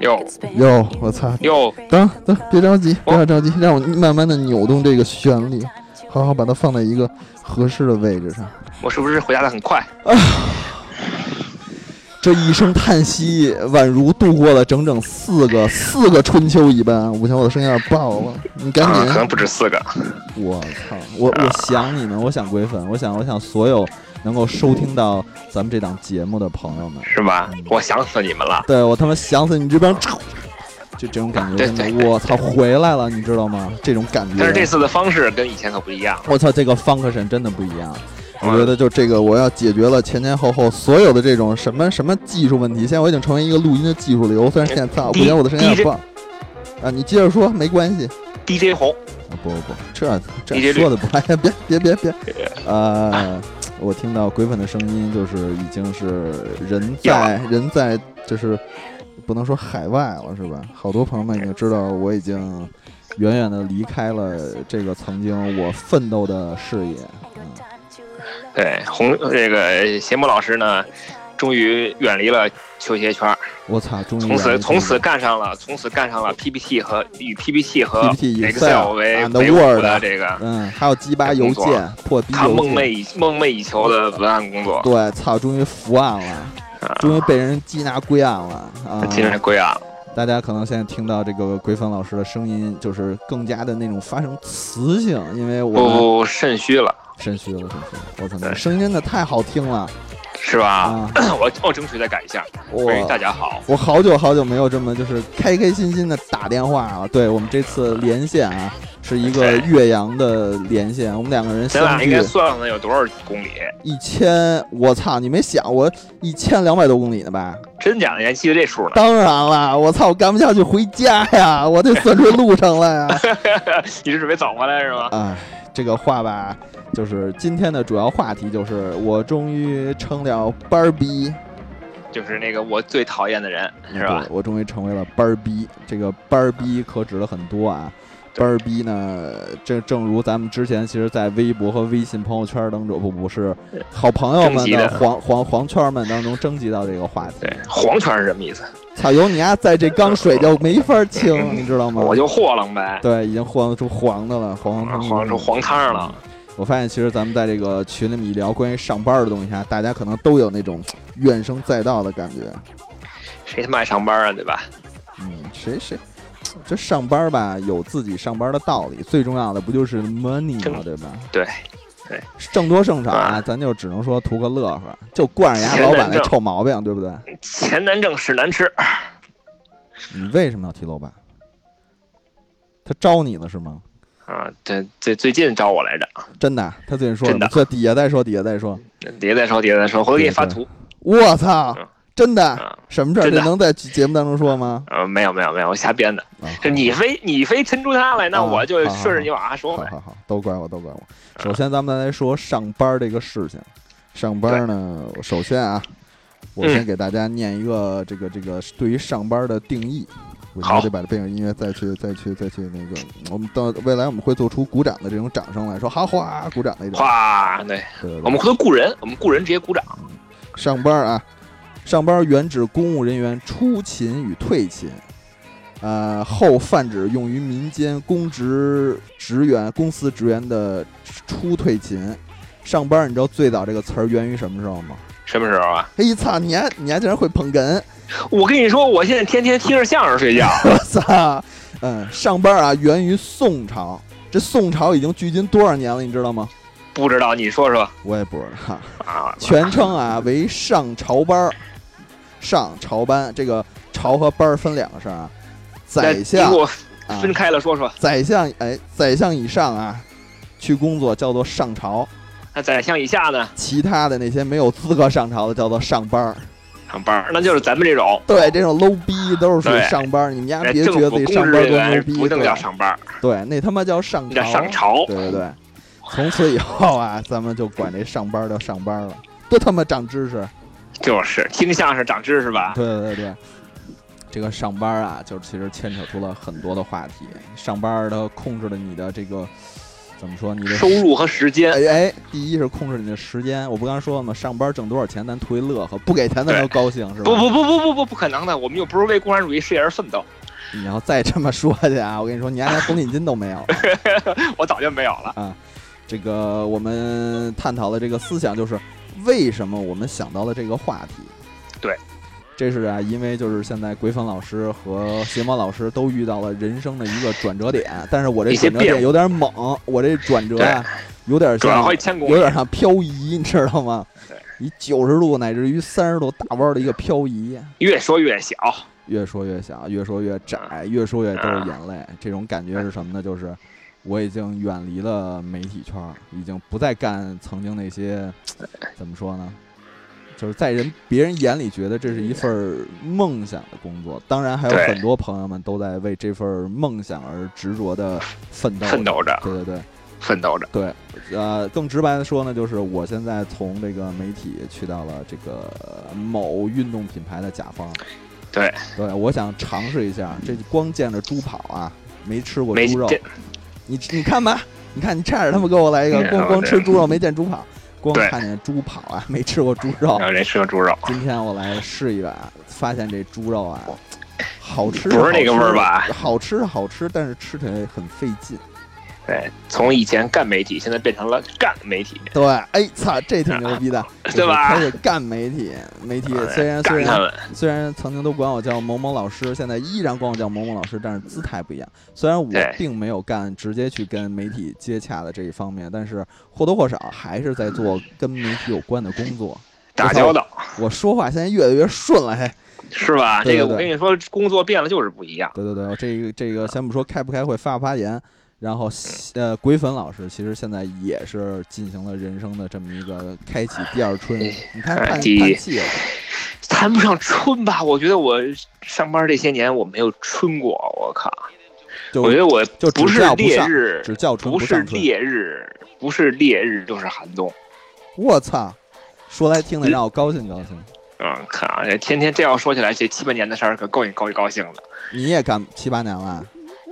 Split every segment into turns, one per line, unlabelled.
哟
哟，我操！
哟，
等等，啊别着急，不要着急，让我慢慢的扭动这个旋律，好好把它放在一个合适的位置上。
我是不是回答的很快？
这一声叹息，宛如度过了整整四个四个春秋一般。五强，我的声音有点爆了，你赶
啊，可能
紧！
不止四个。
我操，我我想你们，我想鬼粉，我想我想所有能够收听到咱们这档节目的朋友们。
是吧？我想死你们了。
对我他妈想死你这帮臭，就这种感觉，
对
真
对
的，
对
我操，回来了，你知道吗？这种感觉。
但是这次的方式跟以前可不一样。
我操，这个方克神真的不一样。我
嗯
觉得就这个，我要解决了前前后后所有的这种什么什么技术问题。现在我已经成为一个录音的技术流，虽然现在操，不
第一
行，我的声音有
第
点
一
棒。啊，你接着说，没关系。
DJ 红，
啊不不，这
你这
这
绿
说的不哎呀， 别别别别，呃，我听到鬼粉的声音，就是已经是人在人在，就是不能说海外了，是吧？好多朋友们已经知道，我已经远远的离开了这个曾经我奋斗的事业。嗯，
对红这个呃邪魔老师呢，终于远离了球鞋圈儿，
我操，终于
从
来
此
了
从此干上了，从此干上了 PPT 和以 PPT 和
PPT
Excel 为
and
为伍
Word
的这个
嗯，还有鸡巴邮
工作
件破逼
他
邮
梦寐
件，
以梦寐以求啊的文案工作，
对，操，终于伏案了，终于被人缉拿归案了啊！
今日归案了。
大家可能现在听到这个鬼粉老师的声音，就是更加的那种发生磁性，因为
不
我
不肾虚了，
肾虚了，肾虚了，我操，
对
你声音真的太好听了
是吧？
啊！
我我争取再改一下。
我
喂，大家好，
我好久好久没有这么就是开开心心的打电话了。对我们这次连线啊，是一个岳阳的连线，我们两个人
哎咱
相
俩应该
距
算算有多少公里？
一千，我操，你没想我一千两百多公里呢吧？
真假的？你还记得这数呢？
当然了，我操，我干不下去回家呀，我得算出路程来 呀。
你是准备走回来是吗？
哎，这个话吧，就是今天的主要话题就是我终于成了班儿逼，
就是那个我最讨厌的人，是吧
对？我终于成为了班儿逼。这个班儿逼可指了很多啊。
对
班儿逼呢，这正如咱们之前其实，在微博和微信朋友圈当中，不不是好朋友
征
们
集
的
的
黄黄黄圈们当中征集到这个话题
对。，黄圈是什么意思？
操，有你丫、在这缸水就没法清，
嗯
你知道吗？
我就货郎呗，
对，已经晃出黄的了，黄
啊
黄
晃出黄汤儿了。
我发现其实咱们在这个群里面一聊关于上班的东西啊，大家可能都有那种怨声载道的感觉。
谁他妈爱上班啊，对吧？
嗯，谁谁这上班吧，有自己上班的道理，最重要的不就是 money 吗？
挣
对吧？
对，
挣多挣少啊，
啊
咱就只能说图个乐呵，就惯着人家
钱
老
难
板那
挣
臭毛病，对不对？
钱难挣，屎难吃。
你为什么要提老板？他招你了是吗？
啊，对，最最近找我来着，
真的啊，他最近说什
真
么？
的
这底下再说，底下再说。
别再说，别再说，回头给你发图。
我操
嗯，
真的啊
啊，
什么事儿？
真的
这能在节目当中说吗？
啊，没有没有没有，我瞎编的。
啊
这你非你非抻出他来，那
啊
我就
好好
顺着你往下说
好
呗。
好好，都怪我，都怪我。首先，咱们来说上班儿这个事情。上班儿呢，首先啊，
嗯
我先给大家念一个这个这个对于上班儿的定义。我觉
好
得得把这背景音乐再去再去再去那个，我们到未来我们会做出鼓掌的这种掌声来说，哈哗鼓掌那种。
哗，对，
对对对
我们回头雇人，我们雇人直接鼓掌。
上班儿啊，上班儿原指公务人员出勤与退勤，呃，后泛指用于民间公职职员、公司职员的出退勤。上班儿，你知道最早这个词儿源于什么时候吗？
什么时候啊？
嘿，操，你还你还竟然会捧哏！
我跟你说，我现在天天听着相声睡觉。
我操，嗯，上班儿啊，源于宋朝。这宋朝已经距今多少年了，你知道吗？
不知道你说说
我也不知道。
啊？
全称啊为上朝班儿，上朝班这个朝和班儿分两个事儿啊。
那
宰相
你给我
啊，
分开了说说。
宰相哎，宰相以上啊，去工作叫做上朝，
那宰相以下呢？
其他的那些没有资格上朝的叫做上班儿。
上班儿，那就是咱们这种。
对，这种 low 逼都是属于
对
上班儿，你们家
哎
别
政
觉得
府
自
公
己上
职
班儿
人
多牛
员
逼，
哎不能叫
对
上班儿，
对，那他妈叫上朝。
那叫上朝。
对对对，从此以后啊，咱们就管这上班儿叫上班儿了，多他妈长知识。
就是听相声长知识吧？
对对对，这个上班啊，就其实牵扯出了很多的话题。上班儿它控制了你的这个怎么说你的
收入和时间，
哎哎，第一是控制你的时间。我不刚才说了吗？上班挣多少钱咱图一乐呵，不给钱咱都高兴是吧？
不不不不不不不可能的，我们又不是为共产主义事业而奋斗，
你要再这么说去啊，我跟你说，你还连红领巾都没有。
我早就没有了。
这个我们探讨的这个思想就是为什么我们想到了这个话题。
对，
这是啊，因为就是现在鬼粉老师和邪魔老师都遇到了人生的一个转折点，但是我这
一些
转折点
变
有点猛，我这转折啊有点
转了
像
好几千公
有
里，
点像漂移，你知道吗
对？
以九十度乃至于三十度大弯的一个漂移，
越说越小。
越说越小，越说越窄，越说越都是眼泪。这种感觉是什么呢？就是我已经远离了媒体圈儿，已经不再干曾经那些怎么说呢？就是在人别人眼里觉得这是一份儿梦想的工作。当然，还有
对
很多朋友们都在为这份儿梦想而执着的奋斗。
奋斗着，
对对对，
奋斗着。
呃，更直白的说呢，就是我现在从这个媒体去到了这个某运动品牌的甲方。
对，
对，我想尝试一下，这光见着猪跑啊，没吃过
没
猪肉，
这
你你看吧，你看你差点他妈给我来一个，
嗯
光光
对
吃猪肉没见猪跑，光
对
看见猪跑啊，没吃过猪肉
然。后人吃个猪肉，
今天我来试一把，发现这猪肉啊，好吃
不是那个
好吃
味儿吧？
好吃是好吃，但是吃起来很费劲。
对，从以前干媒体，现在变成了干媒体，
对，哎操，这挺牛 逼的，
对吧
就是开始干媒体，媒体虽然虽
干他
然
们。
虽然曾经都管我叫某某老师，现在依然管我叫某某老师，但是姿态不一样。虽然我
对
并没有干直接去跟媒体接洽的这一方面，但是或多或少还是在做跟媒体有关的工作。
打交道
我说话现在越来越顺了，嘿。
是吧？
对
这
对
个我跟你说，工作变了就是不一样。
对对对，这个这个先不说开不开会、发不发言，然后呃，鬼粉老师其实现在也是进行了人生的这么一个开启第二春。你看
哎
叹叹
第一
气了，
谈不上春吧，我觉得我上班这些年我没有春过，我靠！
就
我觉得我
就
不
只
是
叫不
烈
上，
日，
只叫春
不是
上春。
烈日，不是烈日就是寒冬。
我操，说来听来让我高兴高兴。
嗯，看啊，这天天这要说起来，这七八年的事儿可够你高高兴的。
你也干七八年了，啊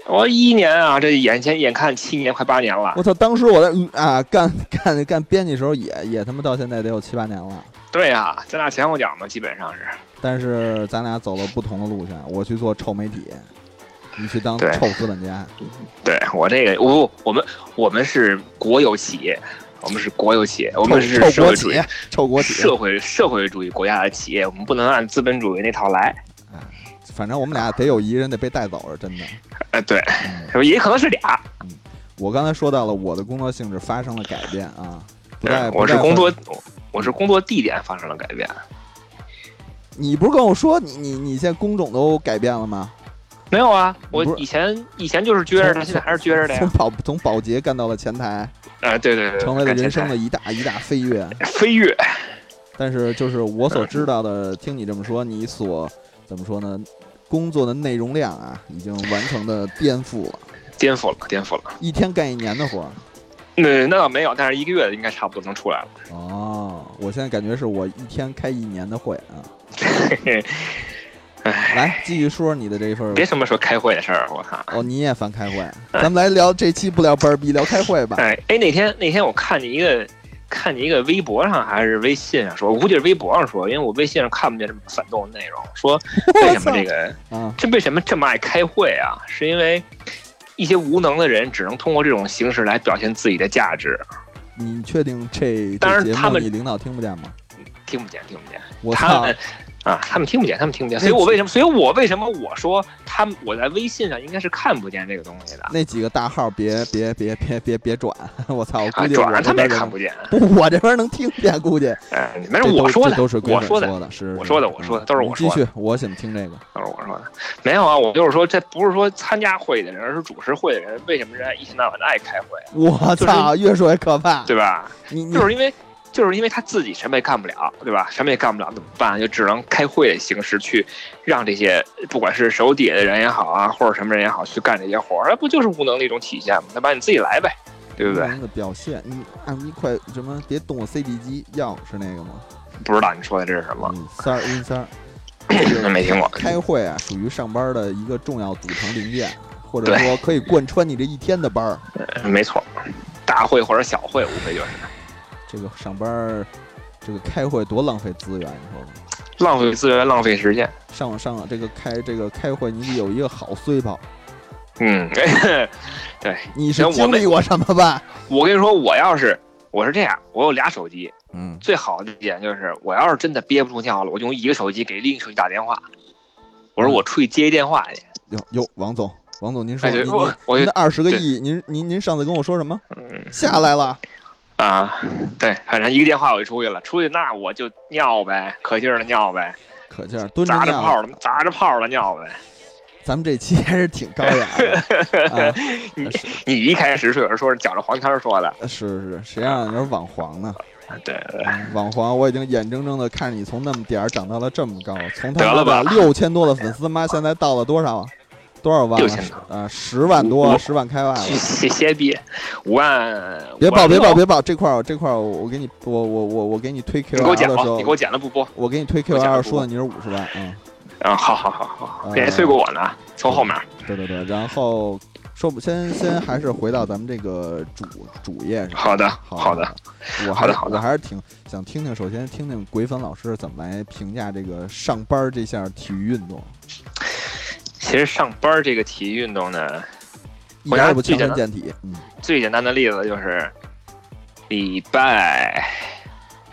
我一年啊，这眼前眼看七年快八年了。
我操！当时我在嗯啊干干干编辑时候也也他妈到现在得有七八年了，
对呀、啊，咱俩前后脚嘛，基本上是。
但是咱俩走了不同的路线，我去做臭媒体，你去当
对
臭资本家。
对我这个，我我们我们是国有企业，我们是国有企业，我
臭
们是
臭
社
国
会
企
主义，
臭国企，
社会社会主义国家的企业，我们不能按资本主义那套来。
反正我们俩得有一个人得被带走，是真的。
哎，对，
嗯
也可能是俩。
我刚才说到了我的工作性质发生了改变啊，不再
嗯我
不
是
再
工作
分，
我是工作地点发生了改变。
你不是跟我说你你你现在工种都改变了吗？
没有啊，我
不是
以前以前就是撅着的，现在还是撅着的
从
呀。
保从保洁干到了前台，
啊，对对对，
成为了
感谢
人生
他
的一大一大飞跃。
飞跃。
但是就是我所知道的，听你这么说，你所怎么说呢？工作的内容量啊，已经完成的颠覆了，
颠覆了，颠覆了。
一天干一年的活儿。
那那倒没有，但是一个月应该差不多能出来了。
哦，我现在感觉是我一天开一年的会啊。
哎，
来，继续说说你的这份儿
别什么时候开会的事儿，我操！
哦，你也烦开会？咱们来聊这期不聊班儿逼，聊开会吧。
哎哎，那天那天我看见一个，看见一个微博上还是微信上说，我估计是微博上说，因为我微信上看不见这么反动的内容。说为什么这个
啊，
这为什么这么爱开会啊？是因为一些无能的人只能通过这种形式来表现自己的价值，
你确定这
当
这
然
节
他
目
们
你领导听不见吗？
听不见，听不见。
我
他
操！
们啊，他们听不见，他们听不见。
那
所以我为什么？所以我为什么我说他们我在微信上应该是看不见这个东西的
那几个大号别别别别别别转！ 我操！我估
啊？
计
转
我
了
这
他们
边
也
儿
看
能
不见。
不， 我这边儿能听见，估计。
哎，没事，
这都
我说
这
的，
都是
我说的，
的，是
我
是
说的我说的
嗯
都是
您
我
继
说
续，我想听 这个。
都是我说的。没有啊，我就是说，这不是说参加会的人，而是主持会的人，为什么人家一天到晚的爱开会，啊
我操！越说越可怕。
对吧？
你你
就是因为。就是因为他自己什么也干不了，对吧？什么也干不了，怎么办？就只能开会的形式去让这些不管是手底下的人也好啊，或者什么人也好，去干这些活儿，那不就是无能的一种体现吗？那把你自己来呗，对不对？
人的表现，你啊，你快什么？别动我 CD 机，要是那个吗？
不知道你说的这是什么？
嗯，三儿一 三儿。
没听过。
开会啊，属于上班的一个重要组成零件，或者
对
说可以贯穿你这一天的班儿。
没错，大会或者小会，无非就是
这个上班儿，这个开会多浪费资源，你说吗？
浪费资源、浪费时间。
上网上网这个开这个开会，你得有一个好虽跑，
嗯，对，
你是
行我
经历
们
过什么吧？
我跟你说，我要是我是这样，我有俩手机，
嗯，
最好的一点就是，我要是真的憋不住尿了，我就用一个手机给另一个手机打电话。我说我出去接一电话去，
哟哟，王总，王总，您说
哎，
您
对
您
我我
您
就
的二十个
对
亿，您您您上次跟我说什么？
嗯
下来了，
啊，对，反正一个电话我就出去了，出去那我就尿呗，可劲儿的尿呗，
可劲儿蹲着
砸着
尿
泡了，砸着泡了尿呗。
咱们这期还是挺高雅 的，啊、
你
是
你一开始是有人说是搅着黄汤说的，
是是，谁让你是网黄呢？
啊
嗯
对，对
网黄，我已经眼睁睁的看着你从那么点儿长到了这么高，从
得
他
了
妈
吧
的六千多的粉丝，妈现在到了多少啊？多少万了？
6000
啊、十万多，
我
十万开外了。
歇歇逼，五万，
别
五万
报，别
六
报，，别报！这块儿，这块儿，我我给你，我我我我给你推
你给
QL
我剪
的时
了，
候
你给，我剪了不播
我给你推
给我讲
QL
吧
说的你是五十万，嗯，
啊？好好好好，别人
呃
催过我呢，从后面
对对对。然后说不，先先还是回到咱们这个主主页上。
好的，
好
好的，，
我
好的
还
好的
我还是挺想听听，首先听听鬼粉老师怎么来评价这个上班儿这项体育运动，
其实上班儿这个体育运动呢，
一
我
点
家
儿也不
最
强
简
身健体。嗯，
最简单的例子就是礼拜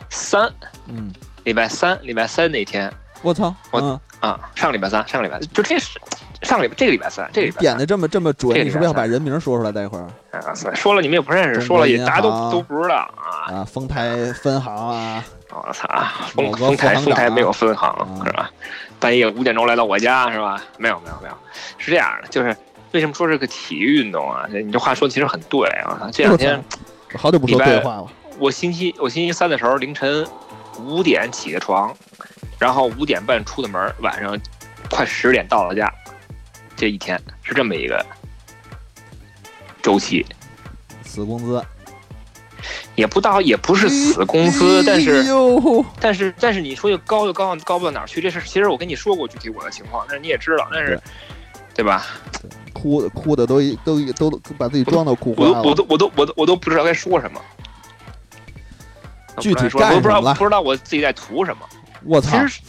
三，
嗯，
礼拜三，礼拜三那天
我操，
我
嗯，
啊，上礼拜三，上礼拜就这是上礼拜这个礼拜三，这个礼拜
点的这么这么准，
这
你
里
是不是要
边
把人名说出来？待会儿
三啊，说了你们也不认识，
中
说了
国
也
银
大家都
行
都不知道啊。
啊，丰台分行 啊，
我操，丰
某个
丰台
副行长
丰台没有
啊
分行是吧？半夜五点钟来到我家是吧？没有没有没有，是这样的，就是为什么说是个体育运动啊？这你这话说的其实很对啊。这两天
我好久不说
礼拜
对话了。
我星期我星期三的时候凌晨五点起的床，然后五点半出的门，晚上快十点到了家，这一天是这么一个周期，
死工资，
也不到也不是死工资，但
哎
是
呦
但是但是你说就高就高高不到哪儿去，这事其实我跟你说过具体我的情况，但是你也知道，但是
对。
对吧？
哭的哭的都一都一都把自己装的哭
我
花
都我
了。
都我都我都我都不知道该说什么，
具体
我不知道
干
我不
什
知
么了啊
道不知道我自己在图什么。
我
其
操，
实是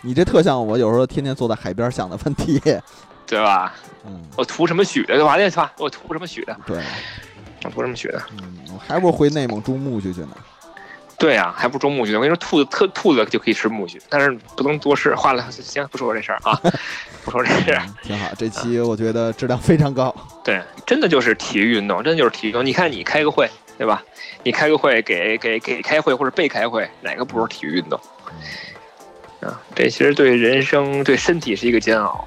你这特像我有时候天天坐在海边想的问题。
对吧？
嗯，
我图什么许的？完了，操！我图什么许的？
对，
我图什么许的？
嗯，我还不如回内蒙种木去去呢。
对呀、还不如种苜蓿。我跟你说，兔子特兔子就可以吃苜蓿，但是不能多吃。话了，行，不说这事儿啊，不说这事儿。
嗯挺好，这期我觉得质量非常高。
对，真的就是体育运动，真的就是体育运动。你看，你开个会，对吧？你开个会，给给给开会或者被开会，哪个不是体育运动？啊，这其实对人生、对身体是一个煎熬。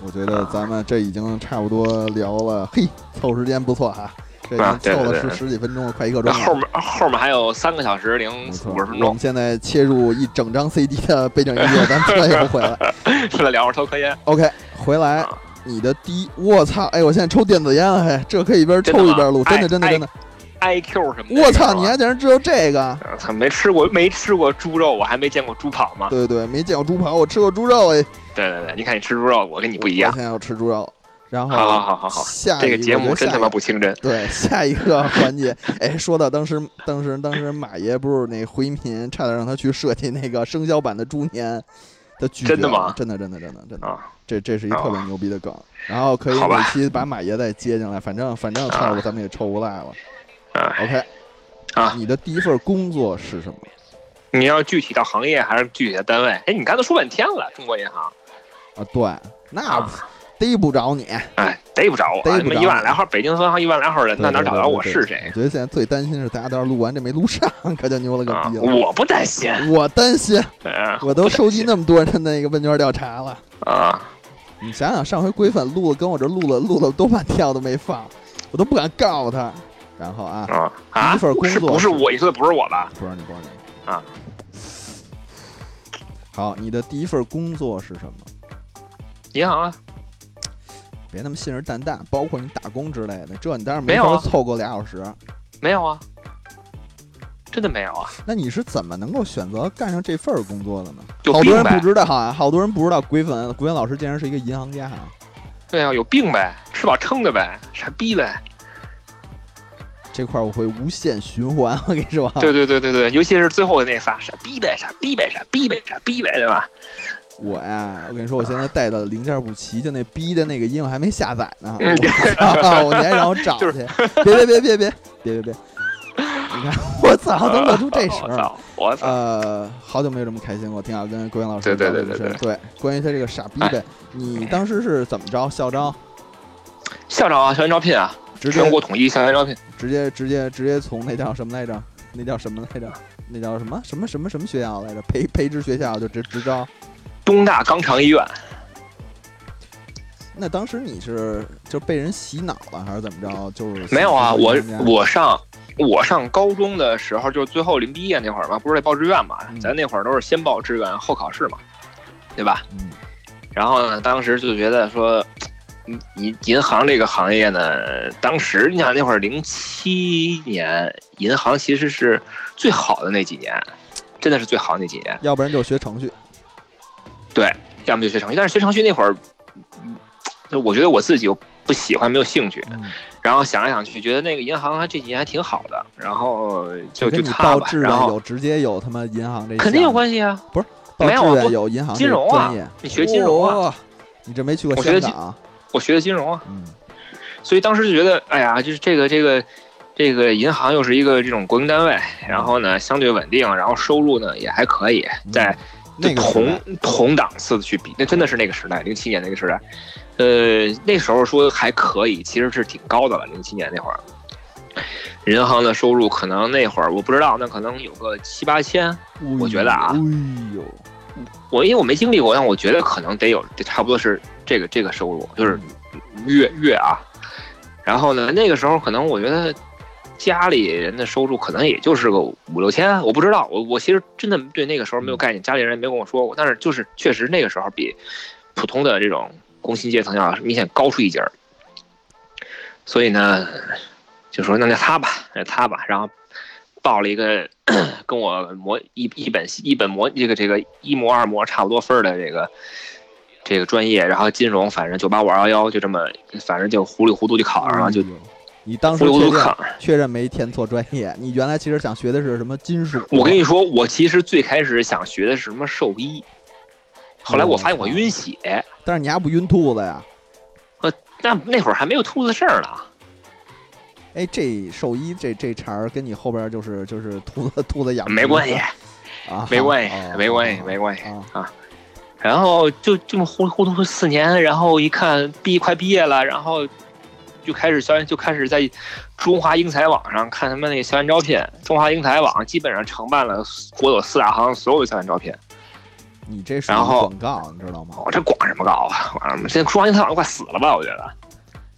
我觉得咱们这已经差不多聊了，嘿，凑时间不错哈，这已
啊
经
对
凑了
对
十
对
十几分钟了，快一个钟
那
了。
后面后面还有三个小时零
没错，
五十分
我
钟
们，现在切入一整张 CD 的背景音乐，咱们再又回 来。
是了聊会儿偷科烟。
OK，回来
啊
你的第一，我操，哎，我现在抽电子烟了，嘿，这可以一边抽一边录，真的
真的吗
真的
哎
真的，
IQ 什么的？
我
是
操，
吧
你还竟然知道这个？
啊操，没吃过没吃过猪肉，我还没见过猪跑嘛。
对对，没见过猪跑，我吃过猪肉哎，
对对对，你看你吃猪肉，我跟你不
我
一样。
现在要吃猪肉。然后，
好好好好好，
下一
这个节
我
目
觉
真
得下
他
一
妈不清真。
对， 下一个环节，哎，说到当时，当时，当时马爷不是那回民，差点让他去设计那个生肖版的猪年的拒绝
真的吗
了真的，真的，真的，真的，
啊
这这是一
啊
特别牛逼的梗。然后可以
好吧
每期把马爷再接进来，反正反正操，咱们也抽无赖了。
啊
OK，
啊！
你的第一份工作是什么？
你要具体到行业还是具体的单位？哎，你刚才说半天了，中国银行，
啊，对，那
啊
逮不着你，
哎，逮不着我，
逮
你
不着
们一万来号，北京分行一万来号人，
对
那哪找着我？
对
是
对对
谁啊
我觉得现在最担心是大家到时候录完这没录上，可就牛了个
啊？
逼了。
我不担心，
我担 心，
哎
我都收集那么多人的那个问卷调查了。
啊！
你想想，上回规范录了，跟我这录了录了多半天，我都没放，我都不敢告诉他。然后啊，
啊
第
啊！
一份工作
是不
是
是我？你说的不是我吧？
不让你，不让你
啊。
好，你的第一份工作是什么？
银行啊，
别那么信誓旦旦，包括你打工之类的，这你当然
没有
法
啊
凑够俩小时。
没有啊，真的没有啊，
那你是怎么能够选择干上这份儿工作的呢？
有
好多
病
人不
呗？
知道啊，好多人不知道鬼粉鬼粉老师竟然是一个银行家啊！
对啊，有病呗，吃饱撑的呗，傻逼呗。
这块儿我会无限循环，我跟你说。
对对对对对，尤其是最后的那仨，傻逼呗，傻逼呗，傻逼呗，傻逼呗，对吧？
我呀，我跟你说，我现在带的零件不齐，就那逼的那个音我还没下载呢。
嗯
我 操！我你还让我找去？别别别别别别别别！你看，我操，能乐出这声
我
儿。
哦
啊
操！我操！
呃，好久没有这么开心过。挺想跟郭英老师
对对
聊这
对
个事
对哎
儿对，关于他这个傻逼呗，你当时是怎么着？校招
校长啊，校园招聘啊，
直接
全国统一校园招聘。
直接直接直接从那叫什么来着？那叫什么来着？那叫什么什么什么什么学校来着？培培植学校就直直招。
东大肛肠医院，
那当时你是就被人洗脑了，还是怎么着？就是
没有啊，
想
我
去参加
我上我上高中的时候，就是最后临毕业那会儿嘛，不是得报志愿嘛
嗯，
咱那会儿都是先报志愿后考试嘛，对吧？
嗯
然后呢，当时就觉得说，嗯银银行这个行业呢，当时你想那会儿零七年，银行其实是最好的那几年，真的是最好的那几年，
要不然就学程序，
要么就学程序，但是学程序那会儿，嗯就我觉得我自己又不喜欢，没有兴趣。
嗯、
然后想来想去，觉得那个银行还这几年还挺好的，然后就就
跟你
踏
报
吧，
志愿啊
然后
有直接有他妈银行这
肯定有
关，
关系啊，
报
没有啊
志愿
我
有银行这
金融啊
专业，
你学金融啊，
哇你这没去过
我学
香
的
港啊？
我学的金融啊，
嗯，
所以当时就觉得，哎呀，就是这个这个这个银行又是一个这种国营单位，然后呢相对稳定，然后收入呢也还可以，
嗯
在
那个时哎
同
代
同档次的去比，那真的是那个时代，零七年那个时代，呃，那时候说还可以，其实是挺高的了，零七年那会儿。银行的收入可能那会儿我不知道，那可能有个七八千，我觉得啊
哎呦，
我因为我没经历过，但我觉得可能得有得差不多是这个这个收入，就是月月啊。然后呢，那个时候可能我觉得家里人的收入可能也就是个五六千，我不知道。我我其实真的对那个时候没有概念，家里人也没跟我说过。但是就是确实那个时候比普通的这种工薪阶层要明显高出一截儿。所以呢，就说那就他吧，那就他吧，然后报了一个 跟我模一一本一本模这个这个一模二模差不多分儿的这个这个专业，然后金融反正九八五二幺幺就这么，反正就糊里糊涂就考上了，就
哎呦你当时
糊里糊
确
涂
认
考。
确认没填错专业，你原来其实想学的是什么金属？
我跟你说，我其实最开始想学的是什么兽医，后来我发现我晕血，
但是你还不晕兔子呀？
但那会儿还没有兔子事儿呢。
哎，这兽医这这茬儿跟你后边就是就是兔子兔子养
没关系，
啊，
没关系
哦
没关系
哦
没关系
哦
然后就这么糊里糊涂四年，然后一看毕快毕业了，然后就开始校园就开始在中华英才网上看他们那个校园招聘。中华英才网基本上承办了国有四大行所有的校园招聘。
你这属于
然后
广告，你知道吗
我、？这广什么搞啊？广什么？现在中华英才网都快死了吧？我觉得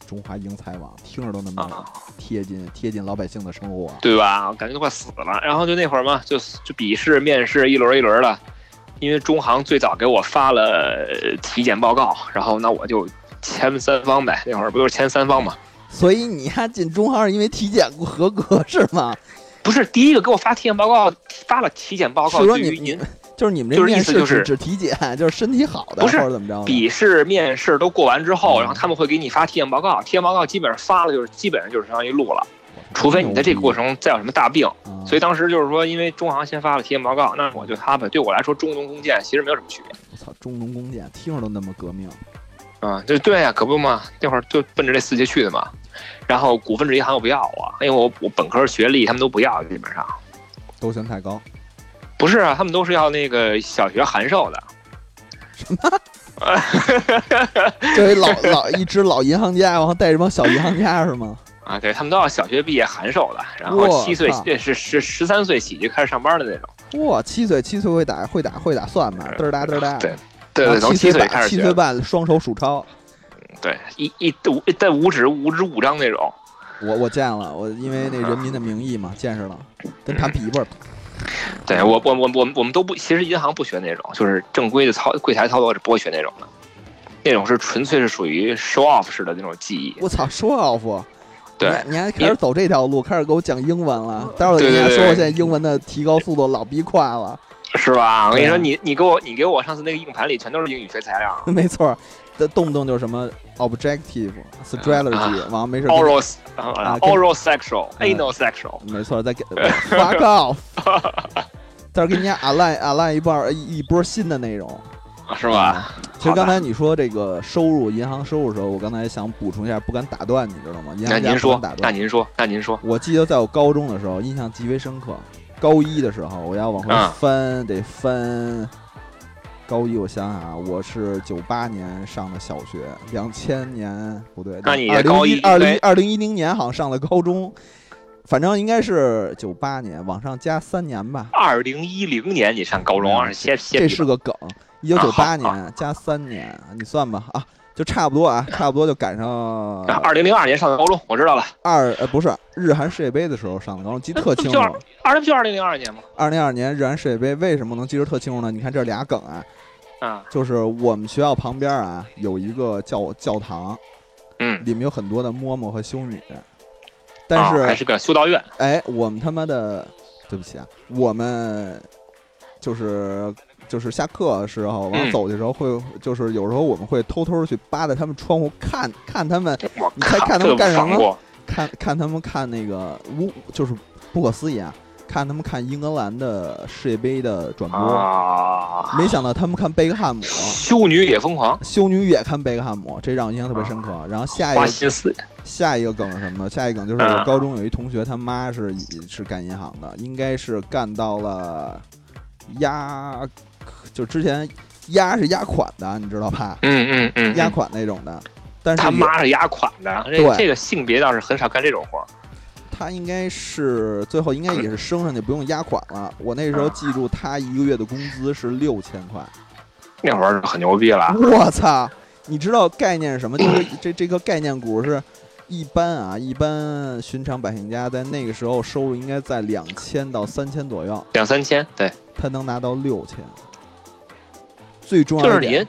中华英才网听着都那么
啊，
贴近贴近老百姓的生活。
对吧？我感觉都快死了。然后就那会儿嘛，就就笔试、面试一轮一轮的。因为中航最早给我发了呃体检报告，然后那我就签三方呗。那会儿不都是签三方嘛？
所以你还进中号是因为体检不合格是吗？
不是第一个给我发体检报告，发了体检 报告
是说
对于
你嗯
您
就是你们这
就是意
面
思
试只、
就是
只体检，就是身体好的
不是
或者怎么着的？
笔试、面试都过完之后，
嗯
然后他们会给你发体检报告，体检报告基本上发了就是基本上就是相当于录了，除非你在这个过程中再有什么大病。
程
所以当时就是说，因为中航先发了体检报告，那我就他们对我来说中农工建其实没有什么区别
我操，中农工建听着都那么革命，
啊，就对呀、可不嘛，那会儿就奔着这四节去的嘛。然后股份制银行又不要我，因为我我本科学历他们都不要，基本上
都嫌太高。
不是啊，他们都是要那个小学函授的。
这为老老一支老银行家，然后带这帮小银行家是吗？
啊，对他们都要小学毕业函授的，然后
哇
七岁
靠
呃是是十三岁起就开始上班的那种。
哇，七岁七岁会打会打会打算盘，嘚儿哒嘚儿哒。
对对
然
对，
后
从
七
七
岁
岁
半
开始
七
学
岁
的，
半双手数钞。
对，一一五但五指五指五张那种。
我我见了，我因为那《人民的名义》嘛，见识了，跟
嗯
弹琵琶。嗯
对我我我我们我们都不，其实银行不学那种，就是正规的操柜台操作是不会学那种的，那种是纯粹是属于 show off 式的那种技艺。
我操，说奥夫，
对
你还你还开始走这条路，开始给我讲英文了。待会儿
对
你
对
还
对
说我
对
现在英文的提高速度老逼快了，
是吧？我跟你
对啊
说，你你给我你给我上次那个硬盘里全都是英语学材料，
没错儿。的动不动就是什么 objective、strategy，完了没事跟
oral
啊
啊
跟
oral sexual
嗯
anal sexual，
没错，再给 fuck off，但是给人家 a l i g n a l i g n 一半儿一一波新的内容。嗯
是吧？
其实
好的
刚才你说这个收入，银行收入的时候，我刚才想补充一下，不敢打断，你知道吗？银
那
行家
您
不
说
敢打，
那
断。
您说，那您说，
我记得在我高中的时候，印象极为深刻。高一的时候，我要往回
啊
翻，得翻。高一，我想想啊，我是九八年上的小学，两千年不对，
那你
二
的
零
高
一
一
二零
对
二零一零年好像上的高中，反正应该是九八年，往上加三年吧。
二零一零年你上高中
嗯
啊？歇歇
这
屁
是
吧
个梗。一九九八
啊好
年加三年，你算吧啊，就差不多啊，差不多就赶上
啊！二零零二年上的高中，我知道了，
二呃不是日韩世界杯的时候上的高中，记得特清楚。
就二零就二零零二年嘛。
二零二年日韩世界杯为什么能记得特清楚呢？你看这俩梗啊，
啊，
就是我们学校旁边啊有一个教教堂，
嗯，
里面有很多的嬷嬷和修女，
啊
但是、
还是个修道院
哎，我们他妈的，对不起啊，我们就是就是下课的时候，往
嗯
走的时候会，就是有时候我们会偷偷去扒在他们窗户看看他们
我
你还
靠，
看他
这
们
个
干什
防
么
过
看看他们看那个无就是不可思议啊，看他们看英格兰的世界杯的转播，
啊！
没想到他们看贝克汉姆。
修女也疯狂，
修女也看贝克汉姆，这让我印象特别深
啊
刻。然后下一
花
个
心思
下一个梗是什么呢？下一个梗就是
嗯
我高中有一同学，他妈是是干银行的，应该是干到了压，就之前压是压款的，你知道吧？
嗯嗯嗯，
压
嗯
款那种的。但是
他
也
妈是压款的，这
对
这个性别倒是很少干这种活儿。
他应该是最后应该也是升上去，不用压款了。我那时候记住他一个月的工资是六千块，
那会儿就很牛逼了，
我操！你知道概念是什么？就是 这这个概念股是，一般啊，一般寻常百姓家在那个时候收入应该在两千到三千左右，
两三千，对，
他能拿到六千。最重
就
要
是
一点，
您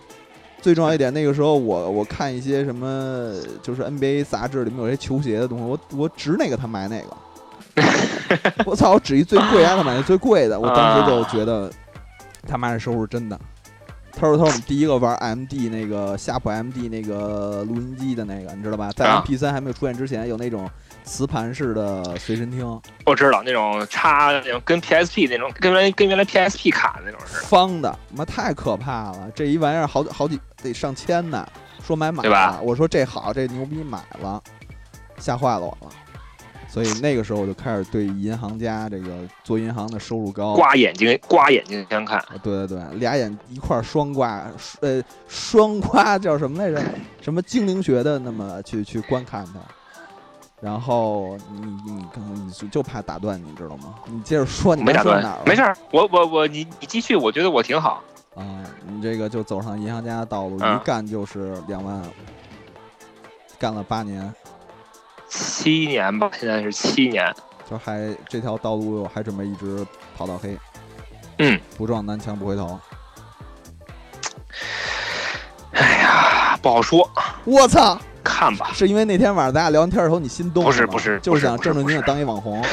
最重要一点，那个时候我我看一些什么，就是 NBA 杂志里面有些球鞋的东西，我我指哪个他买哪个。 我操！我指一最贵啊，他买的最贵的。我当时就觉得他妈这收入真的。他说：“他说我们第一个玩 MD 那个夏普 MD 那个录音机的那个，你知道吧？在
啊
MP 3还没有出现之前，有那种磁盘式的随身听，
我知道那种插那种跟 PSP 那种跟原来跟原来 PSP 卡那种似的，
方的，妈太可怕了！这一玩意儿好好几得上千呢，说买买
对吧
了，我说这好，这牛逼买了，吓坏了我了。所以那个时候我就开始对银行家这个做银行的收入高，
刮眼睛刮眼睛相看，
对对对，俩眼一块儿双刮，呃，双刮叫什么来着？什么精灵学的？那么去去观看它。然后你你刚你就就怕打断，你知道吗？你接着说，你
没打
刚说到哪儿了，
断没事儿，我我我你你继续，我觉得我挺好，
啊，你这个就走上银行家的道路，
嗯
一干就是两万五，干了八年，
七年吧，现在是七年，
就还这条道路还准备一直跑到黑。
嗯，
不撞南墙不回头。
哎呀，不好说，
我操！
看吧，
是因为那天晚上咱俩聊完天儿以后你心动了
不是
吗
不是
就
不
是
是
想
不是
正正
不
经经
是
当一网红，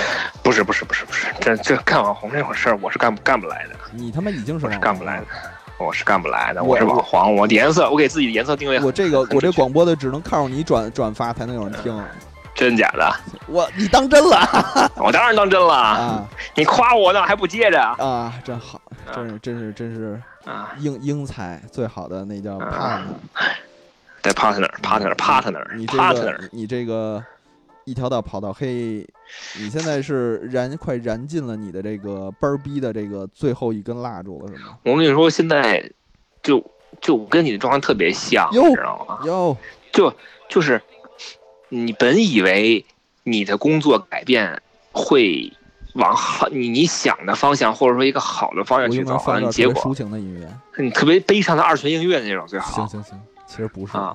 不是不是不是不是，这这干网红这种事儿我是干不干不来的，
你他妈已经是
我是
网
干
红
不
了
来的。我是干不来的，
嗯我
我是网红，我的颜色，我给自己的颜色定位很，
我这 个
很
我这
准确
广播的只能靠你转转发才能有人听，
真假的，
我你当真了
我当然当真了。
啊
你夸我呢还不接着啊
啊！真好，
啊
真是真是真是
啊？
英英才最好的那叫
啊
胖子。
对
嗯你这个
，partner，partner，partner，partner，
你这个一条道跑到黑，你现在是燃快燃尽了你的这个班儿逼的这个最后一根蜡烛了，是吗？
我跟你说，现在就就我跟你的状况特别像，
哟
你知道吗？
哟，
就就是你本以为你的工作改变会往好你你想的方向，或者说一个好的方
我
向
有
去
没
走
有，放点
然后
儿特
结
别
果啊
抒情的音乐？
你特别悲伤的二泉映月那种最
行
好
行行，其实不是
啊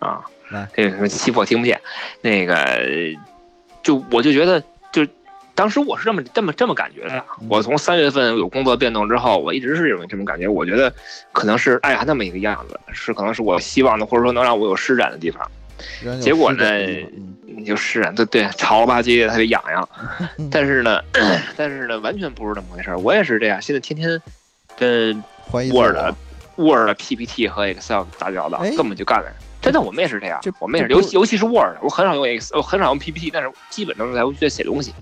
啊，
啊
来。
这个什么欺负我听不见，那个就我就觉得就。当时我是这么这么这么感觉的，啊
嗯
我从三月份有工作变动之后，我一直是有这么感觉。我觉得可能是哎呀那么一个样子，是可能是我希望的，或者说能让我有施展的地方。
人有
结果
诗的地
呢
方嗯。
你就施展，对对，潮了吧唧的，特别痒痒但是呢，但是呢，完全不是那么回事儿。我也是这样，现在天天跟
怀疑自
沃尔
我
的 Word、PPT 和 Excel 打交道
啊哎，
根本就干不了。真的，我们也是这样
这，
我们也是，
这
尤
不
其尤其是 Word，我很少用 Excel，我很少用 PPT，但是基本都是在在写东西。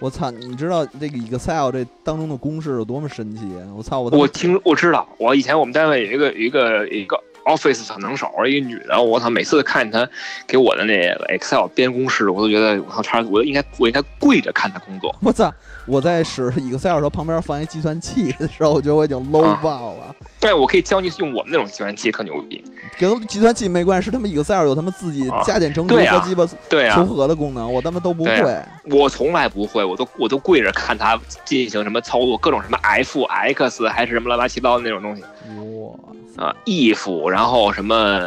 我操，你知道这个 Excel 这当中的公式有多么神奇？我操，我
我听我知道，我以前我们单位有一个有一个有一个 Office 小能手，一个女的，我操，每次看见她给我的那个 Excel 编公式，我都觉得我操，差点我应该我应该跪着看她工作。
我操，我在使 Excel 的时候旁边放一计算器的时候，我觉得我已经 low
啊
爆了。
但是我可以教你用我们那种计算器，特牛逼。
跟计算器没关系，是他们 Excel 有他们自己
啊
加减乘除
对
和
啊
鸡巴
对啊
求，和的功能，我他妈都不
对啊
会。
我从来不会，我都我都跪着看他进行什么操作，各种什么 F、X 还是什么乱七八糟的那种东西
哇，
啊，if，然后什么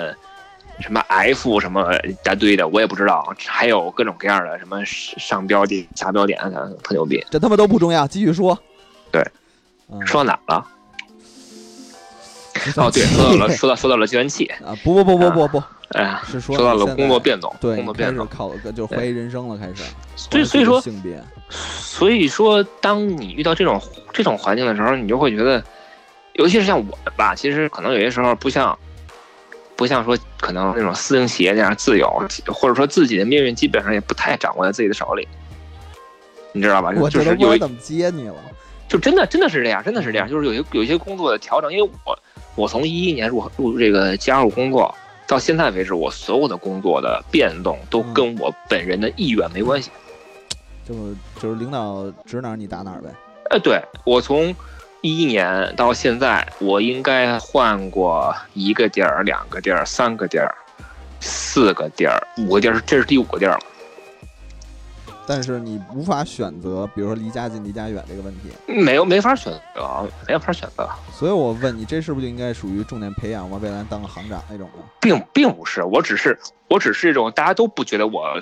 什么 F 什么一大堆的，我也不知道，还有各种各样的什么上标点、下标点，特牛逼。
这他妈都不重要，继续说。
对
嗯，
说到哪儿了？
计算
哦，对，
器
说到 了，说到说到了计算器，
啊，不不不不不不，
哎呀，
是说
说到
你
了
现
工作
在
变动，
对，
工作
你开
变
始
动。
考就怀疑人生了，开始。
所以所
怀
以
疑
说
自己的性别，
所以说，当你遇到这种这种环境的时候，你就会觉得，尤其是像我吧，其实可能有些时候不像，不像说可能那种私营企业那样自由，或者说自己的命运基本上也不太掌握在自己的手里，你知道吧？
我
哎就
觉
是
得不知
有
道
一
怎么接你了。
就真的真的是这样，真的是这样，就是有些有些工作的调整，因为我我从一一年入入这个加入工作到现在为止，我所有的工作的变动都
嗯
跟我本人的意愿没关系。
就是就是领导指哪儿你打哪儿呗。
哎，对我从一一年到现在，我应该换过一个地儿、两个地儿、三个地儿、四个地儿、五个地儿，这是第五个地儿了。
但是你无法选择，比如说离家近、离家远这个问题。
没有没法选择，没法选择，
所以我问你，这是不是就应该属于重点培养我未来当个行长那种的？
并并不是，我只是我只是这种大家都不觉得我，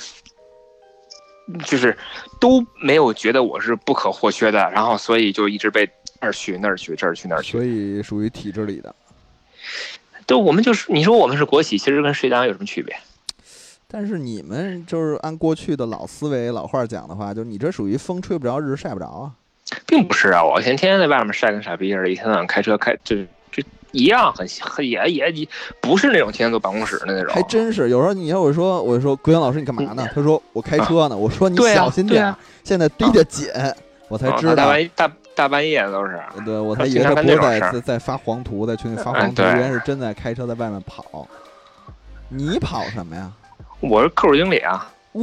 就是都没有觉得我是不可或缺的，然后所以就一直被这儿去那儿去这儿去那儿去
所，以属于体制里的。
就我们就是你说我们是国企，其实跟事业单位有什么区别？
但是你们就是按过去的老思维、老话讲的话，就是你这属于风吹不着日晒不着啊。
并不是啊，我天天在外面晒跟傻逼似的，一天到晚开车开，这这一样很很也也也不是那种天天坐办公室的那种，
还真是，有时候你要我说，我说国阳老师你干嘛
嗯
呢？他说我开车呢。我说你
对啊
小心点，
对啊
现在逮得紧，我才
啊
知
大
道。
半夜大大半夜的都是，
对，我
他
才以
经
为他
常
不
干
是在
这种事儿
在在发黄图，在群里发
哎
黄图，
对
原来是真在开车在外面跑。你跑什么呀？
我是客户经理啊，
哎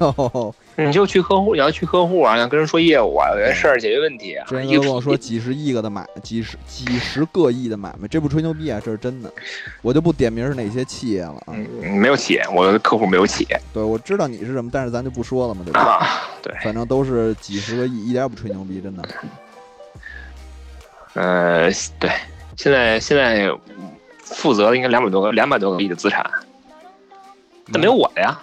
呦，
你就去客户，你要去客户啊，要跟人说业务啊，有些事儿解决问题啊
之，前
一
都嗯跟我说几十亿个的买，几十几十个亿的买卖，这不吹牛逼啊，这是真的。我就不点名是哪些企业了啊。
嗯没有企业，我的客户没有企业
对，我知道你是什么，但是咱就不说了嘛，对吧？
啊，对，
反正都是几十个亿，一点也不吹牛逼，真的。
呃，对，现在现在负责的应该两百多个两百多个亿的资产，但
嗯
没有我的呀，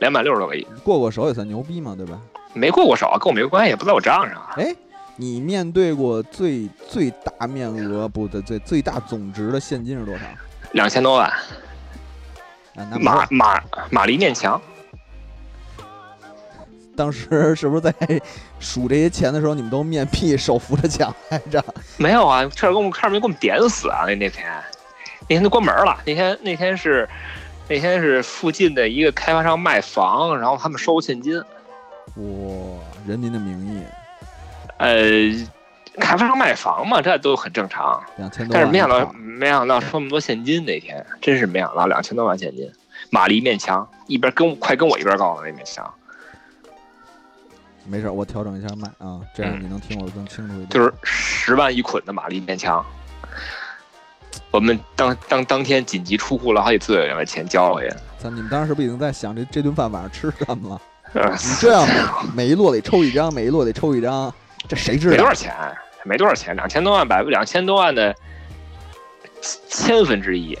两百六十多个亿，
过过手也算牛逼嘛，对吧？
没过过手啊，跟我没关系，不在我账上啊。
哎，你面对过最最大面额不对，最最大总值的现金是多少？
两千多万，
啊，那
马马马力面墙，
当时 是不是在数这些钱的时候，你们都面壁手扶着墙来着？
没有啊，差点给我们差点没给我们点死啊！那那天，那天都关门了。那天那天是那天是附近的一个开发商卖房，然后他们收现金。
哇，人民的名义，
呃，开发商卖房嘛，这都很正常。
两千多
但
万
是
一套。
没想到没想到收那么多现金那天，真是没想到两千多万现金，马力面墙一边跟我快跟我一边高了那面墙，
没事，我调整一下麦啊，这样
嗯
你能听我的更清楚一点。
就是十万一捆的马力面墙。我们当当当天紧急出库了好几次，把钱交回去。
咱你们当时不已经在想这这顿饭晚上吃什么了？
呃
你这样每一摞得抽一张，每一摞得抽一张，这谁知
没多
道
少？钱，没多少钱，两千多万百两千多万的千分之一，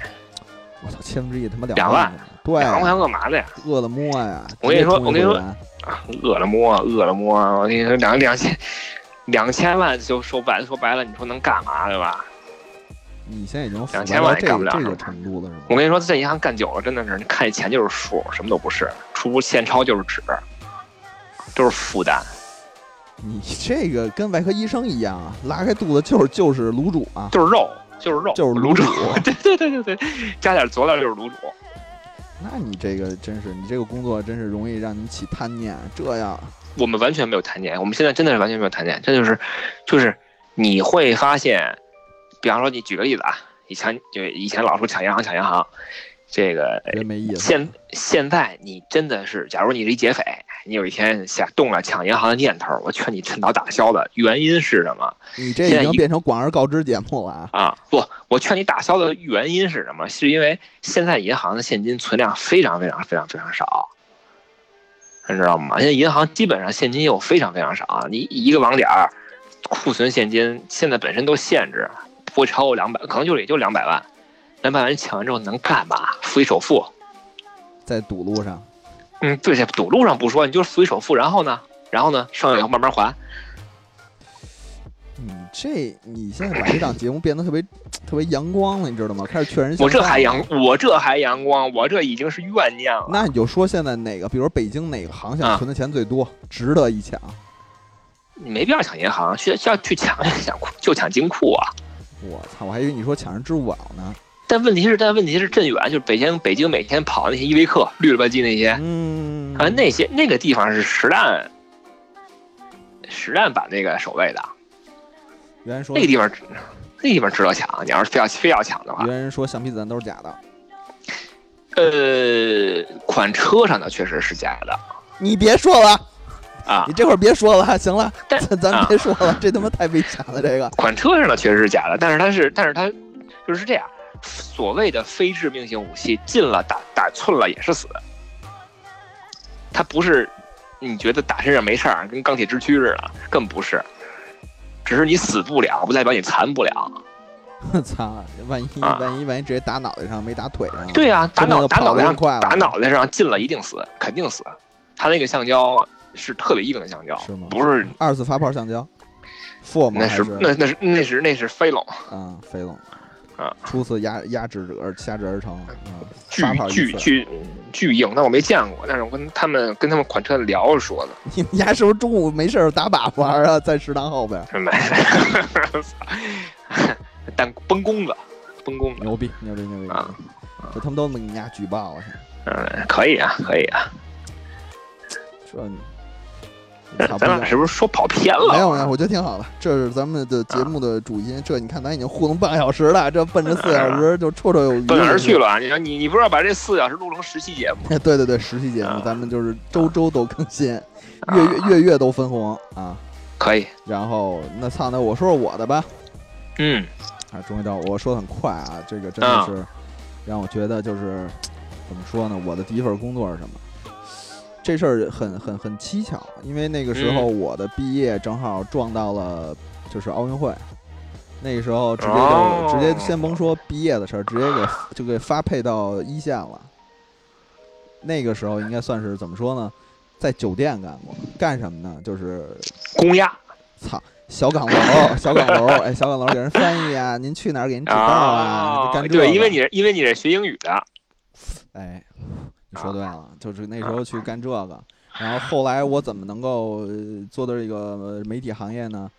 我操，千分之一他妈
两
万
万
呢，对
两
啊
块，钱干嘛的呀？
饿了么呀！
我跟你说
直接冲
我跟你
一会
说
员，
啊，饿了么，饿了么，啊我跟你说两两千两千万就说白说白了，你说能干嘛对吧？
你现在已经腐败
2000
到
万也
这
干
个
不了
这
什
个
么
程度了，是吗？
我跟你说，在银行干久了，真的是你看见钱就是数，什么都不是，除现钞就是纸，都是负担。
你这个跟外科医生一样啊，拉开肚子就是就是卤煮啊，
就是肉，就是肉，
就是
卤
煮
煮。。 对对对对对，加点佐料就是卤煮。
那你这个真是，你这个工作真是容易让你起贪念。这样，
我们完全没有谈念，我们现在真的是完全没有谈念，这就是，就是你会发现，比方说你举个例子啊，以前就以前老说抢银行抢银行，这个
真没意思。
现现在你真的是，假如你是一劫匪，你有一天想动了抢银行的念头，我劝你趁早打消的原因是什么
你这
现
已
在
经
一
变成广而告之节目了啊！
啊？不，我劝你打消的原因是什么？是因为现在银行的现金存量非常非常非常非常少，你知道吗？现在银行基本上现金又非常非常少，啊你一个网点儿库存现金现在本身都限制，不会超过两百，可能就也就两百万，两百万抢完之后能干嘛？付一首付。
在堵路上，
嗯，对，在堵路上不说，你就是付一首付，然后呢，然后呢，剩下以后慢慢还。
嗯，这你现在把这档节目变得特别特别阳光了，你知道吗？开始劝人向
我这
善
还
了
阳，我这还阳光，我这已经是怨念了。
那你就说现在哪个，比如北京哪个航线
啊
存的钱最多，值得一抢。
你没必要抢银行，去要去抢 抢库就抢金库啊。
我操，我还以为你说抢人支付宝呢。
但问题是，但问题是镇远，就是北京北京每天跑那些依维柯绿了吧唧那些，
嗯，
啊，那些那个地方是实弹实弹版那个守卫的，
原来说
那个地方那地方值得抢。啊你要是非要非要抢的话
原，来人说橡皮子弹都是假的，
呃，款车上的确实是假的
你别说了，
啊
你，这会儿别说了，行了，
但
咱咱
啊
别说了，这他妈太危险了，这 个。
款车上的确实是假的，但是它是，但是它就是这样，所谓的非致命性武器，进了打打寸了也是死，它不是你觉得打身上没事儿，跟钢铁之躯似的，更不是，只是你死不了，不代表你残不了。
我操，万一
啊
万一万一直接打脑袋上，没打腿上。
对啊，打
真的
脑打
跑
脑
得
袋上
快了
打脑袋上进了一定死，肯定死。它那个橡胶是特别硬的橡胶，
是吗
不是，
二次发泡橡胶，form
那
还
是那那是那是那是飞龙，
啊，飞龙
啊，哎
初次压压制而压制而成，啊，
巨
发泡一
巨
次
巨巨硬，但我没见过。但是我跟他们跟他们款车聊着说的，
你们家是不是中午没事儿打靶玩啊？在食堂后边儿，
没， 但崩弓子，崩弓子，
牛逼牛逼牛逼！
啊
这他们都能给你家举报了，
嗯，可以啊，可以啊。
这你操不
咱俩
了
是不是说跑偏
没有
了？
没有，我觉得挺好的，这是咱们的节目的主音。这你看，咱已经糊弄半个小时了，这奔着四小 时就绰绰有余。
啊奔哪儿去？了啊？你说你你不是要把这四小时录成十期节 目？
对对对，实期节目
啊
咱们就是周周都更新，月月月月都分红啊。
可以，
然后那操，那我说说我的吧。
嗯
啊，终于到我我说的很快啊，这个真的
啊
是让我觉得就是怎么说呢？我的第一份工作是什么？这事儿很很很蹊跷，因为那个时候
嗯
我的毕业正好撞到了就是奥运会，那个时候直接就、
哦
直接先甭说毕业的事儿，直接给就给发配到一线了。那个时候应该算是怎么说呢？在酒店干过，干什么呢？就是
公鸭
操，小岗楼，小岗楼，哎，小岗楼给人翻译啊，您去哪儿给人指道啊？就干这个
哦对，因为你是因为你是学英语的，
哎，你说对了，就是那时候去干这个，然后后来我怎么能够呃做到这个呃媒体行业呢？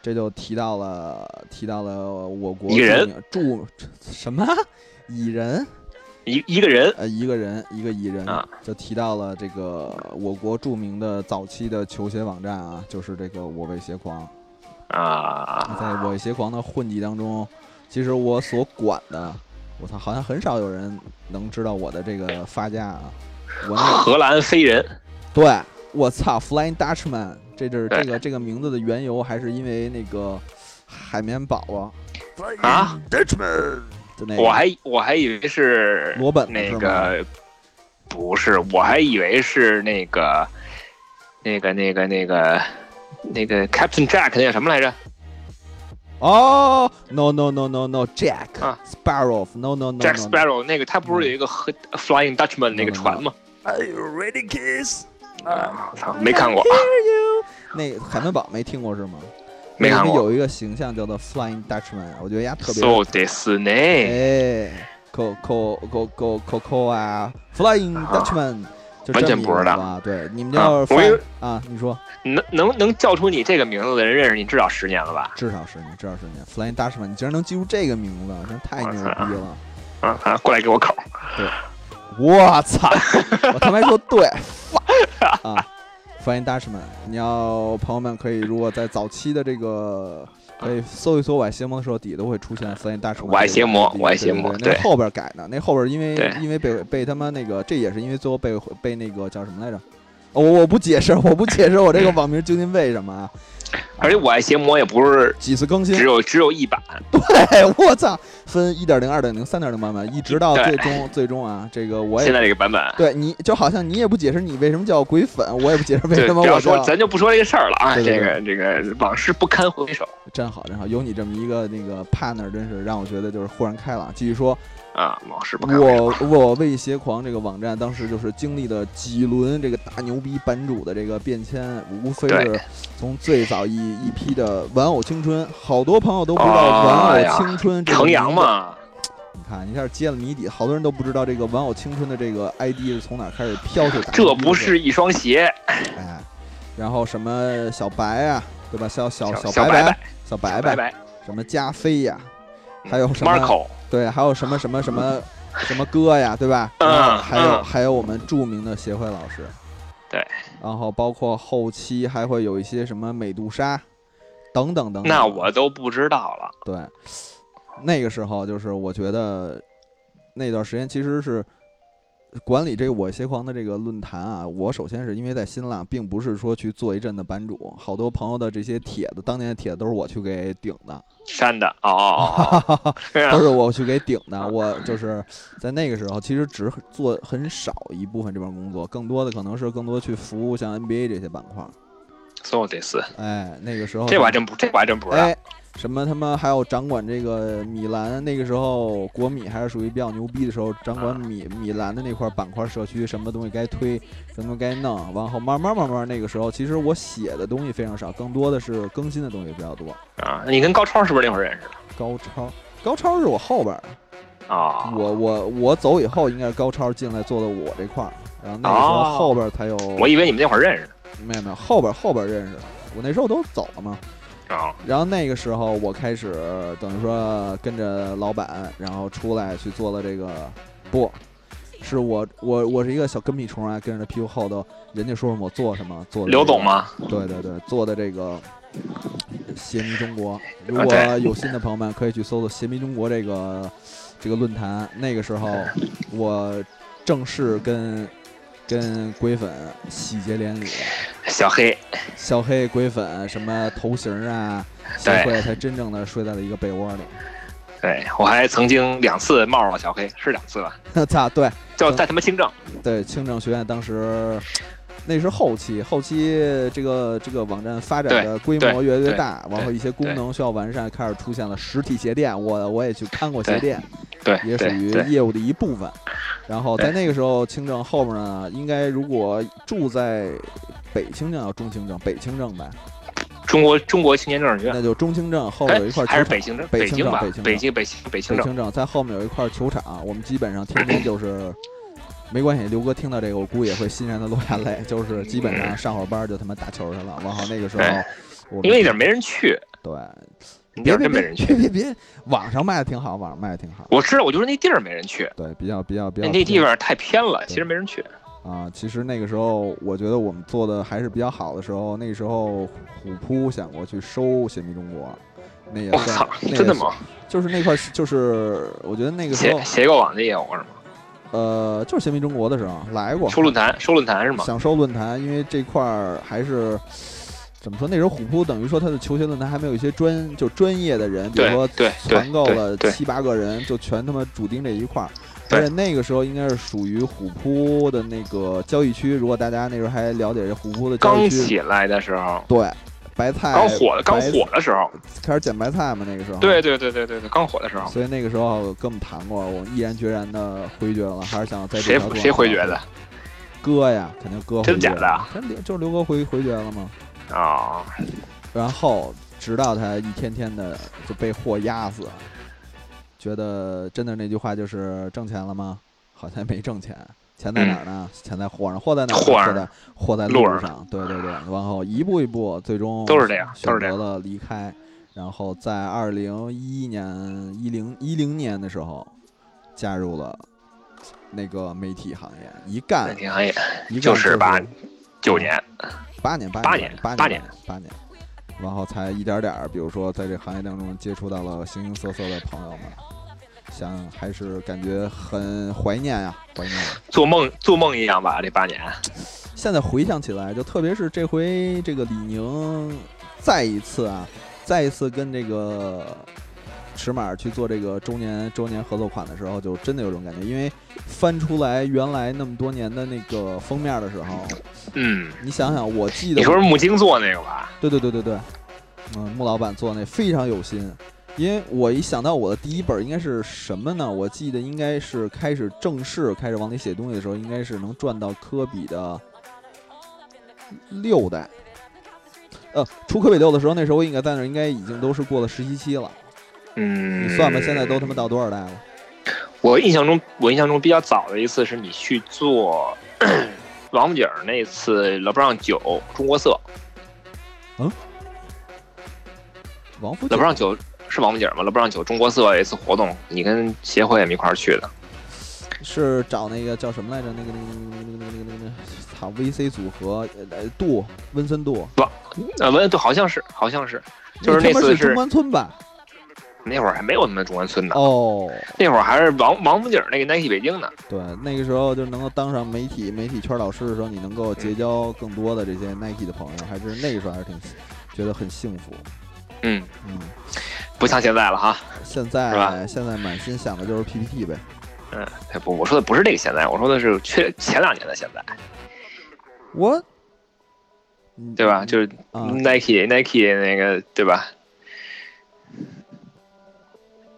这就提到了提到了我国
一个人
著名著什么蚁人
一一个人
呃一个人一个蚁人
啊
就提到了这个我国著名的早期的球鞋网站啊，就是这个我为鞋狂。在
啊，
我一些狂的混迹当中，其实我所管的，我操，好像很少有人能知道我的这个发家啊。我那
荷兰飞人，
对我操，Flying Dutchman，这就是这
对
个这个名字的缘由，还是因为那个海绵宝宝
啊
，Dutchman，就那个
我还我还以为是
罗本
那
是吗？
个，不是，我还以为是那个那个那个那个那个 Captain Jack 那叫什么来着？
哦，no no no no no，Jack
啊
Sparrow，no no no no，
Jack Sparrow 那个他不是有一个和 Flying Dutchman 那个船吗？
Are you ready, kiss？
啊，操，没看过，
那个海绵宝没听过是吗？
没看过。啊
有一个形象叫做 Flying Dutchman，我觉得丫特别
So this 呢？
哎哎，Coco Coco Coco 啊，Flying Dutchman，就这
完全
么一
不知
个
道
吧？对，你们
啊
要是
我以
翻
为
啊，你说
能能能叫出你这个名字的人认识你至少十年了吧？
至少十年，至少十年。Flying Dutchman，你竟然能记住这个名字，真太牛逼了！
啊啊，过来给我口。
我 操！我他妈说对，fuck 啊！Flying Dutchman，你要朋友们可以，如果在早期的这个。
啊
可以搜一搜《我爱邪魔》的时候，底下都会出现 Flying Dutchman 这个。
我爱邪魔我爱邪魔
对对对那
对
后边改的，那后边因为
对
因为被被他妈那个，这也是因为最后被被那个叫什么来着？我我不解释，我不解释我这个网名究竟为什么啊？
而且我爱邪魔也不是
几次更新
只有只有一版，
哎，我操，分一点零、二点零、三点零版本，一直到
对
最终最终啊，这个我
现
也
在这个版本。
对你就好像你也不解释你为什么叫鬼粉，我也不解释为
对，
什么
不要
我
说，
叫
咱就不说这个事儿了啊。
对对对
这个这个往事不堪回首
真好真好，有你这么一个那个 partner，真是让我觉得就是豁然开朗。继续说，
啊，往事不堪回首。
我我为邪狂这个网站当时就是经历了几轮这个大牛逼版主的这个变迁，无非
对
是从最早一一批的玩偶青春，好多朋友都不知道
哎
玩
啊呀
偶青春这个
程阳
名字
嘛，
你看，一下揭了谜底，好多人都不知道这个玩偶青春的这个 ID 是从哪开始飘出来的。
这不是一双鞋，
哎，然后什么小白啊，对吧？小小
小
白
白
白，小白白，
拜拜。
什么加菲呀、
嗯
还有什么
Marco，
对，还有什么什么什 么什么哥呀，对吧？
嗯
然后还有
嗯
还有我们著名的协会老师，
对，
然后包括后期还会有一些什么美杜莎，等等等等。
那我都不知道了。
对，那个时候就是我觉得那段时间其实是管理这个我邪狂的这个论坛啊，我首先是因为在新浪，并不是说去做一阵的版主，好多朋友的这些帖子，当年的帖子都是我去给顶的，
删的 哦哦，哦哦是啊
都是我去给顶的。我就是在那个时候，其实只做很少一部分这边工作，更多的可能是更多去服务像 NBA 这些板块。
所以我得撕，
哎，那个时候
这我还真不，这我还真不知道。
哎，什么他妈还有掌管这个米兰，那个时候国米还是属于比较牛逼的时候，掌管米米兰的那块板块社区，什么东西该推，什么该弄，往后慢慢慢慢那个时候，其实我写的东西非常少，更多的是更新的东西比较多。
啊，你跟高超是不是那会儿认识的？
高超，高超是我后边儿，
啊，
我我我走以后应该是高超进来做的我这块儿，然后那个时候
哦
后边儿才有，
我以为你们那会儿认识
没有没有后边儿后边儿认识的，我那时候都走了嘛。
的啊。
然后那个时候，我开始呃等于说跟着老板，然后出来去做了这个不，是我我我是一个小跟屁虫啊，跟着他屁股后头，人家说什么我做什么，做的这
刘
个
总？吗？
对对对，做的这个《邪迷中国》，如
啊
果
对
有新的朋友们可以去搜搜“邪迷中国”这个这个论坛。那个时候，我正式跟跟鬼粉喜结连理。
小黑，
小黑鬼粉什么头型啊，协
对
会才真正的睡在了一个被窝里。
对我还曾经两次冒了小黑，是两次吧？
操，对
叫在他妈清正
对，清政学院当时那是后期，后期这个这个网站发展的规模
对
越来越
对
大，往后一些功能需要完善，开始出现了实体鞋店。我我也去看过鞋
对
店，
对
也属于
对对
业务的一部分。然后在
对
那个时候，清政后面呢，应该如果住在北清政要中清政，北清政吧，
中国中国青年政治学院，
那就中清政后
哎
面有一块球
还是
场
北京政
北
北
京
京
政
吧
北京？
北京北京北京
北
政
清正在后面有一块球场，我们基本上天天 就是，没关系，刘哥听到这个，我估计也会欣然的落下泪，就是基本上上会儿班就他妈打球去了。往后那个时候
哎，
我们
因为那地儿没人去，
对，
那地
别别
儿真没
别
人去。
别别别，网上卖的挺好，网上卖的挺好，
我知道，我就说那地儿没人去，
对，比较比较比
那
较
那地
偏
方太偏了，
对
其实没人去。
啊，其实那个时候我觉得我们做的还是比较好的时候，那个时候虎扑想过去收《邪迷中国》，那也
我
算
操，，
那也
真的
算
吗？？
就是那块儿，就是我觉得那个时
斜
候，
斜购网的业务是吗？
呃，就是《邪迷中国》的时候来过，
收论坛，收论坛是吗？
想收论坛，因为这块儿还是怎么说？那时候虎扑等于说它的球鞋论坛还没有一些专就专业的人，比如
对
说
对对
团购了
对
七八个人，就全他妈主盯这一块儿。
对
而且那个时候应该是属于虎扑的那个交易区，如果大家那时候还了解这虎扑的交易区，
刚起来的时候，
对，白菜
刚火的刚
白嗯
火的时候，
开始捡白菜嘛，那个时候
对对对对对对，刚火的时候，
所以那个时候跟我们谈过，我毅然决然的回绝了，还是想在这
谁
条路
谁
上
回
走
绝的？
哥呀，肯定哥回绝
真假的啊
真刘就是刘哥回回绝了吗？
啊？
嗯然后直到他一天天的就被货压死，觉得真的那句话就是挣钱了吗？好像没挣钱，钱在哪儿呢？钱在货上，货在哪儿呢？
货
货
上
在货在
路
路
嗯上
上，对对对，然后一步一步，最终
都是这样
选
都是
择
这样
了离开。然后在二零一一年、一零一零年的时候，加入了那个媒体行业，一干
那挺行业
一干
就是是把
嗯
九年，
八年，
八
年
年，
八
八
年
年，
八年，然后才一点点儿，比如说在这行业当中接触到了形形色色的朋友们，想还是感觉很怀念呀、怀念呀、
做梦做梦一样吧，这八年，
现在回想起来，就特别是这回这个李宁再一次啊，再一次跟这个尺码去做这个周年周年合作款的时候，就真的有种感觉，因为翻出来原来那么多年的那个封面的时候，
嗯，
你想想，我记得
你
我
说是木星座那个吧？
对对对对对，嗯，穆老板做那非常有心，因为我一想到我的第一本应该是什么呢？我记得应该是开始正式开始往里写东西的时候，应该是能赚到科比的六代。呃，出科比六的时候，那时候应该在那儿应该已经都是过了实习期了。
嗯，
你算吧，现在都他妈到多少代了？
我印象中，我印象中比较早的一次是你去做 王府井那次勒布朗九中国色，
王府
勒
井
布朗九是王府井吗？勒布朗九中国色有一次活动，你跟协会也们一块儿去的，
是找那个叫什么来着？那个那个那个那个那个那个那个，操，VC 组合，呃，呃杜温森杜，
呃，文对，好像是，好像是，就是
那
那
他妈中
次是
关村吧？
那会儿还没有他们中关村呢，
哦，
那会儿还是王王府井那个 Nike 北京呢，
对，那个时候就能够当上媒体媒体圈老师的时候，你能够
嗯
结交更多的这些 Nike 的朋友，还是那个时候还是挺觉得很幸福。
嗯，
嗯，
不像现在了哈。
现
是
在
吧
现在满心想的就是 PPT 呗。
哎不，我说的不是这个现在，我说的是去前两年的现在，
我，嗯
对吧？就是嗯
啊，
Nike、Nike 那个，对吧？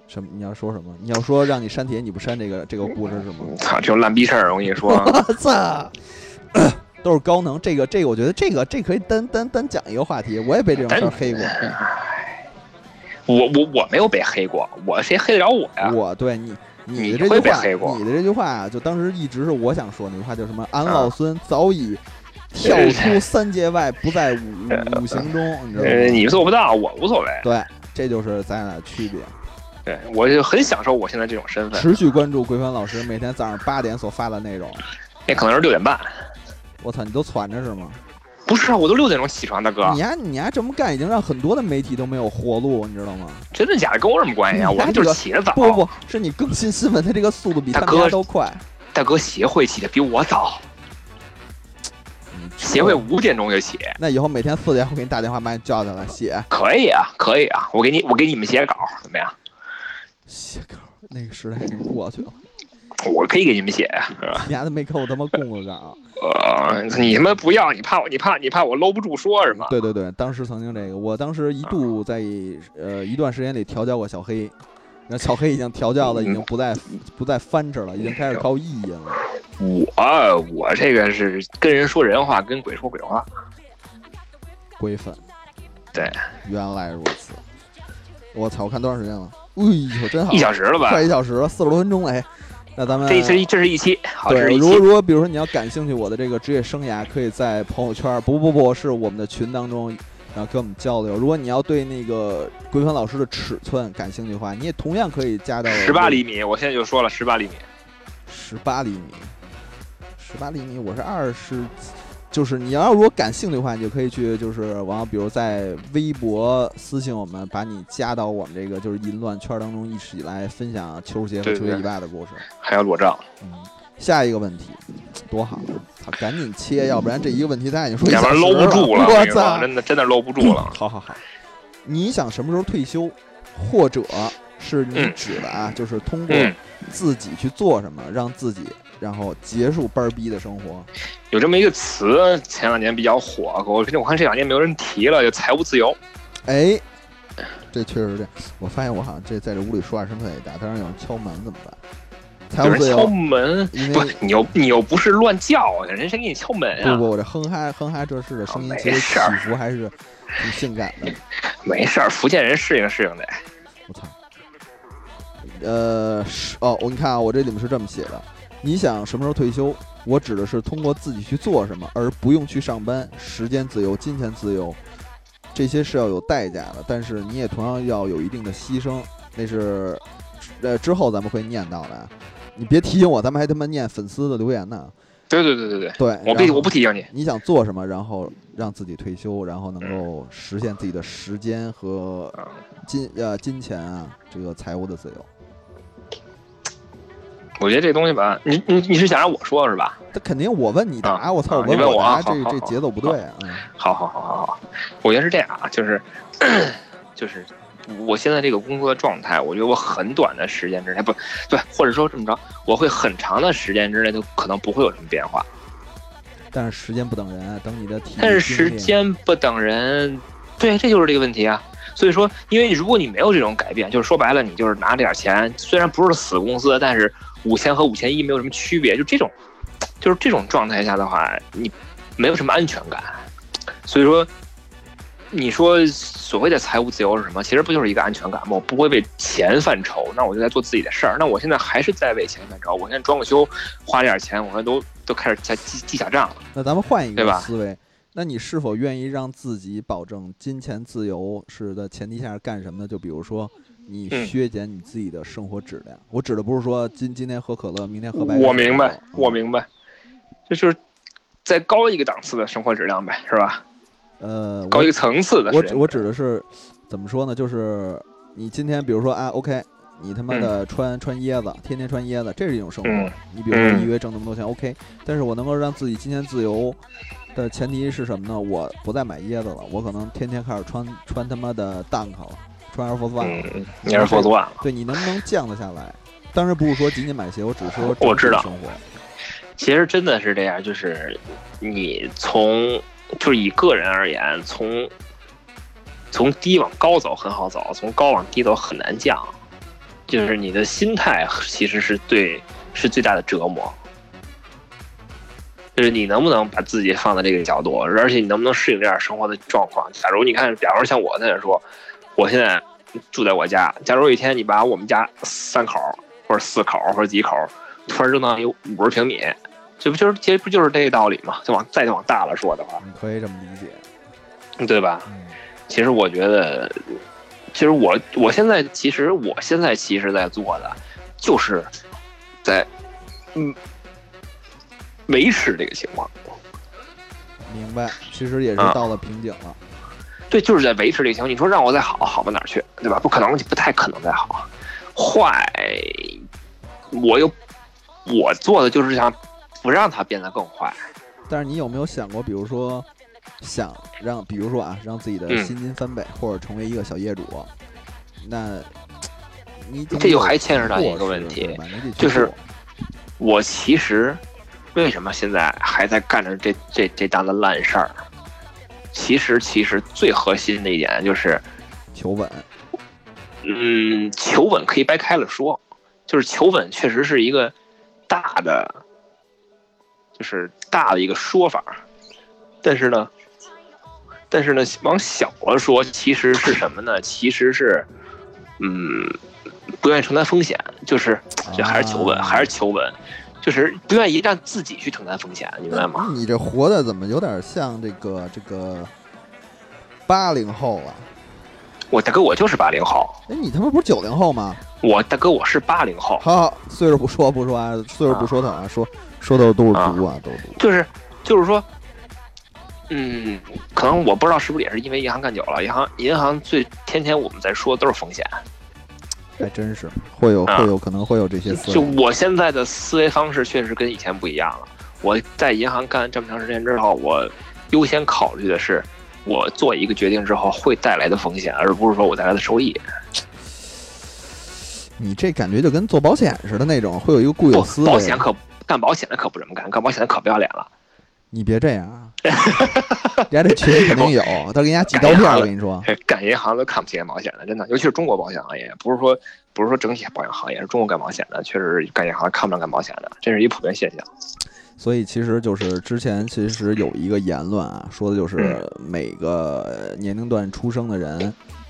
什么？你要说什么？你要说让你删帖，你不删这个这个故事是吗？
操，这种烂逼事儿，我跟你说，啊
我 操！都是高能，这个这个，我觉得这个这可以单单单讲一个话题。我也被这种事儿黑过，
我我我没有被黑过，我谁黑得着我呀？
我对你你
你
的这
会
句
被
话，
黑过啊
你的这句话啊，就当时一直是我想说那句话，叫什么？安老孙早已跳出三界外，不在 五五行中，你知道
呃，
吗？
你做不到，我无所谓。
对，这就是咱俩的区别。
对我就很享受我现在这种身份。
持续关注桂帆老师每天早上八点所发的内容。
那可能是六点半，
我操，你都攒着是吗？
不是啊，我都六点钟起床，大哥
你，呀，你呀这么干，已经让很多的媒体都没有活路，你知道吗？
真的假的跟我有什么关系啊？
你
我
还
们就是
这个
起得早，
不不，不，是你更新新闻的这个速度比他
大
们
哥
家都快。
大哥协会起的比我早，
你扯
嗯协会五点钟就起，
那以后每天四点我给你打电话，把你叫起来写
可以啊，可以啊，我给你我给你们写稿怎么样？
写稿，那个时代已经过去了。
我可以给你们写呀，是吧？
你丫的没给我他妈供过 岗。
呃，你他妈不要，你怕我，你怕你怕我搂不住说是吗？
对对对，当时曾经这个，我当时一度在呃一段时间里调教过小黑，那小黑已经调教的已经不再
嗯
不再翻吃了，已经开始靠意淫了。
我我这个是跟人说人话，跟鬼说鬼
啊
话。
龟粉，
对，
原来如此。我操，我看多长时间了？哎呦，真好
一，小时了吧
快？一小时了，四十多分钟了。哎，那咱们
这这是一这是一期，好，这是
对，
一
如果
期。
如果比如说你要感兴趣我的这个职业生涯，可以在朋友圈，不不不，是我们的群当中，然后跟我们交流。如果你要对那个规范老师的尺寸感兴趣的话，你也同样可以加到
十八厘米，我现在就说了十八厘米，
十八厘米，十八厘米，我是二十，就是你要如果感兴趣的话，你就可以去，就是然后比如在微博私信我们，把你加到我们这个就是淫乱圈当中，一起来分享球鞋和
对
球
对
鞋以外的故事。
还要裸照，
嗯，下一个问题，多好！操，赶紧切，要不然这一个问题大家已经说一
要不然
小时
搂不住
了。
了，
我
跟你说
操！
真的真的搂不住了。
好好好，你想什么时候退休，或者是你
嗯
指的啊，就是通过
嗯，
自己去做什么，让自己然后结束班儿逼的生活。
有这么一个词，前两年比较火，我我看这两年没有人提了，就财务自由。
哎，这确实是这样。我发现我好像这在这屋里说话声特别大，但是有人敲门怎么办？财
有
务
人
自
敲
由，嗯
门，
因
不
为，
你又你又不是乱叫啊，人家谁给你敲门
不
啊？
不，我这哼哈哼哈这事的声音
啊
其实
没
起
事儿
伏还是挺性感的。
没事儿，福建人适应适应得。
我操！呃，是哦，我你看啊，我这里面是这么写的：你想什么时候退休？我指的是通过自己去做什么，而不用去上班，时间自由、金钱自由，这些是要有代价的，但是你也同样要有一定的牺牲，那是呃之后咱们会念叨的啊。你别提醒我，咱们还他妈念粉丝的留言呢。
对对对对对，
对，
我
然
不
后
我不提醒你，
你想做什么，然后让自己退休，然后能够实现自己的时间和
嗯
金呃金钱啊，这个财务的自由。
我觉得这东西吧，你你你是想让我说是吧？
他肯定我问你答，
啊
我操，
啊
我
你问
我
我
答，
啊
这
好好
这
好
节奏不对啊。嗯
好好好好好，我觉得是这样啊，就是 就是我现在这个工作的状态，我觉得我很短的时间之内不对，或者说这么着，我会很长的时间之内都可能不会有什么变化。
但是时间不等人啊，等你的体力。
但是时
精力
间不等人，对，这就是这个问题啊。所以说，因为如果你没有这种改变，就是说白了，你就是拿这点钱，虽然不是死公司，但是五千和五千一没有什么区别。就这种，就是这种状态下的话，你没有什么安全感。所以说，你说所谓的财务自由是什么？其实不就是一个安全感吗？我不会为钱犯愁，那我就在做自己的事儿。那我现在还是在为钱犯愁。我现在装个修，花这点钱，我现在都都开始在记记小账了。
那咱们换一
对
个
吧
思维，那你是否愿意让自己保证金钱自由是的前提下干什么呢？就比如说，你
嗯
削减你自己的生活质量。我指的不是说今今天喝可乐，明天喝白开水。
我明白
嗯，
我。明白，这就是再高一个档次的生活质量呗，是吧？
呃，
高
我
一个层次的
我
时
指
间
我指的是怎么说呢？就是你今天比如说啊，OK。你他妈的穿穿椰子，天天穿椰子，这是一种生活。
嗯
你比如说
嗯
一个月挣那么多钱、o k 但是我能够让自己金钱自由的前提是什么呢？我不再买椰子了，我可能天天开始穿穿他妈的 Dunk 了，穿 Air Force One 了。
嗯，你是佛祖啊，
对你能不能降得下来？当然不是说仅仅买鞋，我只是说
我知道
整体生活。
其实真的是这样，就是你从就是以个人而言，从从低往高走很好走，从高往低走很难降，就是你的心态其实是对是最大的折磨。就是你能不能把自己放在这个角度，而且你能不能适应这样生活的状况？假如你看，假如像我那样说，我现在住在我家，假如有一天你把我们家三口儿或者四口儿或者几口儿突然扔到一五十平米，这不就是其实不就是这个道理吗？就往再往大了说的话，
你可以这么理解。
对吧？
嗯，
其实我觉得，其实我我现在其实我现在其实在做的，就是在嗯维持这个情况。
明白。其实也是
啊
到了瓶颈了。
对，就是在维持这个情况。你说让我再好，好不哪儿去，对吧？不可能，不太可能再好。坏，我又我做的就是想不让它变得更坏。
但是你有没有想过，比如说想让，比如说啊，让自己的
嗯
薪金翻倍，或者成为一个小业主，那你
这又还牵扯到一个问题就是我其实为什么现在还在干着这这这档子烂事儿？其实，其实最核心的一点就是，
求稳。
嗯，求稳可以掰开了说，就是求稳确实是一个大的，就是大的一个说法。但是呢，但是呢，往小了说，其实是什么呢？其实是，嗯，不愿意承担风险，就是这还是求稳，
啊
还是求稳，就是不愿意让自己去承担风险，你明白吗？
你这活的怎么有点像这个这个八零后啊？
我大哥，我就是八零后，
哎，你他妈不是九零后吗？
我大哥我是八零后，
好好，岁数不说不说啊，岁数不说他啊，说说的都是毒啊，都是毒。
就是就是说，嗯，可能我不知道是不是也是因为银行干久了，银行银行最天天我们在说的都是风险。
还真是会有
啊
会有可能会有这些思
就
维。
我现在的思维方式确实跟以前不一样了。我在银行干这么长时间之后，我优先考虑的是我做一个决定之后会带来的风险，而不是说我带来的收益。
你这感觉就跟做保险似的那种，会有一个固有
不
思，维。
保险可干保险的可不这么干，干保险的可不要脸了。
你别这样啊！ 人家这群肯定有，他给人家寄刀片儿，我跟你说，
干银行都看不起干保险的，真的，尤其是中国保险行业，不是说不是说整体保险行业，是中国干保险的，确实干银行看不上干保险的，这是一普遍现象。
所以其实就是之前其实有一个言论啊，说的就是每个年龄段出生的人，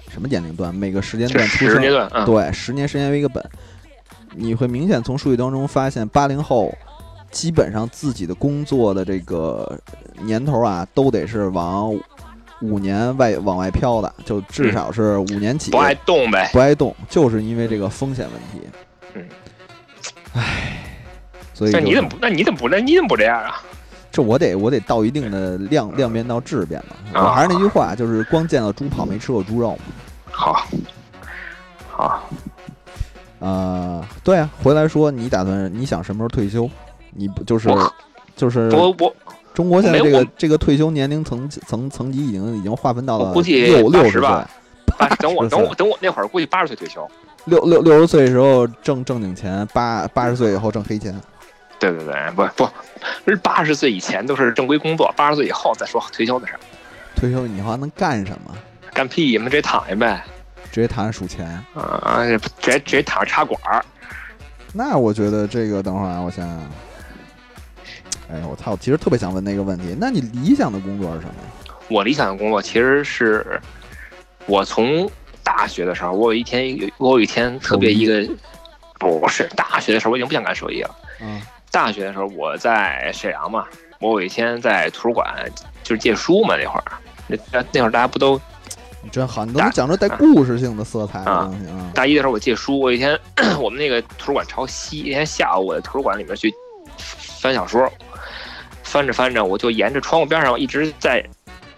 什么年龄段，每个时间
这
段出
十
生
阶，段，嗯，
对，十年时间为一个本。你会明显从数据当中发现，八零后基本上自己的工作的这个年头啊，都得是往五年外往外飘的，就至少是五年起，
嗯不爱动呗。
不爱动，就是因为这个风险问题。
嗯，
唉，所以
那
就
你怎么不？那你怎么不？那你怎么不这样啊？
这我得我得到一定的量量变到质变嘛。
嗯啊
我还是那句话，就是光见到猪跑没吃过猪肉嘛。
好，好，
啊、对啊，回来说你打算你想什么时候退休？你不就是
我
就是
我我
中国现在这
没
个
有
这个退休年龄层层层级已经已经划分到
我
了
估计
六六
80
十岁，
吧八哎等我
80岁
等我等我那会儿估计八十岁退休。
六六六十岁的时候挣正经钱，八八十岁以后挣黑钱。
对对对，不不，是八十岁以前都是正规工作，八十岁以后再说退休的事儿。
退休以后还能干什么？
干屁！你们直接躺下呗，
直接躺着数钱。
啊，直接直接躺着插管儿。
那我觉得这个，等会儿啊，我想想。哎，我操！我其实特别想问那个问题，那你理想的工作是什么呀？
我理想的工作其实是，我从大学的时候，我有一天有我有一天特别一个，不是大学的时候我已经不想干手艺了。
嗯
大学的时候我在沈阳嘛，我有一天在图书馆就是借书嘛，那会儿那那会儿大家不都
你真好，你都能讲出带故事性的色彩的东西啊！
大一的时候我借书，我有一天 我们那个图书馆朝西，一天下午我在图书馆里面去翻小说，翻着翻着我就沿着窗户边上一直在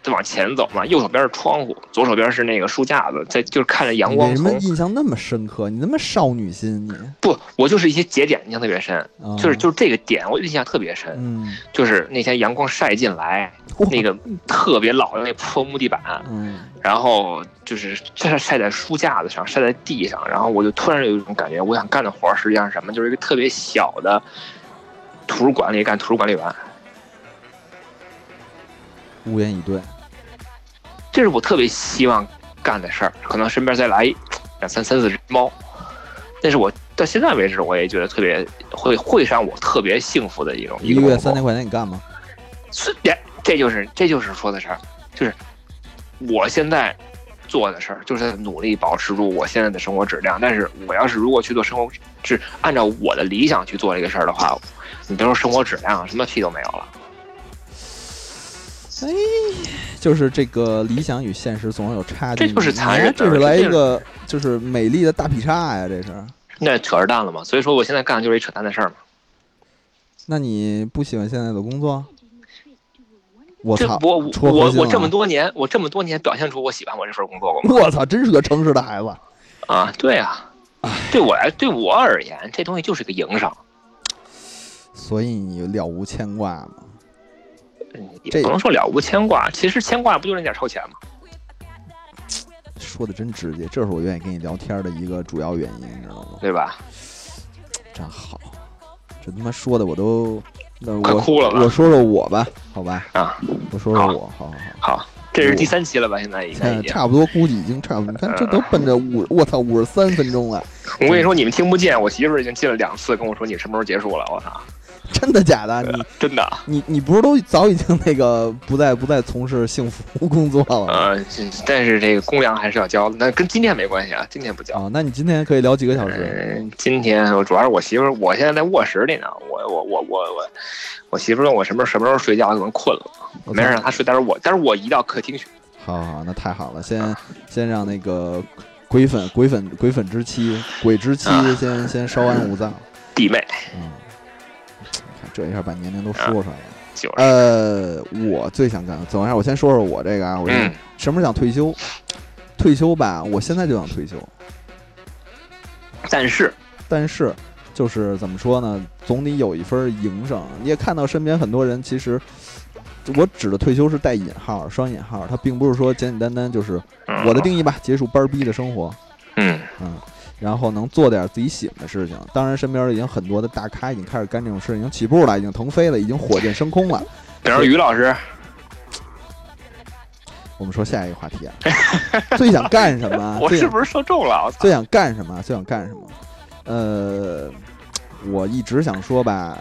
在往前走嘛，右手边是窗户，左手边是那个书架子，在就是看着阳
你
光
为什么
从
印象那么深刻？你那么少女心，你
不，我就是一些节点印象特别深，
啊
就是就是这个点我印象特别深，
嗯，
就是那天阳光晒进来，
哇
那个特别老的那破木地板，
嗯
然后就是 晒晒在书架子上，晒在地上，然后我就突然有一种感觉，我想干的活儿实际上是什么？就是一个特别小的图书馆里干图书管理员，
无言以对。
这是我特别希望干的事儿。可能身边再来一两三三四只猫，那是我到现在为止我也觉得特别会会让我特别幸福的一种
一
个
个月
工作
三千块钱，你干吗？
是这这就是这就是说的事儿，就是我现在做的事儿，就是在努力保持住我现在的生活质量。但是我要是如果去做生活，是按照我的理想去做这个事儿的话，你别说生活质量，啊什么屁都没有了。
就是这个理想与现实总有差距，
这就是残忍的
这是来一
这就是
个就是美丽的大劈叉呀，这是。
那扯着蛋了嘛，所以说我现在干的就是一扯淡的事儿嘛。
那你不喜欢现在的工作？我
这
操！
我我
戳核
我
心
我
了
这么多年，我这么多年表现出我喜欢我这份工作过吗？
我操，真是个诚实的孩子。
啊，对啊，对我来对我而言，这东西就是个营生，
所以你了无牵挂嘛？这
也不能说了无牵挂。其实牵挂不就那点臭钱吗？
说的真直接，这是我愿意跟你聊天的一个主要原因，你知道吗？
对吧？
真好，这他妈说的我都，那
快
我
哭了吧
我说说我吧，好吧，
啊，
我说说我，好好好。
好，这是第三期了吧？现在应该已
看，
经。
差不多，估计已经差不多。你看，这都奔着五，我操，五十三分钟了，
我跟你说，你们听不见，我媳妇儿已经进了两次跟我说你什么时候结束了。我操，
真的假的？你
真的，
你你不是都早已经那个不再不再从事幸福工作了吗？
呃，但是这个公粮还是要交的，那跟今天没关系啊，今天不交。
啊，那你今天可以聊几个小时？
嗯，今天我主要是我媳妇儿，我现在在卧室里呢。我我我我我，我媳妇儿问我什么时候什么时候睡觉，可能困了，
我
呃没
操
事让她睡。但是我但是我一到客厅去，
好好，那太好了，先先让那个鬼粉、鬼粉、鬼粉之妻、鬼之妻
啊
先先稍安勿躁。
弟妹
嗯，看这一下把年龄都说出来了。
就是、
呃，我最想干，怎么样？我先说说我这个啊，我就
嗯
什么时候想退休？退休吧，我现在就想退休，
但是
但是就是怎么说呢，总得有一份营生。你也看到身边很多人，其实我指的退休是带引号、双引号，它并不是说简简单单就是
嗯
我的定义吧，结束班儿逼的生活。
嗯
嗯，然后能做点自己喜欢的事情。当然，身边已经很多的大咖已经开始干这种事，已经起步了，已经腾飞了，已经火箭升空了。
比如于老师，
啊我们说下一个话题 啊，最想干什么？啊
我
最
是
想
不是说中了？我操
最想干什么？最想干什么？呃，我一直想说吧，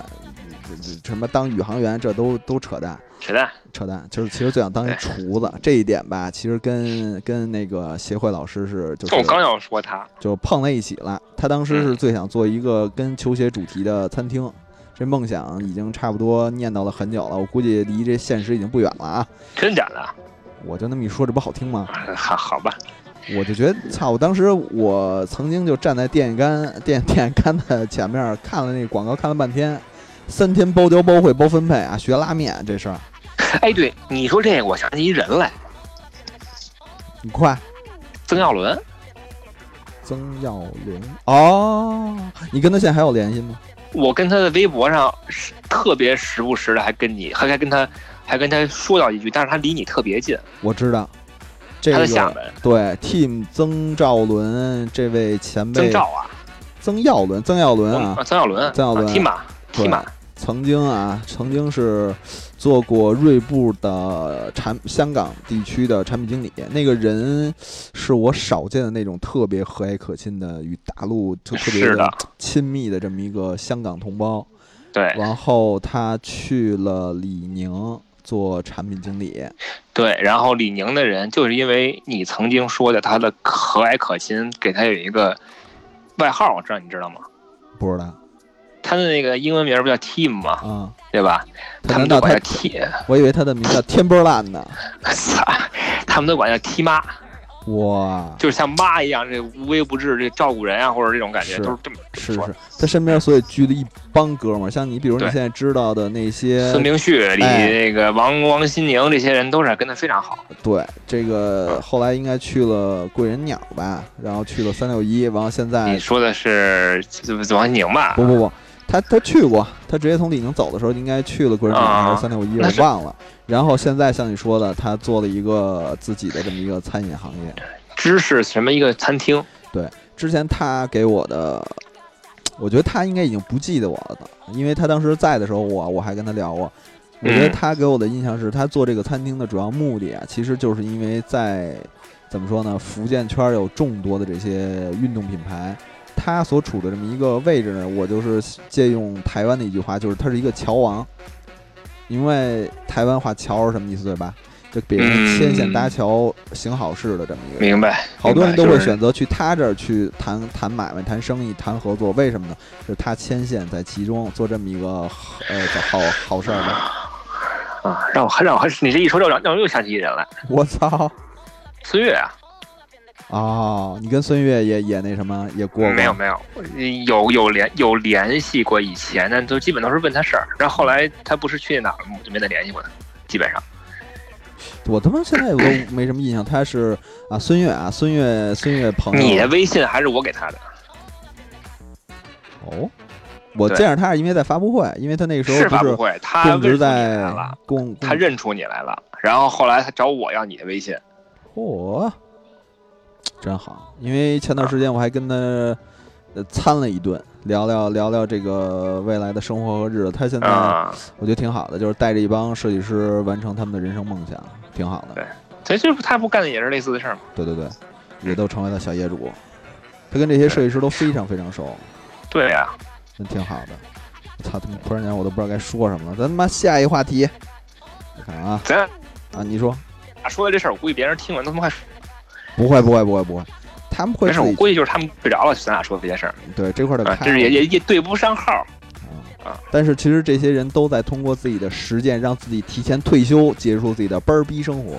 什么当宇航员，这都都扯淡，
扯淡。
扯淡。就是其实最想当一厨子，这一点吧，其实跟跟那个协会老师是就
这我
是
刚要说他，
就碰在一起了。他当时是最想做一个跟球鞋主题的餐厅，这梦想已经差不多念叨了很久了，我估计离这现实已经不远了啊。
真假的？
我就那么一说，这不好听吗？
好好吧，
我就觉得，操！我当时我曾经就站在电线杆电电线杆的前面看了那广告，看了半天，三天包教包会包分配啊，学拉面这事儿，
哎，对，你说这个，我想起一人来，
你快。
曾耀伦，
曾耀伦哦，你跟他现在还有联系吗？
我跟他的微博上是特别时不时的还跟你，还还跟他，还跟他说到一句，但是他离你特别近，
我知道，这
他
个
在厦门，
对 Team 曾兆伦这位前辈
曾兆啊，
曾耀伦，曾耀伦啊
啊，曾耀伦，
曾耀伦
啊踢马，
对
踢马，
曾经啊，曾经是做过锐步的产香港地区的产品经理。那个人是我少见的那种特别和蔼可亲的，与大陆就特别
是的
亲密的这么一个香港同胞。
对
然后他去了李宁做产品经理，
对。然后李宁的人，就是因为你曾经说的他的和蔼可亲，给他有一个外号，我知道你知道吗？
不知道
他的那个英文名不叫 Team 吗？
啊？
对吧？
他
他
难
们
道
都管
他
叫？T，
我以为他的名叫天波烂呢。
操，他们都管叫 T 妈。
哇，
就是像妈一样，这无微不至，这照顾人啊，或者这种感觉，
是
都是这么
是
说
是，他身边所以聚了一帮哥们儿，像你，比如你
对
现在知道的那些
孙明旭、李
哎
那个王王心宁这些人都是跟他非常好，
对，这
嗯
个后来应该去了贵人鸟吧，然后去了三六一，然后现
你
在
说的是王心宁吧
不？不不，他他去过，他直接从李宁走的时候应该去了贵人鸟还是三六一，
啊那
我
是
忘了。然后现在像你说的，他做了一个自己的这么一个餐饮行业。
知识什么一个餐厅，
之前他给我的，我觉得他应该已经不记得我了的，因为他当时在的时候我，我还跟他聊过。我觉得
嗯
他给我的印象是他做这个餐厅的主要目的啊，其实就是因为在怎么说呢，福建圈儿有众多的这些运动品牌，他所处的这么一个位置呢，我就是借用台湾的一句话，就是他是一个桥王，因为台湾话桥是什么意思对吧？就比如
嗯
牵线搭桥、行好事的这么一个人。
明白？
好多人都
明白
会
就是
选择去他这儿去谈谈买卖、谈生意、谈合作，为什么呢？就是他牵线在其中做这么一个呃叫好好事儿吧。
啊，让我让我你这一说，让我让我又想起一人来，
我操！
孙悦啊，
哦，你跟孙悦也也那什么也过吗
没有？没有，有有联有联系过以前，但都基本都是问他事儿，然后后来他不是去哪儿了吗，我就没再联系过他，基本上
我他妈现在我都没什么印象。他是啊，孙悦啊，孙悦孙悦朋友。
你的微信还是我给他的。
哦，我
对
见着他是因为在发布会，因为他那个时
是发
候
布
不
会，他
供
认
职
出你来
在
了，
供
他
供
认出你来了，然后后来他找我要你的微信，
嚯，真好！因为前段时间我还跟他呃参了一顿，聊聊聊聊这个未来的生活和日子。他现在
啊、
我觉得挺好的，就是带着一帮设计师完成他们的人生梦想，挺好的。
所以这他不干的也是类似的事儿嘛。
对对对，也都成为了小业主。他跟这些设计师都非常非常熟，
对啊呀、
真挺好的。我操他妈！突然间我都不知道该说什么了。咱他妈下一话题，我看啊
咱
啊，你说
俩说的这事儿，我估计别人听完都他妈快睡
不会不会不会不会，他们会
没事，
自
我
己
估计就是他们睡着了，咱俩说的这些事儿
对这块的
啊，
看
这是也也也对不上号。
啊，但是其实这些人都在通过自己的实践，让自己提前退休，结束自己的班儿逼生活。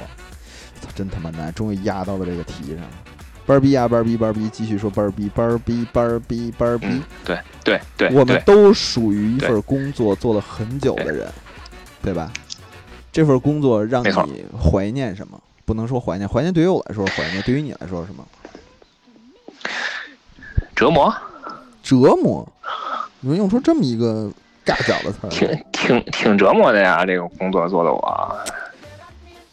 操，真他妈难，终于压到了这个题上了。班儿逼呀、班儿逼，班儿逼，继续说班儿逼，班儿逼，班儿逼，班儿逼。
嗯，对对对，
我们
对
都属于一份工作做了很久的人，对吧？这份工作让
没错
你怀念什么？不能说怀念，怀念对于我来说是怀念，对于你来说是什么？
折磨，
折磨。你们用出这么一个尬脚的词
挺
儿
挺挺折磨的呀，这个工作做的我。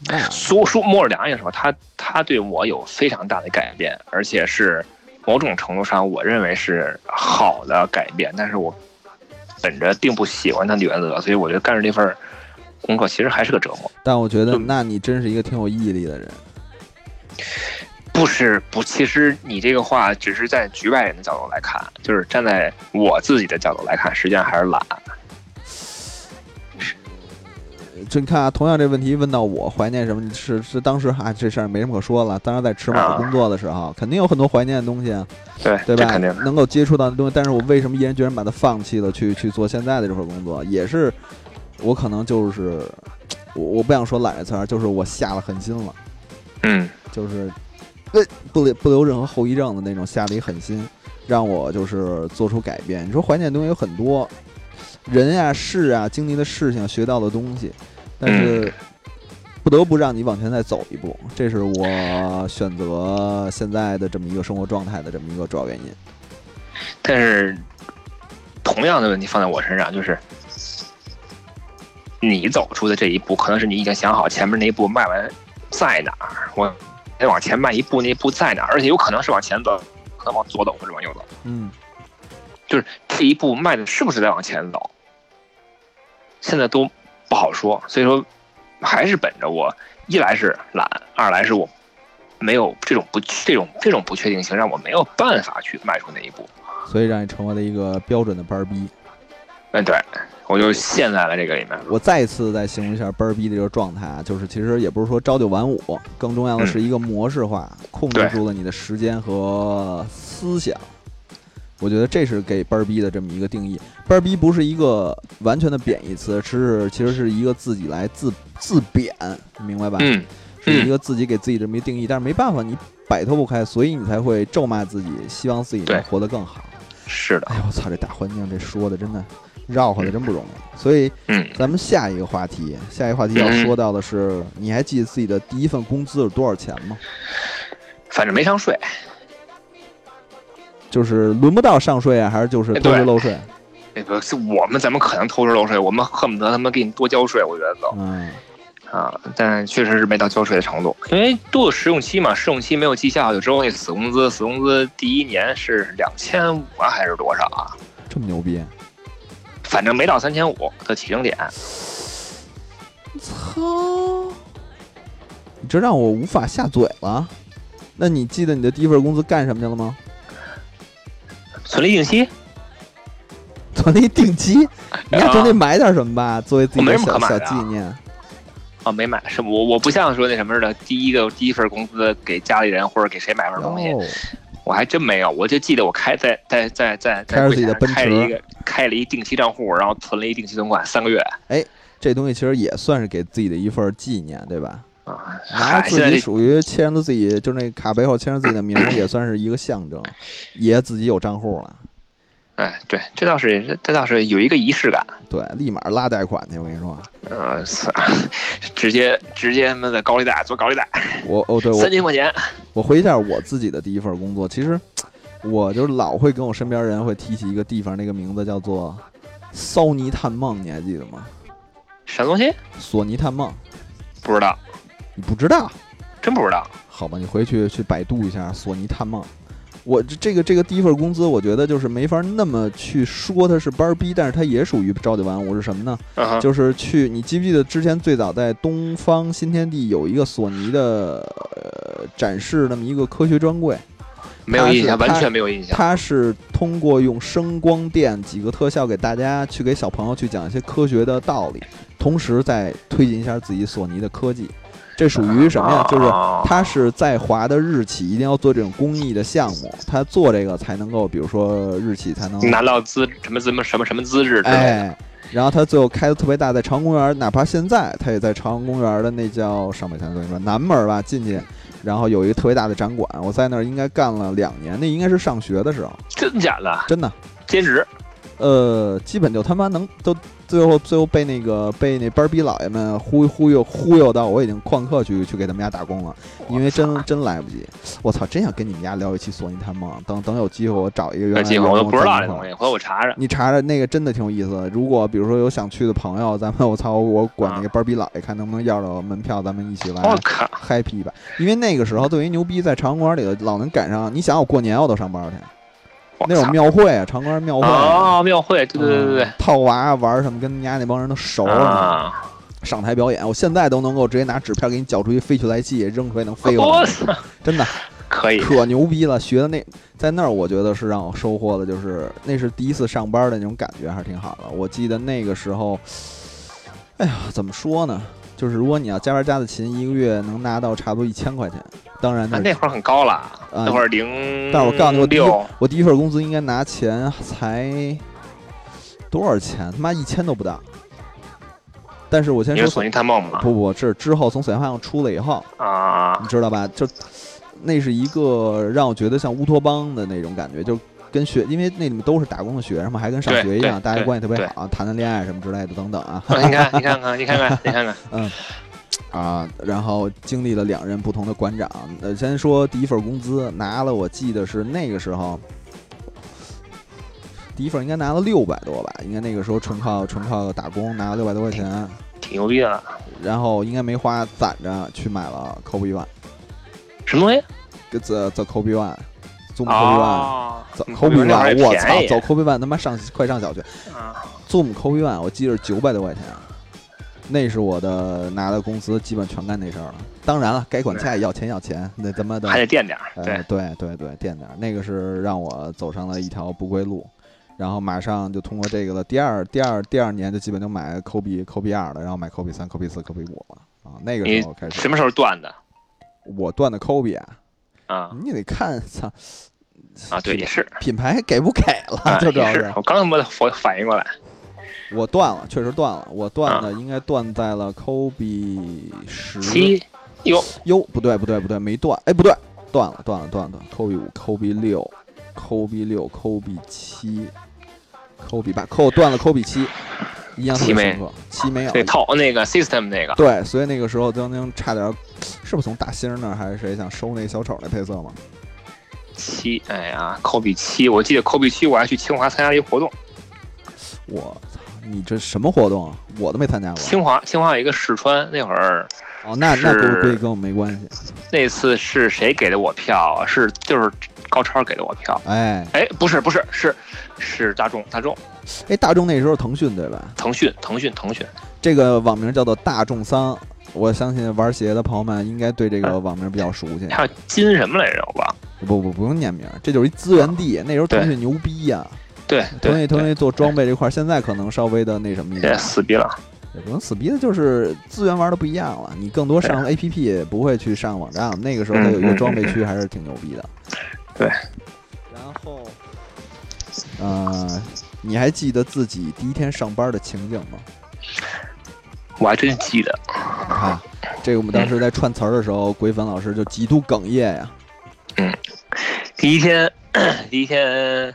那
说说莫尔良也说，他他对我有非常大的改变，而且是某种程度上我认为是好的改变，但是我本着并不喜欢他的原则，所以我觉得干着这份工作其实还是个折磨，
但我觉得，
就
那你真是一个挺有毅力的人。
不是不，其实你这个话只是在局外人的角度来看，就是站在我自己的角度来看，实际上还是懒。
这你看啊，同样这问题问到我怀念什么，是是当时啊这事儿没什么可说了。当时在尺码
啊
工作的时候，肯定有很多怀念的东西啊，
对，
对
这
吧？
肯定的。
能够接触到的东西，但是我为什么毅然决然把它放弃了，去去做现在的这份工作，也是我可能就是我我不想说懒这词儿，就是我下了狠心了，
嗯
就是呃不留不留任何后遗症的那种下了一狠心，让我就是做出改变。你说怀念的东西有很多，人啊事啊经历的事情学到的东西，但是。不得不让你往前再走一步，这是我选择现在的这么一个生活状态的这么一个主要原因。
但是同样的问题放在我身上，就是你走出的这一步，可能是你已经想好前面那一步迈完在哪儿，我得往前迈一步，那一步在哪儿，而且有可能是往前走，可能往左走或者往右走，
嗯，
就是这一步迈的是不是在往前走，现在都不好说。所以说，还是本着我一来是懒，二来是我没有这种不这种这种不确定性，让我没有办法去迈出那一步。
所以让你成为了一个标准的班儿逼。
嗯，对，我就陷在了这个里面。
我再一次再形容一下班儿逼的这个状态啊，就是其实也不是说朝九晚五，更重要的是一个模式化，控制
对
住了你的时间和思想。我觉得这是给班儿逼的这么一个定义。班儿逼不是一个完全的贬义词，是其实是一个自己来自自贬，你明白吧？
嗯，
是一个自己给自己这么一个定义，但是没办法，你摆脱不开，所以你才会咒骂自己，希望自己能
对
活得更好。
是的，
哎呦，我操，这大环境这说的真的绕回来真不容易。所以
嗯，
咱们下一个话题，下一个话题要说到的是，你还记得自己的第一份工资是多少钱吗？
反正没上税，
就是轮不到上税啊，还是就是偷税
哎对
漏税？
那个是我们怎么可能偷税漏税？我们恨不得他妈给你多交税，我觉得都
嗯，
啊，但确实是没到交税的程度，因为都有试用期嘛，试用期没有绩效，有之后那死工资，死工资第一年是两千五啊，还是多少啊？
这么牛逼？
反正没到三千五的起征点，
操！你这让我无法下嘴了。那你记得你的第一份工资干什么去了吗？
存利定息，
存了一定期，你还总得买点什么吧，作为自己
哎我
的
没什么
小
可
小
买的啊
纪念。
啊，没买，是我我不像说那什么似的，第一个第一份工资给家里人或者给谁买份东西，
哦，
我还真没有，我就记得我开在在在在
开
在
着
柜
自己的
台
奔
上开了
驰
一个开了一定期账户，然后存了一定期存款三个月
这东西其实也算是给自己的一份纪念，对吧？
啊。
拿着
嗨，现
自
在
己
这
属于签上自己，就是那卡背后签上自己的名儿，也算是一个象征，也自己有账户了。
哎，对，这倒是这倒是有一个仪式感，
对，立马拉贷款去。我跟你说，
呃，是 直接直接他妈的高利贷做高利贷，
我哦，对我
三千块钱，
我回忆一下我自己的第一份工作，其实我就是老会跟我身边人会提起一个地方，那个名字叫做骚尼探梦，你还记得吗？
啥东西？
索尼探梦，
不知道，
你不知道？
真不知道。
好吧，你回去去百度一下索尼探梦。我这这个这个第一份工资，我觉得就是没法那么去说它是班儿逼，但是它也属于朝九晚五是什么呢？
嗯哼，
就是去，你记不记得之前最早在东方新天地有一个索尼的呃展示那么一个科学专柜，
没有印象，
他是
完全没有印象。
它是通过用声光电几个特效给大家去给小朋友去讲一些科学的道理，同时再推进一下自己索尼的科技。这属于什么呀？就是
是
它是在华的日企一定要做这种公益的项目，它做这个才能够，比如说日企才能
拿到资什么什么什么什么资质之类的。
哎，然后他最后开的特别大，在朝阳公园，哪怕现在他也在朝阳公园的那叫上北山对吧？南门吧进去，然后有一个特别大的展馆，我在那儿应该干了两年，那应该是上学的时候，
真的假的？
真的，
兼职
呃，基本就他妈能都最后最后被那个被那班儿逼老爷们忽忽悠忽悠到，我已经旷课去去给他们家打工了，因为真真来不及，我操，真想跟你们家聊一期索尼探梦，等等有机会我找一个原来
有机
的
会我
员
都
工
不知
咱
道
们
哎
一块儿
这东西，回头我查查。
你查查那个真的挺有意思的。如果比如说有想去的朋友，咱们我操，我管
啊
那个班儿逼老爷看能不能要着门票，咱们一起来
我靠，
happy 一把。因为那个时候对于牛逼在长公园里老能赶上，你想我过年我都上班去，
我
那种
操
庙会啊，长公园庙会啊，
哦，庙会，对对对对
嗯套娃啊哦玩儿什么，跟人家那帮人都熟
对，
了呢，
啊。
上台表演，我现在都能够直接拿纸片给你搅出一飞去来气，扔出来能飞过
我
来，
操，
真的。
可以，
可牛逼了！学的那在那儿，我觉得是让我收获的，就是那是第一次上班的那种感觉，还是挺好的。我记得那个时候，哎呀，怎么说呢？就是如果你要加班加的勤，一个月能拿到差不多一千块钱。当然
啊
是
那会儿很高了，
啊
那会儿零，
但是我告诉你我第一
六
我第一份工资应该拿钱才多少钱？他妈一千都不到。但是我先
你
说
是索尼探梦吗？
不不，这是之后从索尼上出了以后，
啊
你，知道吧？就那是一个让我觉得像乌托邦的那种感觉，就跟学，因为那里面都是打工的学生嘛，还跟上
对
学一样，
对
大家
对
关系特别
对
好，谈谈恋爱什么之类的等等啊嗯
你看，你看看，你看看，你看看，
啊。然后经历了两任不同的馆长，呃，先说第一份工资拿了，我记得是那个时候。第一份应该拿了六百多吧，应该那个时候纯靠纯靠打工拿了六百多块钱，
挺牛逼的了。
然后应该没花攒着去买了 Kobe One，
什么东西？
跟 the the Kobe One，zoom Kobe One，
哦，
走
嗯
Kobe
那会儿
One，
也
我
便
操，
宜
走 Kobe One 他妈上快上小学
啊，
，Zoom Kobe One 我记得是九百多块钱，啊那是我的拿的工资，基本全干那事儿了。当然了，该管家也要钱要钱，那他妈的
还得垫点儿。
呃
对，
对对对，垫点儿，那个是让我走上了一条不归路。然后马上就通过这个了，第二第二第二年就基本就买 Kobe Kobe 二了，然后买 Kobe 三、Kobe 四、Kobe 五了啊。那个时候开始，
什么时候断的？
我断的 Kobe 啊，
啊
你得看，操
啊，对，也是，
品牌给不给了，
啊
就主要
也是。我刚他妈的反反应过来，
我断了，确实断了。我
啊
断的应该断在了 Kobe 十
七哟，
哟，不对不对不对，没断，哎不对，断了断了断了断了，Kobe 五，Kobe 六，Kobe 六，Kobe 七，Kobe 八，扣断了 Kobe 七，印象特别
七没
深刻，七没有。
对，套那个 system 那个，
对，所以那个时候曾经差点儿，是不是从大星那儿还是谁想收那小丑那配色吗？
七，哎呀，科比七，我记得科比七，我还去清华参加了一个活动，
嗯我操，你这什么活动啊？我都没参加过。
清华清华有一个试穿，那会儿
哦，那那
是
不归跟我没关系。
那次是谁给的我票？是就是高超给的我票。
哎
哎，不是不是是是大众大众
哎，大众那时候腾讯对吧？
腾讯腾讯腾讯，
这个网名叫做大众桑，我相信玩鞋的朋友们应该对这
嗯
个网名比较熟悉。
还有金什么来着？我忘了。
不不不用念名，这就是一资源地。那时候腾讯牛逼呀、
对
腾
对
讯腾
对，
讯做装备这块儿，现在可能稍微的那什么一
现
点
在，死逼了。
也不能死逼的，就是资源玩的不一样了。你更多上 APP，不会去上网站。那个时候它有一个装备区，还是挺牛逼的。
嗯对。
然后，呃，你还记得自己第一天上班的情景吗？
我还真记得，
啊，这个我们当时在串词儿的时候，鬼粉老师就极度哽咽呀。
第一天，第一天，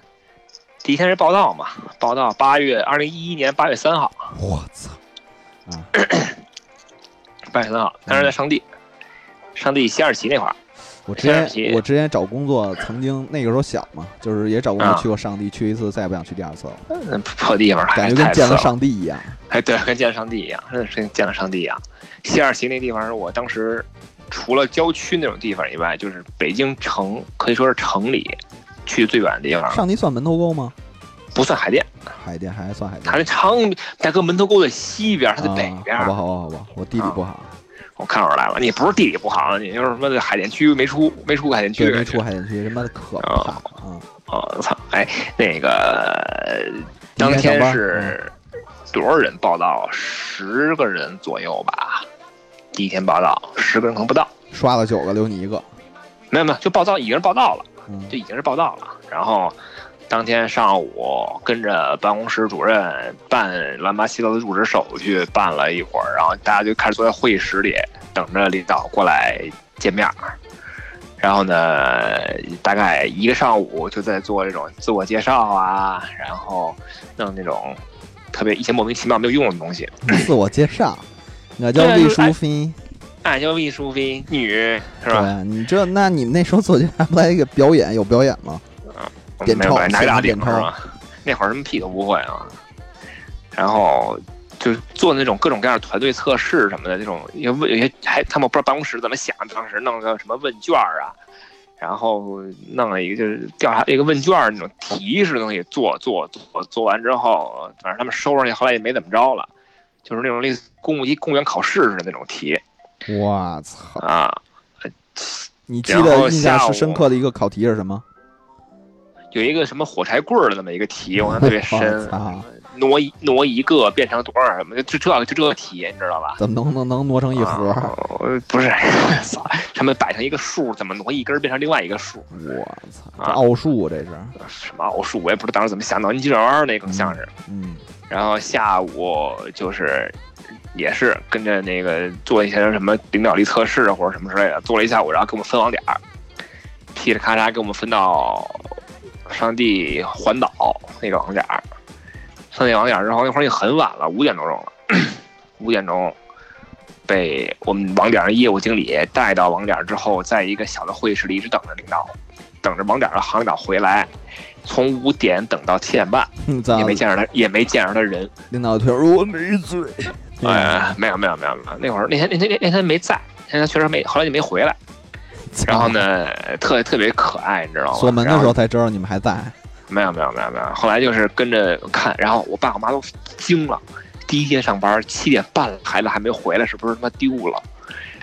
第一天是报道嘛？报道八月二零一一年八月三号，
我操！
八月三号，当
嗯
时在上地，上地西二旗那块儿。
我之
对不起
前我之前找工作，曾经那个时候小嘛，就是也找工作
啊
去过上帝，去一次再也不想去第二次了，
那破地方，
嗯感
还
觉跟
太
见
次
了
了。
上帝一样。
哎，对，跟见了上帝一样，真的是跟见了上帝一样。西二旗那地方是我当时除了郊区那种地方以外，就是北京城可以说是城里去最远的地方，
上帝算门头沟吗？
不算海淀，
海淀还算海淀啊
它。那长大哥门头沟的西边，它的北边。
啊好吧，好吧，好吧，我地理不好，啊
我看出来了，你不是地理不好，啊你就是什么海淀区没出没出过海淀区
对，
的
没
感
出
觉。
海淀区，他妈的可怕啊！
我操！哎，那个
应
当
该上
天
班
是多少人报道？十个人左右吧。第一天报道，十个人可能不到，
刷了九个，留你一个。
没有没有，就报道已经是报道了，
嗯
就已经是报道了。然后当天上午跟着办公室主任办乱八七糟的入职手续，办了一会儿，然后大家就开始坐在会议室里等着领导过来见面儿。然后呢，大概一个上午就在做这种自我介绍啊，然后弄那种特别以前莫名其妙没有用的东西。
自我介 绍，我叫
对
魏
就是哎
淑芬。
爱娇秘书宾女是吧？
对你这，那你们那时候做介绍不来一个表演有表演吗？点
没有
钞
拿个
现
大
场
顶
点
是
钞
吧？那会儿什么屁都不会啊，然后就做那种各种各样的团队测试什么的，那种有问有些还他们不知道办公室怎么想，当时弄个什么问卷儿啊，然后弄了一个就是调查一个问卷儿那种提示的东西做做做做完之后，反正他们收上去后来也没怎么着了，就是那种类似公务机公务员考试似的那种题
我操！
啊，
你记
然
得
后
印象
下午
是深刻的一个考题是什么？
有一个什么火柴棍儿的那么一个题，我印象特别深
我操。
挪一挪一个变成多少什么，就这个就这个体，你知道吧？
怎么能能能挪成一盒？
啊呃不是，操， 他们摆成一个数，怎么挪一根儿变成另外一个数？
我操，这
啊
奥数啊这是，
什么奥数，我也不知道当时怎么想到，你记着玩那更像是。
嗯
然后下午就是也是跟着那个做一些什么领导力测试或者什么之类的，做了一下午，然后给我们分网点儿，噼里咔嚓给我们分到上地环岛那个网点儿，上地网点儿之后那会儿也很晚了，五点多钟了，五点钟。被我们网点儿的业务经理带到网点儿之后，在一个小的会议室里一直等着领导，等着网点儿的行领导回来，从五点等到七点半，
哼，咋
也没见着他，也没见着他人。
领导推我没醉，啊
哎，没有没有没有没有，那会儿那天那天那天他没在，那天他确实没，后来就没回来。然后呢，特特别可爱，你知道吗？
啊锁门的时
然
候
后
才知道你们还在，
没有没有没有没有，后来就是跟着看，然后我爸我妈都惊了，第一天上班七点半了，孩子还没回来，是不是他妈丢了？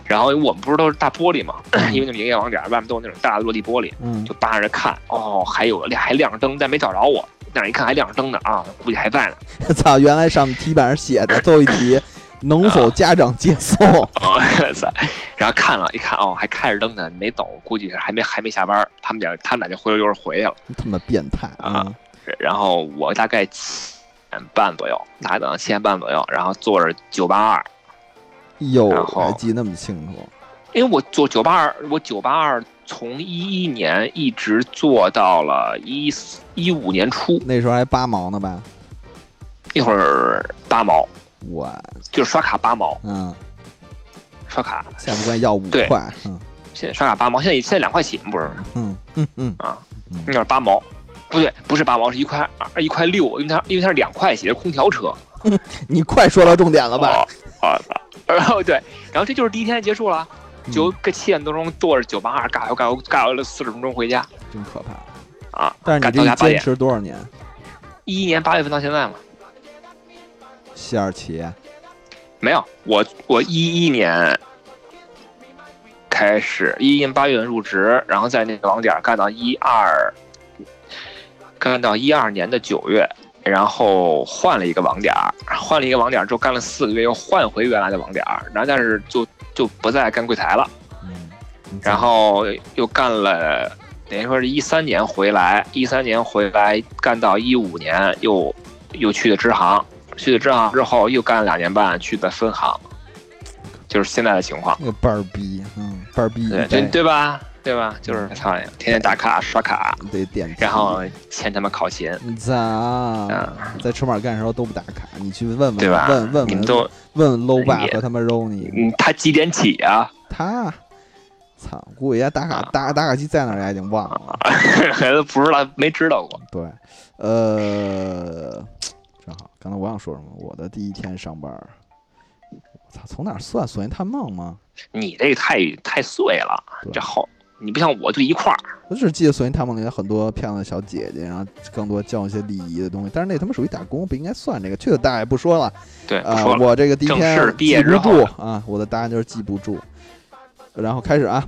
然后我们不是都是大玻璃嘛， 因为那种营业网点外面都有那种大的落地玻璃，
嗯
就扒着看，哦，还有还亮着灯，但没找着我，那一看还亮着灯呢啊，估计还在呢。
操，原来上面题板上写的最后一题，能
啊
否家长接送？
哦，操！然后看了一看，哦，还开着灯呢，没走，估计是还没还没下班儿。他们俩他们俩就灰溜溜回去了。
他妈变态
啊！然后我大概七点半左右，大概等到七点半左右，然后坐着九八二，
嗯哟，
然后
还记那么清楚，
因为我坐九八二，我九八二从一一年一直坐到了一一五年初，
那时候还八毛呢吧？
一会儿八毛，
我
就是刷卡八毛，
嗯，
刷卡
下不关要五
对
块，嗯
现在刷卡八毛，现在现在两块起不是？
嗯嗯嗯
啊，
嗯
那是八毛，不对，不是八毛，是一块二，一块六，因为它因为它是两块写的空调车，
你快说到重点了吧？
哦？我操！然后对，然后这就是第一天结束了，
嗯
九个七点多钟坐着九八二尬游尬游尬游了四十分钟回家
真可怕。
啊！
但是你
赶到
这
家
一
八
坚
点，
持多少年？
一一年八月份到现在嘛，
西二旗，
没有我我一一年。开始一一年八月份入职，然后在那个网点干到一二，干到一二年的九月，然后换了一个网点儿，换了一个网点儿之后干了四个月，又换回原来的网点儿，然后但是就就不再干柜台了，
嗯，
然后又干了，等于说是一三年回来，一三年回来干到一五年又又去的支行，去的支行之后又干了两年半，去的分行，就是现在的情况，
那个倍儿逼，嗯，倍儿逼，
对对对吧？对吧？就是操你，天天打卡刷卡，
得点。
然后欠他们考勤，啊
你咋在车马干的时候都不打卡？你去问问，
对吧？
嗯问问
你们
问
都
问问 low 爸
你
和他们 roll 你，
嗯，他几点起啊？
他，操，估计人家打卡
啊
打打卡机在哪儿，家已经忘了。
孩子不知道，没知道过。
对，呃，正好，刚才我想说什么？我的第一天上班儿，我操，从哪儿算？索尼探梦吗？
你这个太太碎了，
对
这好，你不像我就一块儿。
我只记得《索尼探梦》里有很多漂亮的小姐姐，然后更多教一些礼仪的东西。但是那他妈属于打工，不应该算这个。去大爷不说了，
对，哎不
啊、
说了。
我这个第一
正式
天
毕
记
业
不
之
住
后
啊，我的答案就是记不住。然后开始啊，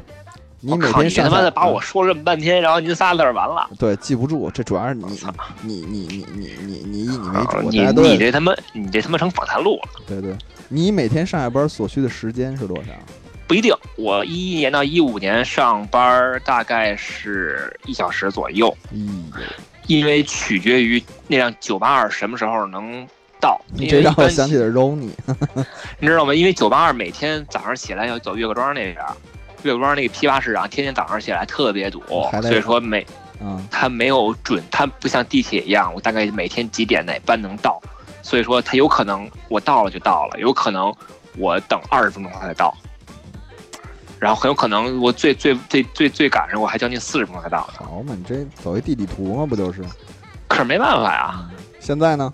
你
我
每
靠
天
你
上
他妈
下嗯啊
的把我说了这么半天，然后您仨字儿完了。
对记不住，这主要是你
我操
你你你你你你以你为
啊
主，
你
大家都
你
对
这他妈你这他妈成访谈录了，
对对，你每天上下班所需的时间是多少？哎
不一定。我一一年到一五年上班儿大概是一小时左右，
咦，
因为取决于那辆九八二什么时候能到。
你
因
这
为一
让我
般
想起了 Rony，
你知道吗？因为九八二每天早上起来要走岳各庄那边儿，岳各庄那个批发市场天天早上起来特别堵
还，得
所以说每
嗯，
它没有准，它不像地铁一样，我大概每天几点哪班能到，所以说它有可能我到了就到了，有可能我等二十分钟它才到，然后很有可能我最最最最最赶上我还将近四十分钟才到，
好嘛，你这走一地理图嘛，不就是？
可是没办法呀，
现在呢？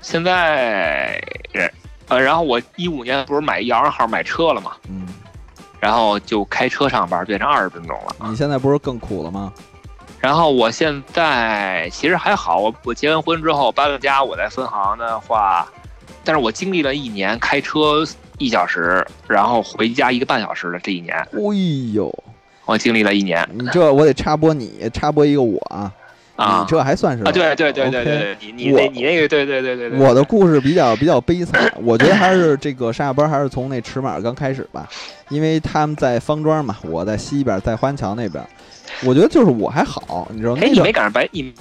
现在呃，然后我一五年不是买摇人号买车了嘛，
嗯，
然后就开车上班变成二十分钟了，
你现在不是更苦了吗？
然后我现在其实还好，我我结完婚之后搬了家，我在分行的话，但是我经历了一年开车一小时，然后回家一个半小时的这一年，
哎呦，
我经历了一年
你这我得插播你，插播一个我啊，
啊
你这还算是
啊，对对对对
OK
对对，你你
我
那你那个对对对对对，
我的故事比较比较悲惨，我觉得还是这个沙班还是从那尺码刚开始吧，因为他们在方庄嘛，我在西边，在欢桥那边，我觉得就是我还好，你知道
哎，
那
你
个
没赶上白你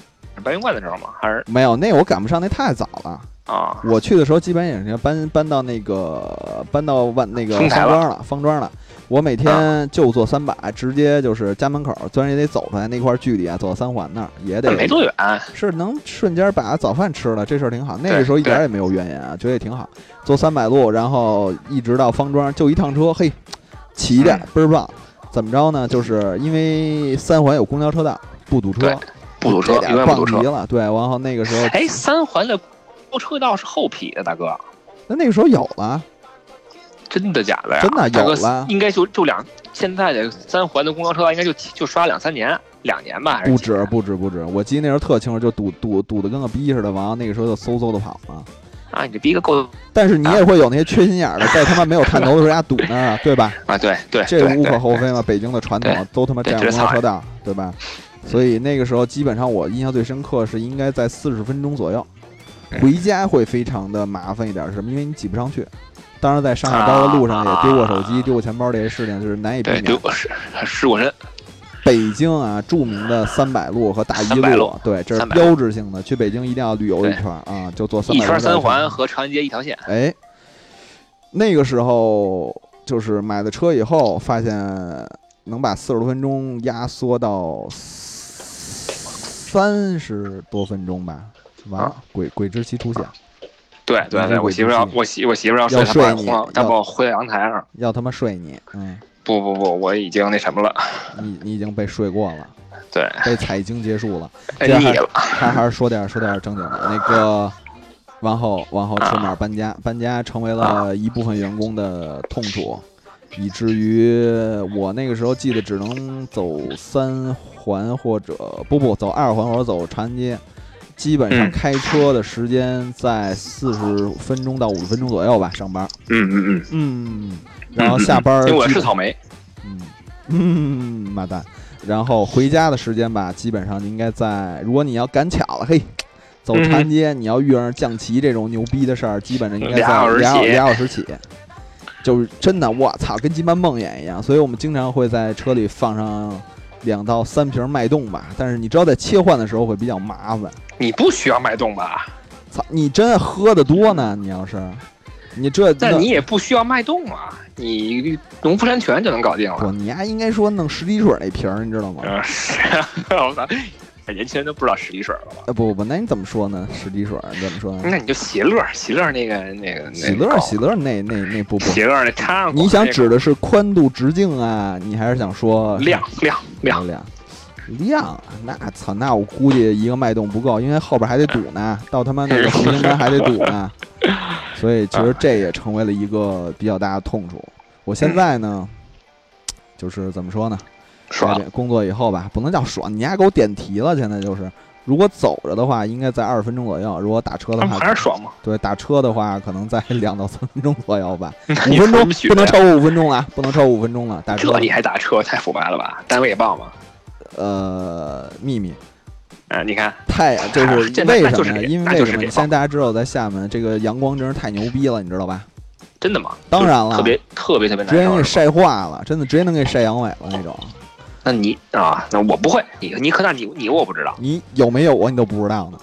白云观的时候吗？还是
没有那我赶不上，那太早了。
啊
我去的时候基本已经搬搬到那个搬到万那个
丰
方
台了啊
庄了，方庄了。我每天就坐三百，直接就是家门口，虽然也得走出来那块距离啊，走到三环那儿也得
那没多远，
是能瞬间把早饭吃了，这事儿挺好。那个
对
时候一点儿也没有怨言啊，觉得也挺好。坐三百路，然后一直到方庄，就一趟车，嘿，骑的
嗯
倍儿棒。怎么着呢？就是因为三环有公交车道，不堵车，
对不堵
这，
车永
点
远
棒
不堵车
极。了。对，然后那个时候，
哎，三环的公车道是后劈的，大哥，
那那个时候有了，
真的假的呀？
真的
大
有
哥
了，
应该就就两现在的三环的公交车道应该就就刷两三年，两年吧，还是
不
几
止
年
不止不止。我记得那时候特清楚，就堵堵堵的跟个逼似的，完了那个时候就嗖嗖的跑嘛。
啊？你这逼个够
但是你
啊
也会有那些缺心眼儿的，在他妈没有探头的时候，人家堵那儿 啊，对吧？
啊？对对，
这
对
无可
对
厚非嘛，北京的传统
对
都他妈占
对
用公
这是
交
草嗯
车道，对吧？所以那个时候基本上我印象最深刻是应该在四十分钟左右，
嗯
回家会非常的麻烦一点，是什么？因为你挤不上去。当然，在上下班的路上也丢过手机、
啊
丢过钱包这些事情，就是难以避
对对，
免。
我是是我人
北京啊，著名的三百路和大一
300路
对，这是
300
标志性的。去北京一定要旅游一圈儿啊，就坐三
一
百路
圈
绕
三
一圈
环和长安街一条线，
哎，那个时候就是买了车以后，发现能把四十多分钟压缩到三十多分钟吧。完了
啊，
鬼鬼之期出现，
对对
嗯
对，我媳妇儿要我媳我媳妇儿要睡，
要
她把
睡
我
你
轰到她
要
把我轰到阳台上。
要他妈睡你，嗯，
不不不，我已经那什么了，
你你已经被睡过了，
对，
被采精结束了。
哎
这样
腻了。
还还是说点说点正经的，那个，往后往后出面搬家，搬家成为了一部分员工的痛楚，以至于我那个时候记得只能走三环或者不不走二环或者走长安街，基本上
嗯
开车的时间在四十分钟到五十分钟左右吧，上班，
嗯嗯嗯，
嗯，然后下班儿
因为我
基
是
本
草莓，
嗯，嗯，妈蛋。然后回家的时间吧，基本上应该在，如果你要赶巧了，嘿，走长安街，你要遇上降旗这种牛逼的事儿，基本上应该在
嗯俩小时
俩小
起
俩小时起。 就是真的，我操，跟鸡巴梦魇一样。所以我们经常会在车里放上两到三瓶脉动吧，但是你知道在切换的时候会比较麻烦。
你不需要脉动吧？
操，你真喝的多呢，你要是，你这
但
那
你也不需要脉动啊，你农夫山泉就能搞定了
不，。你丫应该说弄十滴水那瓶儿，你知道吗？
嗯，是，我操，哎年轻人都不知道十里水了吧？
呃，不不不，那你怎么说呢？十滴水儿，你怎么说呢？
那你就喜乐，喜乐那个那嗯个那个
喜乐
狗
喜乐那那那不不，
喜乐那摊上狗
你想指
那
的是宽度直径啊？你还是想说
个亮亮亮？
量量量？啊那操，那我估计一个脉动不够，因为后边还得堵呢，到他妈那个复兴门还得堵呢， 所以其实这也成为了一个比较大的痛处。我
嗯
现在呢，就是怎么说呢？
爽
在这工作以后吧，不能叫爽，你丫给我点题了，现在就是。如果走着的话，应该在二十分钟左右；如果打车的
他
话，
们还是爽吗？
对，打车的话，可能 在两到三分钟左右吧，五
你
分钟
怎么学
不能
呀
超过五分钟啊，不能超过五分钟了。打车
这，你还打车，太腐败了吧？单位也报吗？
呃，秘密
啊，你看，
太就是
啊这
为
那
什
就
么
是
呢？
给
因
那
为为
就
什
是
么？
给
现在大家知道，在厦门这个阳光真是太牛逼了，你知道吧？
真的吗？
当然
就
了
特，别特别特别
直接能给
难受。
晒化了，真的直接能给晒阳痿了那种。
那你啊，那我不会，你你可那你你我不知道。
你有没有我你都不知道呢。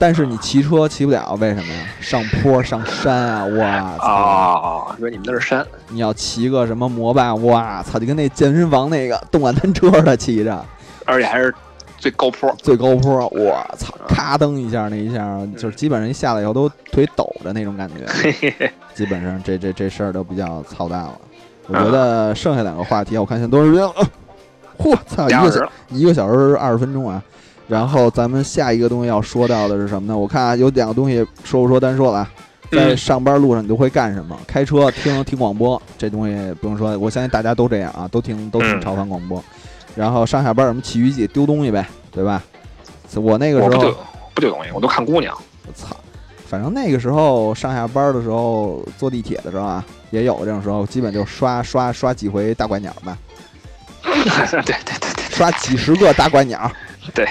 但是你骑车骑不了，为什么呀？上坡上山啊，我操！
哦，因为你们那是山，
你要骑个什么摩拜，哇操，就跟那健身房那个动感单车似的骑着，
而且还是最高坡。
最高坡，我操，咔噔一下，那一下就是基本上一下来以后都腿抖着那种感觉，基本上这这这事儿都比较操蛋了。我觉得剩下两个话题，我看现在多长时间了？ 呃嚯、操，一
俩
个
小时
小
了，
一个小时二十分钟啊！然后咱们下一个东西要说到的是什么呢？我看啊，有两个东西说不说单说了啊。在
嗯
上班路上你都会干什么？开车听听广播，这东西不用说，我相信大家都这样啊，都听都听
嗯
朝方广播。然后上下班有什么奇遇记，丢东西呗，对吧？我那个
我
时
不
候
丢，不丢东西，我都看姑娘。
我操，反正那个时候上下班的时候坐地铁的时候啊，也有这种时候，基本就刷刷刷几回大怪鸟吧，
对对对对
刷几十个大怪鸟。
对，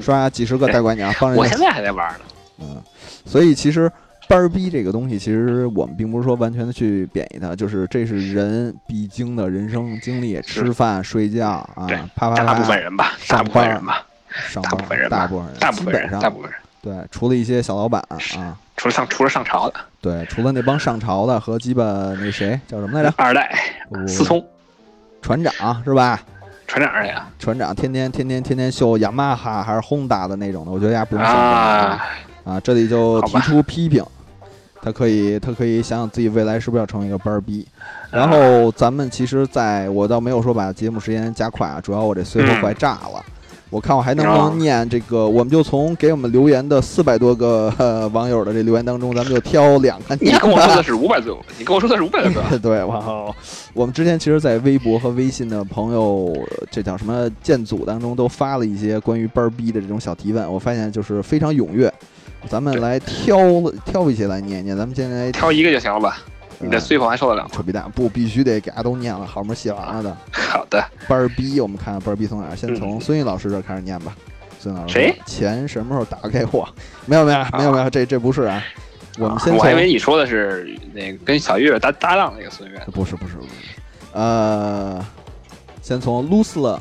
刷几十个代管奖，帮人
我
家
现在还在玩呢。
嗯，所以其实班儿逼这个东西，其实我们并不是说完全的去贬义它，就是这是人必经的人生经历，吃饭、睡觉啊
对，
啪啪
大部分
啪，
人吧，
上
大部分
班
人吧，
上
大部分
班，
人
大
吧
部分人，
大部分
基本
人，
上
大部分人，
对，除了一些小老板
是
啊，
除了上除了上朝的
对，除了那帮上朝的和鸡巴那谁叫什么来嗯着，
二代
我
思聪
船长是吧？
船长呀
船长天天天天天天秀雅马哈还是轰达的那种的，我觉得丫不用上班
啊，
啊，这里就
好
提
吧
出批评，他可以他可以想想自己未来是不是要成为一个班儿逼。
啊
然后咱们其实在，我倒没有说把节目时间加快啊，主要我这随口
嗯
快炸了。我看我还能不
啊
能念这个，我们就从给我们留言的四百多个、 呃、网友的这留言当中，咱们就挑两个
你
念吧。
跟我说的是五百多， 你跟我说的是五百多个，
对，哇哦！我们之前其实，在微博和微信的朋友，呃这叫什么建组当中，都发了一些关于班儿逼的这种小提问，我发现就是非常踊跃。咱们来挑了挑一些来念一念，咱们先来
挑一个就行了吧？你的
呃
碎口还受得了吗？
扯皮蛋，不必须得给大家都念了，好不容易写完了的
好的，
班儿逼，我们看看班儿逼从哪儿，先从孙毅老师这儿开始念吧。孙毅老师说，
嗯谁
钱什么时候打给我？没有没有没有没有，这这不是啊，我们先
我还以
从
为你说的是那个跟小月搭搭档那个孙悦，
不是不是不是，呃，先从 Lusler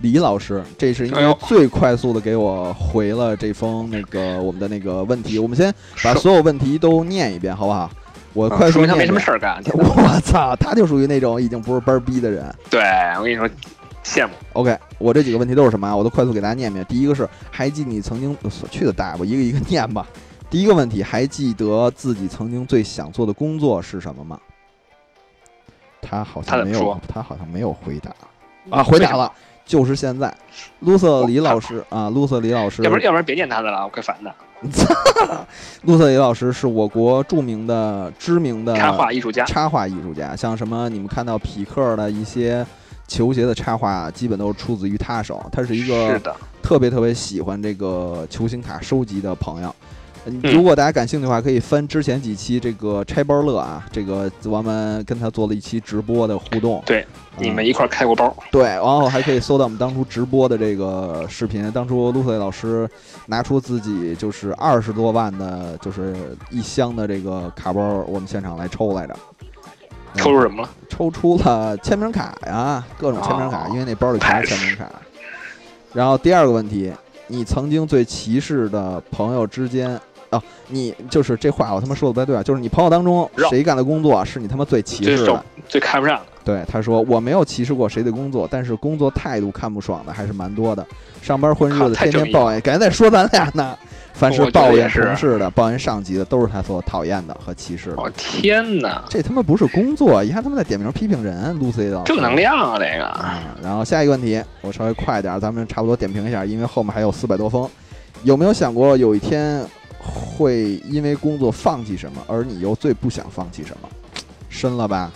李老师，这是应
哎
该
呦
最快速的给我回了这封那个我们的那个问题。我们先把
说
所有问题都念一遍，好不好？我快
啊说
速
明他
念
没
一
什么
遍。
事儿干。天哪
我操，他就属于那种已经不是班儿逼的人。
对我跟你说，羡慕
OK，我这几个问题都是什么啊？我都快速给大家念一遍。第一个是还记你曾经呃去的大吧，一个一个念吧。第一个问题，还记得自己曾经最想做的工作是什么吗？他好
他
像
怎
没
么
有
说，
他好像没有回答啊，回答了，就是现在。卢瑟里老师啊，卢瑟里老师，
要不然要不然别念他的了，我快烦他。
卢瑟里老师是我国著名的、知名的
插画艺术家，
插画艺术家，像什么你们看到匹克的一些球鞋的插画，基本都是出自于他手。他是一个嗯
是的，
特别特别喜欢这个球星卡收集的朋友。嗯
嗯
如果大家感兴趣的话，可以翻之前几期这个拆包乐啊，这个我们跟他做了一期直播的互动。
对
嗯，
你们一块儿开过包，
对，然后还可以搜到我们当初直播的这个视频。当初陆穗老师拿出自己就是二十多万的，就是一箱的这个卡包，我们现场来抽来着。嗯
抽出什么了？
抽出了签名卡呀，各种签名卡，
哦
因为那包里全是签名卡。然后第二个问题，你曾经最歧视的朋友之间，哦，你就是这话我他妈说的不太对啊，就是你朋友当中
绕
谁干的工作是你他妈最歧视
最
的
受？最看不上的，
对，他说我没有歧视过谁的工作，但是工作态度看不爽的还是蛮多的。上班混日
靠
子，
太
天
正
天
义
抱怨，赶紧再说咱俩呢。凡是
我觉得
抱
也
怨
是
同事的、抱怨上级的，都是他所讨厌的和歧视的。
我哦天哪，
这他妈不是工作，一看他妈在点名批评人，Lucy 的
正能量啊，这个
啊。然后下一个问题，我稍微快点儿，咱们差不多点评一下，因为后面还有四百多封。有没有想过有一天会因为工作放弃什么，而你又最不想放弃什么？深了吧？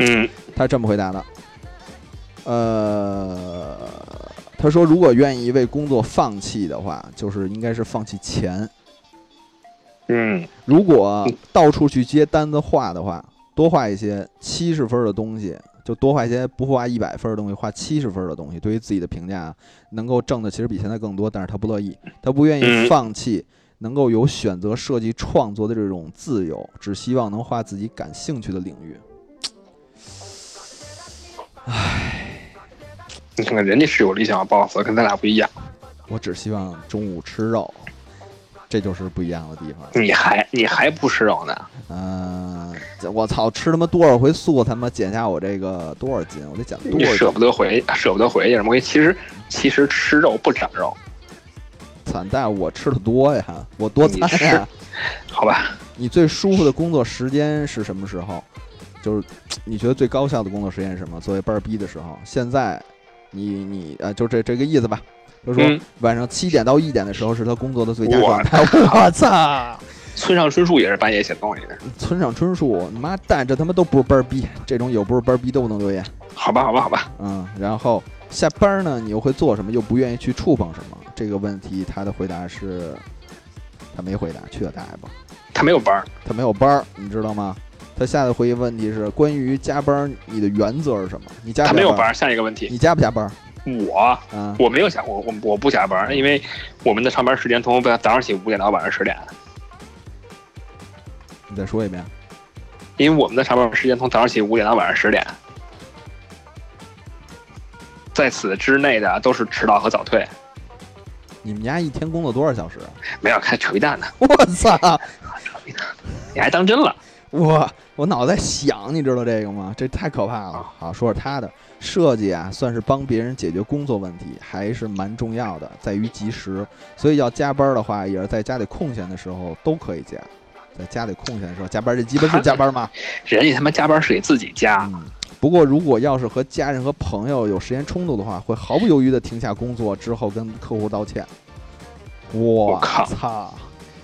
嗯，
他是这么回答的，呃，他说如果愿意为工作放弃的话，就是应该是放弃钱。
嗯，
如果
嗯
到处去接单子画的话，多画一些七十分儿的东西，就多画一些不画一百分儿的东西，画七十分儿的东西，对于自己的评价能够挣的其实比现在更多，但是他不乐意，他不愿意
嗯
放弃。能够有选择设计创作的这种自由，只希望能画自己感兴趣的领域。
你看看人家是有理想的 boss，跟咱俩不一样，
我只希望中午吃肉，这就是不一样的地方。
你还你还不吃肉呢？
嗯、这我操，吃他妈多少回素，他妈减下我这个多少斤？我得减多
你
少
舍
斤？
不得回，舍不得回去什么？我跟你其实其实吃肉不长肉，
惨，但是我吃的多呀，我多餐
你
呀
是。好吧？
你最舒服的工作时间是什么时候？就是你觉得最高效的工作时间是什么？作为班儿逼的时候，现在你你呃，就这这个意思吧。就说
嗯
晚上七点到一点的时候是他工作的最佳
我
状态。我操！
村上春树也是半夜写东西的，
村上春树，你妈蛋，这他妈都不是班儿逼，这种有不是班儿逼都不能留言。
好吧？好吧？好吧？
嗯，然后下班儿呢，你又会做什么？又不愿意去触碰什么？这个问题他的回答是，他没回答，去了大爷吧，
他没有班儿，
他没有班儿，你知道吗？他下的回应问题是关于加班儿，你的原则是什么？你加
他
不
没
加
有
班
班
儿？
儿。下一个问题，
你加不加班儿？
我
啊，
我没有下我我我不下班，因为我们的上班时间从早上起五点到晚上十点，
你再说一遍。
因为我们的上班时间从早上起五点到晚上十点，在此之内的都是迟到和早退。
你们家一天工作多少小时啊？
没有看扯皮蛋呢，
我操！
你还当真了？
我我脑袋想，你知道这个吗？这太可怕
啊
了。好，说说他的设计啊，算是帮别人解决工作问题，还是蛮重要的，在于及时。所以要加班的话，也是在家里空闲的时候都可以加，在家里空闲的时候加班，这基 本是加班嘛。
人家他妈加班是给自己加，
嗯。不过，如果要是和家人和朋友有时间冲突的话，会毫不犹豫地停下工作，之后跟客户道歉。我
靠
操！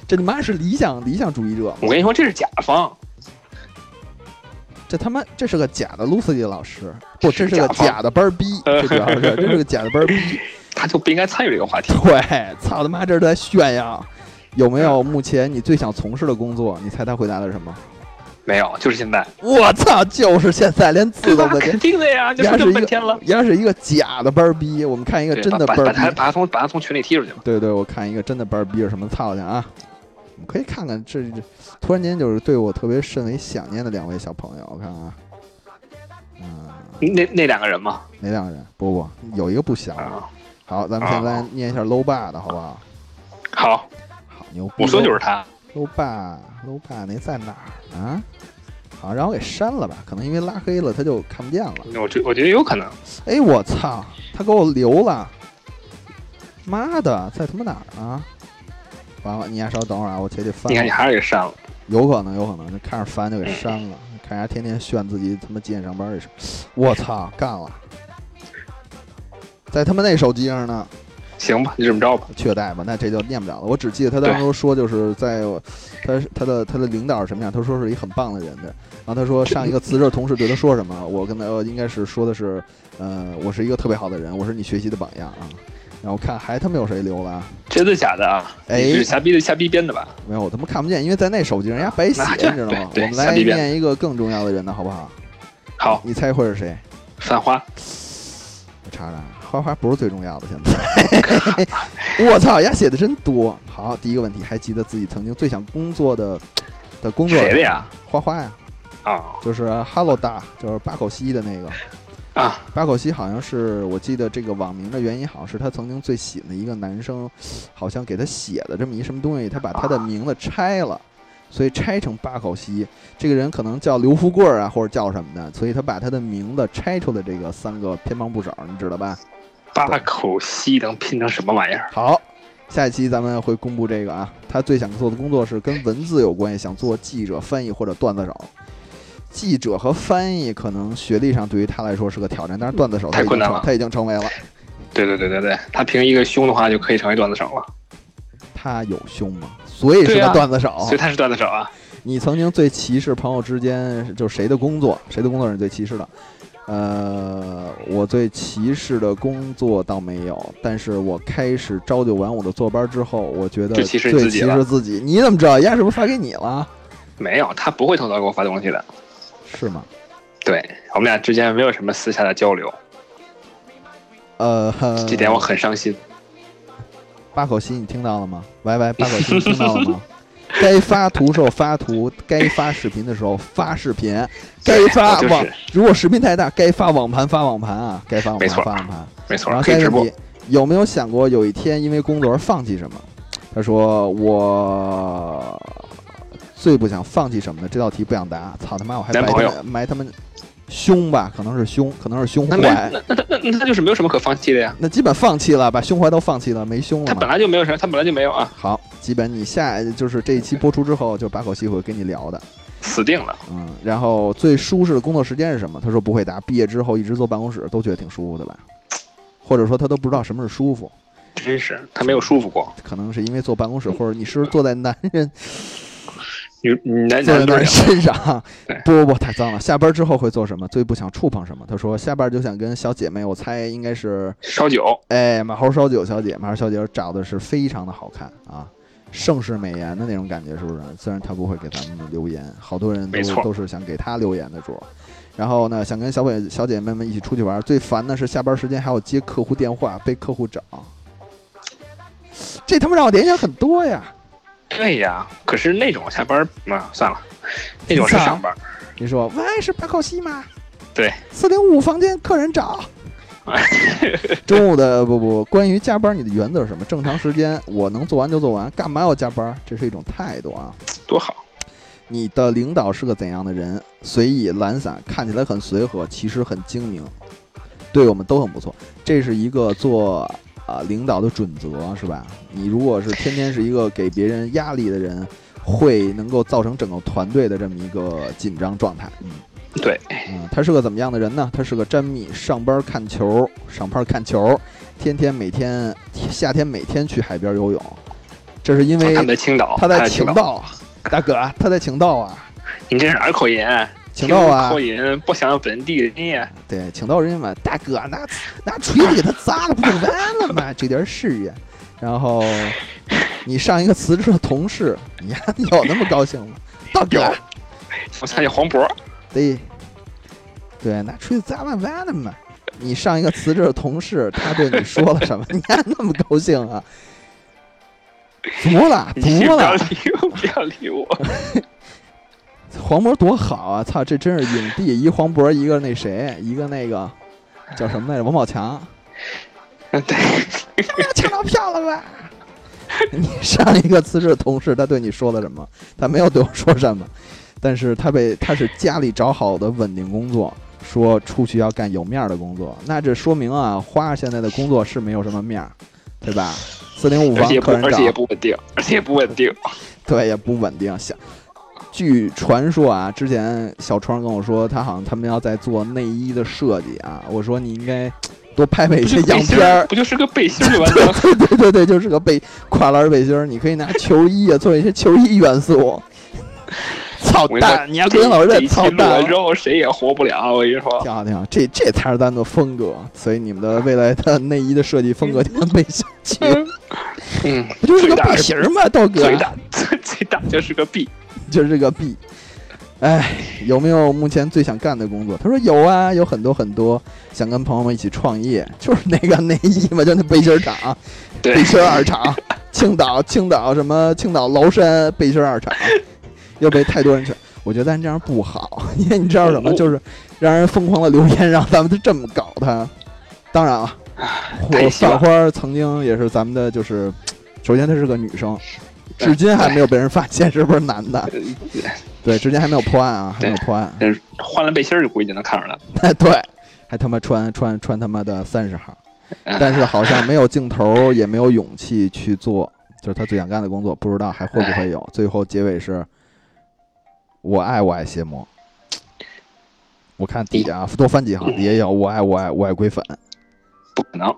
这他妈是理想理想主义者吗？
我跟你说这是甲方，
这他妈这是个假的 Lucy 老师，不，这是个
假方
假的班儿逼，这主要 是这是个假的班儿逼。
他就不应该参与这个话题。
对，操他妈，这是在炫耀。有没
嗯
有目前你最想从事的工作？你猜他回答的是什么？
没有，就是现在，
我操，就是现在连字
对
都
吧？
不
肯
连。
定的呀，就
你还
说
是
这
一个
么半天了。
要是一个假的班儿逼，我们看一个
对
真的
把
班儿
把他
逼。
把他从把他从群里踢出去吧。
对对，我看一个真的班儿逼是什么操去啊？我们可以看看这，这突然间就是对我特别甚为想念的两位小朋友，我看啊，嗯，
那那两个人嘛，
哪两个人？不不，有一个不详了。
啊，
好，咱们现在念一下 low 爸的好不好？
好，
好牛逼！
我说就是他，
low 爸，low 爸那在哪儿呢？好，让我给删了吧，可能因为拉黑了他就看不见了。
我觉我觉得有可能，
哎，我操，他给我留了！妈的，在他妈哪儿呢？完了，你丫稍等会儿啊，我且得翻
你。看你还是给删了，
有可能，有可能，那看着烦就给删了。看人家天天炫自己他妈几点上班这事儿，我操，干了！在他妈那手机上呢。
行吧，就这么着吧。
确代吧，那这就念不了了。我只记得他当初说，就是在我他他的他的领导是什么样，他说是一很棒的人的。然后他说上一个辞职的同事对他说什么，我跟他呃应该是说的是，呃，我是一个特别好的人，我是你学习的榜样啊。然后我看还他妈有谁留了啊？
真的假的啊？
哎
你是瞎逼的瞎逼编的吧？
没有，我他妈看不见，因为在那手机上人家白写，
那
你知道吗？我
对对
们来
瞎逼编
念一个更重要的人的好不好？
好，
你猜会是谁？
散花，
我查查，花花不是最重要的，现在。 我操，丫写的真多。好，第一个问题，还记得自己曾经最想工作的的工作
谁的呀？
花花呀，
啊
就是 Hello 大，就是八口西的那个。
啊，
八口西好像是我记得这个网名的原因，好像是他曾经最喜欢的一个男生，好像给他写的这么一什么东西，他把他的名字拆了，所以拆成八口西。这个人可能叫刘富贵儿啊，或者叫什么的，所以他把他的名字拆出来这个三个偏旁部首，你知道吧？
八口西能拼成什么玩意儿？
好，下一期咱们会公布这个啊。他最想做的工作是跟文字有关系，想做记者、翻译或者段子手。记者和翻译可能学历上对于他来说是个挑战，但是段子手他已
太困
经
难
成
了
他已经成为了。
对对对对对，他凭一个胸的话就可以成为段子手了，
他有胸吗？所以是
对
个
啊
段子手。
所以他是段子手啊。
你曾经最歧视朋友之间就是谁的工作，谁的工作是你最歧视的？呃，我最歧视的工作倒没有，但是我开始朝九晚五的坐班之后，我觉得
最
最
歧
歧
视你
视
自己了
自己。你怎么知道？丫是不是发给你了？
没有，他不会偷偷给我发东西的。
是吗？
对我们俩之间没有什么私下的交流，
呃，呵
这点我很伤心。
八口西你听到了吗？喂喂，八口西你听到了 吗？该发图时候发图，该发视频的时候发视频，该发
对我就是
网，如果视频太大，该发网盘发网盘啊，该发网
没
盘
错
发网盘。
没错
然，后
可
下
以
一
直
个问
播
题，有没有想过有一天因为工作而放弃什么？他说我最不想放弃什么呢？这道题不想答，操他妈，我还埋
男
他
朋友
们埋他们胸吧，可能是胸，可能是胸
那没
怀，
那那那那那就是没有什么可放弃的呀。
那基本放弃了，把胸怀都放弃了，没胸
他
了嘛
本。来就没有什么，他本来就没有啊，
好，基本你下就是这一期播出之后，就把口气会跟你聊的，
死定了。
嗯，然后最舒适的工作时间是什么？他说不会答，毕业之后一直坐办公室都觉得挺舒服的吧，或者说他都不知道什么是舒服，
真是，他没有舒服过。
可能是因为坐办公
嗯
室，或者你是不是坐在男人
女女男
坐在男
男队
人
长，
身上
对？
不不不，太脏了。下班之后会做什么？最不想触碰什么？他说下班就想跟小姐妹，我猜应该是
烧酒，
哎马猴烧酒小姐，马猴烧酒长得是非常的好看啊，盛世美颜的那种感觉，是不是？虽然他不会给咱们留言，好多人
没
都
错
都是想给他留言的主儿。然后呢，想跟小北小姐妹们一起出去玩，最烦的是下班时间还要接客户电话，被客户找。这他妈让我联想很多呀！
对呀，可是那种下班啊，算了，那种是上班。
你说喂，是八口西吗？
对，
四零五房间客人找。中午的不不，关于加班，你的原则是什么？正常时间我能做完就做完，干嘛要加班？这是一种态度啊，
多好。
你的领导是个怎样的人？随意懒散，看起来很随和，其实很精明，对我们都很不错。这是一个做啊、呃领导的准则，是吧？你如果是天天是一个给别人压力的人，会能够造成整个团队的这么一个紧张状态。嗯，
对，
嗯，他是个怎么样的人呢？他是个詹米，上班看球，上班看球，天天每天夏天每天去海边游泳，这是因 为
他在青
哎
岛，
他在
青
情，道，啊大哥，他在情道啊，
你这是哪儿口音？
情道啊
口，音不想本地人呀。
对，请到人家嘛，大哥啊拿拿锤子给他砸了，不就完了吗？这点事业。然后你上一个辞职的同事，你还有那么高兴吗？大哥，啊
我想起黄渤，
对，对，拿锤子砸了完了嘛。你上一个辞职的同事，他对你说了什么？你还那么高兴啊？服了，
你
服
不要
了！
理我，不要理我。
黄渤多好啊！操，这真是影帝，一黄渤，一个那谁，一个那个叫什么来着？王宝 强。
对，
抢到票了吧？ 你上一个辞职的同事，他对你说了什么？他没有对我说什么，但是他被他是家里找好的稳定工作，说出去要干有面儿的工作，那这说明啊，花现在的工作是没有什么面儿，对吧？四零五
而
房
且也不，
客人
而
找
且，也不稳定， 而且也不稳定。
对，也不稳定。想，据传说啊，之前小川跟我说，他好像他们要在做内衣的设计啊，我说你应该多拍拍一
不
些
就
样
背心
片儿
儿，，不就是个背心儿就完了？
对对对对，就是个背跨栏背心儿，你可以拿球衣啊做一些球衣元素。操
我跟你说
蛋！你要跟老师在
这一期
操
录完
蛋
之。后谁也活不了，我跟你说。
挺好挺好，这这才是咱的风格，所以你们的未来的内衣的设计风格就跟背心齐，
嗯，
不就是
最
个
大
背
是
心儿吗？豆哥
最，大 最最大就是个 B，
就是这个 B。哎，有没有目前最想干的工作？他说有啊，有很多很多，想跟朋友们一起创业，就是那个内衣嘛，就那背心儿厂。
对
背，心儿二厂，青岛青岛什么青岛崂山背心儿二厂，又被太多人去。我觉得咱这样不好，因为你知道什么，就是让人疯狂的留言，让咱们就这么搞他。当然了，我
太希望
范花儿曾经也是咱们的，就是首先她是个女生，
对
至今还没有被人发现是不是男的。对，至今还没有破案啊，还没有破案。
但是呃换了背心儿就估计就能看出来了。
哎，对，还他妈穿穿穿他妈的三十 号，
嗯
但是好像没有镜头，也没有勇气去做，就是他最想干的工作，不知道还会不会
哎
有。最后结尾是，我爱我爱邪魔。我看底下啊，多翻几行，底下有我爱我爱我爱鬼粉。
不可能，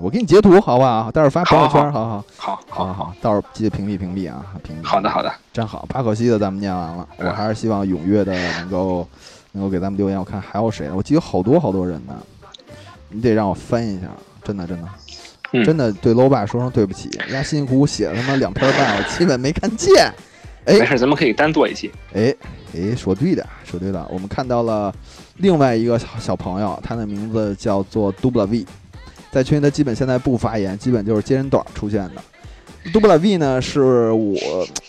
我给你截图好不好？待会儿发朋友圈，好
好
好
好
好
好
好，到时候记得屏蔽屏蔽啊，屏蔽。
好的好的，
真好，八可惜的咱们念完了，我
嗯
还是希望踊跃的能够能够给咱们留言。我看还有谁呢？我记得好多好多人呢，你得让我翻一下，真的真的，
嗯
真的对楼爸说声对不起，人家辛辛苦苦写了他妈两篇半，我基本没看见。哎
没事，咱们可以单做一期。
哎哎，说对的，说对了，我们看到了另外一个小小朋友，他的名字叫做 Dubla V，在群里他基本现在不发言，基本就是接人短儿出现的。Dubla V 呢，是我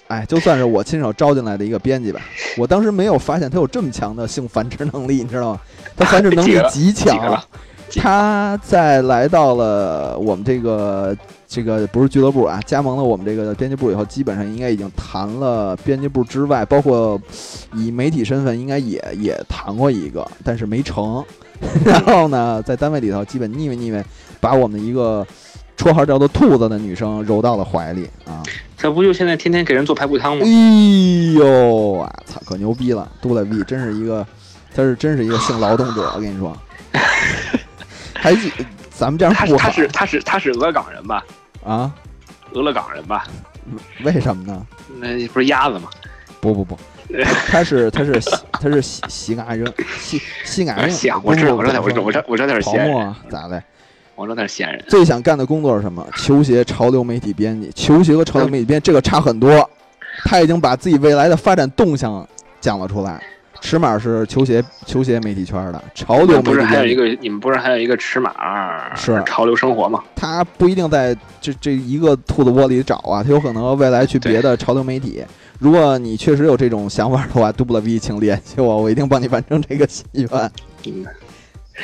哎，就算是我亲手招进来的一个编辑吧，我当时没有发现他有这么强的性繁殖能力，你知道吗？他繁殖能
记
力
得了
极
记
强
得了，
他在来到了我们这个这个不是俱乐部啊，加盟了我们这个编辑部以后，基本上应该已经谈了编辑部之外，包括以媒体身份应该也也谈过一个，但是没成。然后呢，在单位里头基本腻歪腻歪，把我们的一个绰号叫做“兔子”的女生揉到了怀里啊！
这不就现在天天给人做排骨汤吗？
哎呦啊，操，可牛逼了！杜勒比真是一个，他是真是一个性劳动者，我跟你说，还咱们这样
他是
不好
他是他是他是俄港人吧？
啊？
俄勒冈人吧？
为什么呢？
那不是鸭子吗？
不不不，他是他是西他是西西安人，西西安人。
西哎安，我知道，我知道，我知道，我知道，我知道他是
泡
西安人，
沫咋嘞？
我知道他是西安人。
最想干的工作是什么？球鞋潮流媒体编辑，球鞋和潮流媒体编辑这个差很多。他已经把自己未来的发展动向讲了出来，尺码是球鞋球鞋媒体圈的潮流媒体圈里，
不是还有一个你们不是还有一个尺码
是
潮流生活吗？
他不一定在这这一个兔子窝里找啊，他有可能未来去别的潮流媒体。如果你确实有这种想法的话，杜布勒比，请联系我，我一定帮你完成这个心愿。
嗯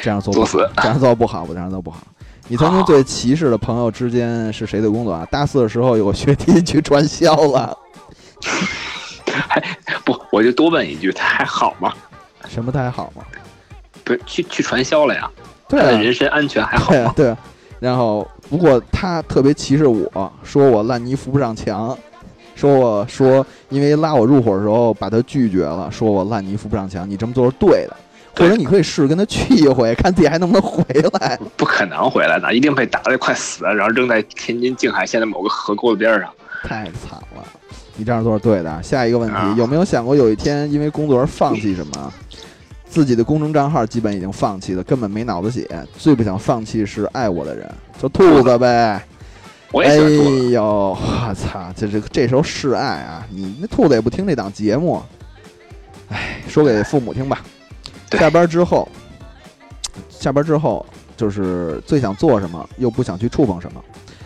这样做不好
作死，
这样做不好，我这样做不好。你曾经最歧视的朋友之间是谁的工作啊？大四的时候有个学弟去传销了，
不，我就多问一句，他还好吗？
什么太好吗？
不是去去传销了呀？
对
他
啊
的，人身安全还好
对啊
吗？
对啊。然后，不过他特别歧视我，说我烂泥扶不上墙，说我说因为拉我入伙的时候把他拒绝了，说我烂泥扶不上墙，你这么做是对的，或者你可以试着跟他去一回，看自己还能不能回来。
不可能回来的，一定被打得快死，然后扔在天津静海县的某个河沟子边上。
太惨了，你这样做是对的。下一个问题，
啊
有没有想过有一天因为工作而放弃什么？自己的公众账号基本已经放弃了，根本没脑子写。最不想放弃是爱我的人，就兔子呗。
我也
哎
喜欢兔子，
呦，我操！这这这时候示爱啊，你那兔子也不听这档节目，哎，说给父母听吧。
对
下班之后，下班之后就是最想做什么，又不想去触碰什么，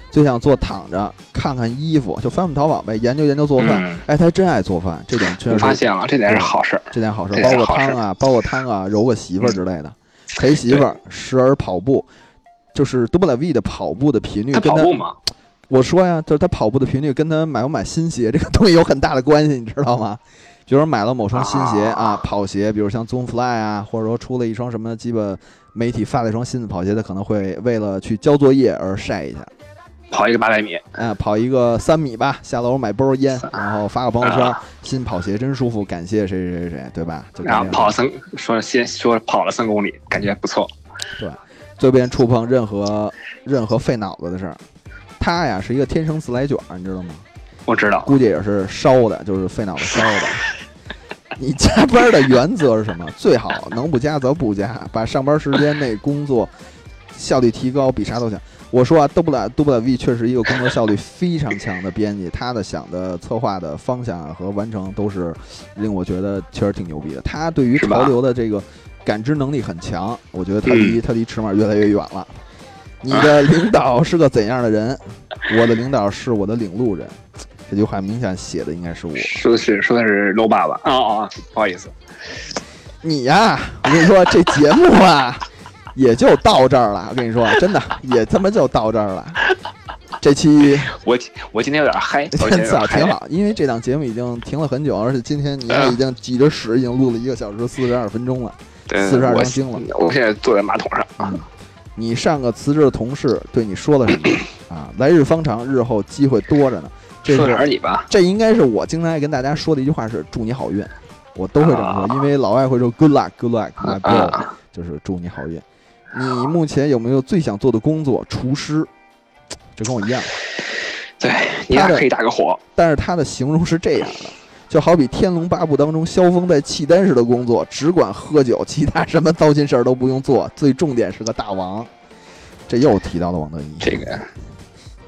最想做躺着看看衣服，就翻翻淘宝呗，研究研究做饭。
嗯，
哎，他还真爱做饭，这点确
我发
实
现了，啊这点是好事儿。
这点好事，
这
包
点
括
好
汤
事嗯
啊，包括汤啊，揉个媳妇儿之类的，陪媳妇儿，时而跑步，就是杜布莱维的跑步的频率
他
跟
跑步吗？
我说呀，就是他跑步的频率跟他买不买新鞋这个东西有很大的关系，你知道吗？ 比如说买了某双新鞋啊，
啊
跑鞋，比如像 Zoom Fly 啊，或者说出了一双什么鸡巴媒体发了一双新的跑鞋，他可能会为了去交作业而晒一下，
跑一个八百米，
啊，跑一个三米吧，下楼买包烟，然后发个朋友圈
啊，
新跑鞋真舒服，感谢谁谁谁谁，对吧？就这
然
样
后跑三，说先说跑了三公里，感觉不错。
就别触碰任何任何费脑子的事儿。他呀是一个天生自来卷儿，你知道吗？
我知道，
估计也是烧的，就是费脑子烧 的。你加班的原则是什么？最好能不加则不加，把上班时间内工作效率提高比啥都强。我说啊，杜布拉杜布拉 V 确实一个工作效率非常强的编辑，他的想的策划的方向和完成都是令我觉得确实挺牛逼的。他对于
是吧嗯
潮流的这个感知能力很强，我觉得他离、他离尺码越来越远了。你
啊
的领导是个怎样的人？ 我的领导是我的领路人。这句话明显写的应该是我。
说的是说的是 low 爸爸啊啊，不好意思，
你呀、我跟你说，这节目 啊，也就到这儿了。我跟你说，真的也他妈就到这儿了。这 期
我我今天有点 嗨，我今天有点
早挺
嗨。
好，因为这档节目已经停了很久，而且今天你也已经挤着屎，已经录了一个小时四十二分钟了。
对
42张
我
经了
我现在坐在马桶上啊，
嗯，你上个辞职的同事对你说了什么啊？来日方长，日后机会多着呢。这
说点
是
儿你吧，
这应该是我经常爱跟大家说的一句话是祝你好运，我都会这么
啊
说，因为老外会说 good luck good luck my bro，
啊
就是祝你好运。你目前有没有最想做的工作？厨师，这跟我一样，
对你俩可以打个火，
但是他的形容是这样的，就好比《天龙八部》当中萧峰在契丹时的工作，只管喝酒，其他什么糟心事儿都不用做，最重点是个大王。这又提到了王德一，
这个，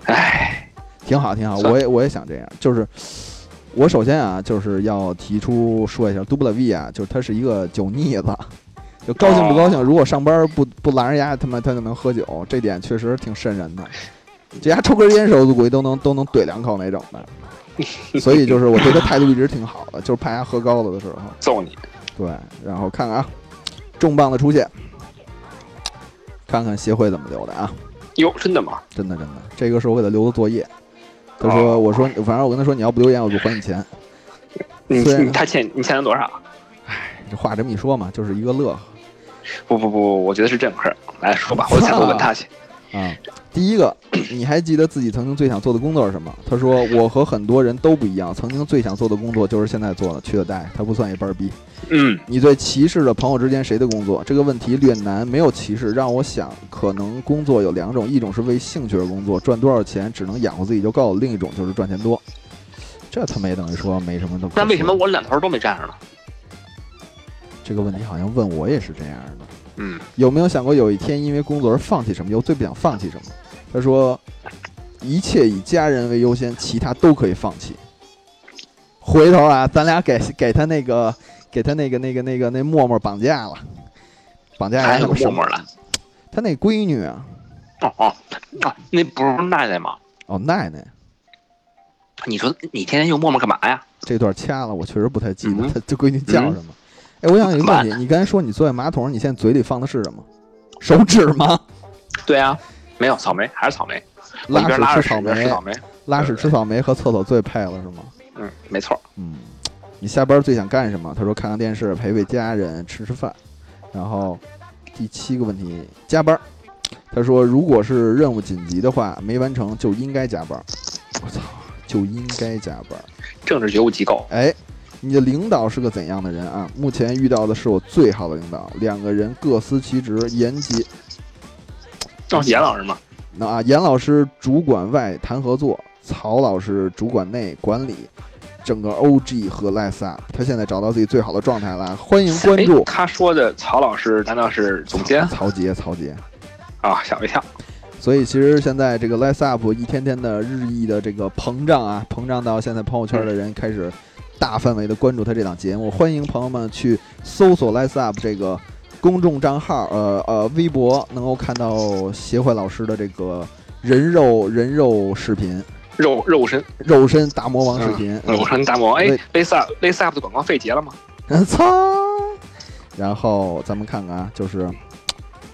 哎，
挺好，挺好，
算
我也我也想这样，就是我首先啊，就是要提出说一下，杜布勒维啊，就是他是一个酒腻子， 就高兴不高兴，如果上班不不拦着丫，他妈他就能喝酒，这点确实挺瘆人的。这丫抽根烟时候，估计都能都能怼两口那种的，所以就是我对他态度一直挺好的，就是怕丫喝高了的时候。
揍你，
对，然后看看啊，重磅的出现，看看协会怎么留的啊。
哟，真的吗？
真的真的，这个是我给他留的作业。他说：“
哦
我说，反正我跟他说，你要不留言，我就还你钱。
你
虽然
你他欠你欠他多少？”
这话这么一说嘛，就是一个乐呵
不不不，我觉得是正事儿，来说吧，我下次我问 他去。
啊。第一个， 你还记得自己曾经最想做的工作是什么？他说：“我和很多人都不一样，曾经最想做的工作就是现在做的，去的带，他不算一班儿逼。”
嗯，
你对歧视的朋友之间谁的工作？这个问题略难，没有歧视，让我想，可能工作有两种，一种是为兴趣而工作，赚多少钱只能养活自己就够；另一种就是赚钱多。这他妈也等于说没什么的。
那为什么我两头都没站着呢？
这个问题好像问我也是这样的。
嗯，
有没有想过有一天因为工作而放弃什么？又最不想放弃什么？他说，一切以家人为优先，其他都可以放弃。回头啊，咱俩给给他那个给他那个那个那个那沫沫绑架了，绑架
还
了
有
他
沫沫了。
他那闺女啊，
哦哦，啊，那不是奈奈吗？
哦奈奈，
你说你天天用沫沫干嘛呀？
这段掐了，我确实不太记得
嗯
他这闺女叫什么。哎，我想有一个问
慢
题，你刚才说你坐在马桶上，你现在嘴里放的是什么？手指吗？
对啊，没有草莓，还是草莓。我一
拉
边拉
屎
着
吃草
屎一边吃
莓
草，莓。
拉屎吃草莓和厕所最配了是吗？
嗯，没错。
嗯，你下班最想干什么？他说看看电视，陪陪家人，吃吃饭。然后第七个问题，加班。他说如果是任务紧急的话，没完成就应该加班。我操，就应该加班。
政治觉悟机构，
哎，你的领导是个怎样的人啊？目前遇到的是我最好的领导，两个人各司其职，严谨。
哦，严老师嘛，
那啊，严老师主管外谈合作，曹老师主管内管理，整个 OG 和赖萨，他现在找到自己最好的状态了，欢迎关
哎
注。
他说的曹老师难道是总监
曹杰，曹杰。
啊？吓我一跳。
所以其实现在这个 Let's Up 一天天的日益的这个膨胀啊，膨胀到现在朋友圈的人开始大范围的关注他这档节目。欢迎朋友们去搜索 Let's Up 这个公众账号，呃呃，微博能够看到协会老师的这个人肉人肉视频，
肉肉身，
肉身大魔王视频。
肉身大魔王。哎
对
，Lisa Lisa Up 的广告费结了吗？
嗯， 操！然后咱们看看啊，就是。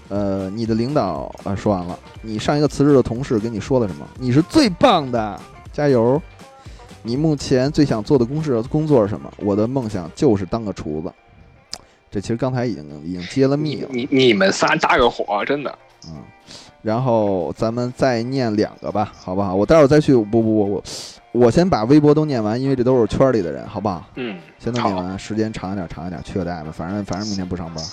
呃，你的领导啊、呃说完了，你上一个辞职的同事跟你说了什么？你是最棒的，加油！你目前最想做的公事工作是什么？我的梦想就是当个厨子。这其实刚才已经已经揭了密
你
了，
你你们仨搭个伙，真的。
嗯。然后咱们再念两个吧，好不好？我待会儿再去，不不不，我我先把微博都念完，因为这都是圈里的人，好不好？
嗯，
先都念完，时间长一点，长一点，去大吧，反正反正明天不上班。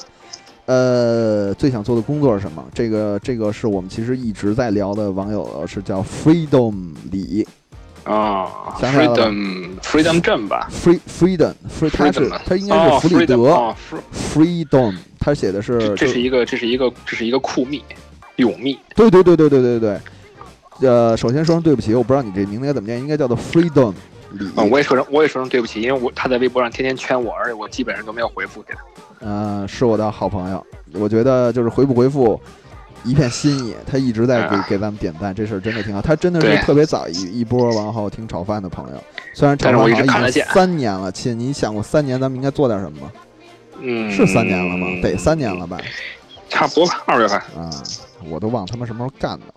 呃，最想做的工作是什么？这个这个是我们其实一直在聊的网友是叫 Freedom 李
啊
想起来了吧
，Freedom Freedom 镇吧。
，Free Freedom Free，他是
Freedom
他应该
哦
是弗里德、
，Freedom，哦，Fre-
Freedom，他写的是
这这
就是
一个，这是一个，这是一个酷蜜，永蜜。
对对对对对对对。呃，首先说声对不起，我不知道你这名字该怎么念，应该叫做 Freedom 李
嗯，我也说声，我也说声对不起，因为我他在微博上天天圈我，而且我基本上都没有回复给他。
嗯，是我的好朋友，我觉得就是回不回复一片心意，他一直在给
啊
给咱们点赞，这事儿真的挺好。他真的是
对
特别早一一波往后听炒饭的朋友，虽然炒
但
饭好
是我一直
像
看
已
得
经
见
三年了，亲，你想过三年咱们应该做点什么吗？
嗯，
是三年了吗？得三年了吧？
差不多吧，二月份。
啊，我都忘他妈什么时候干的了。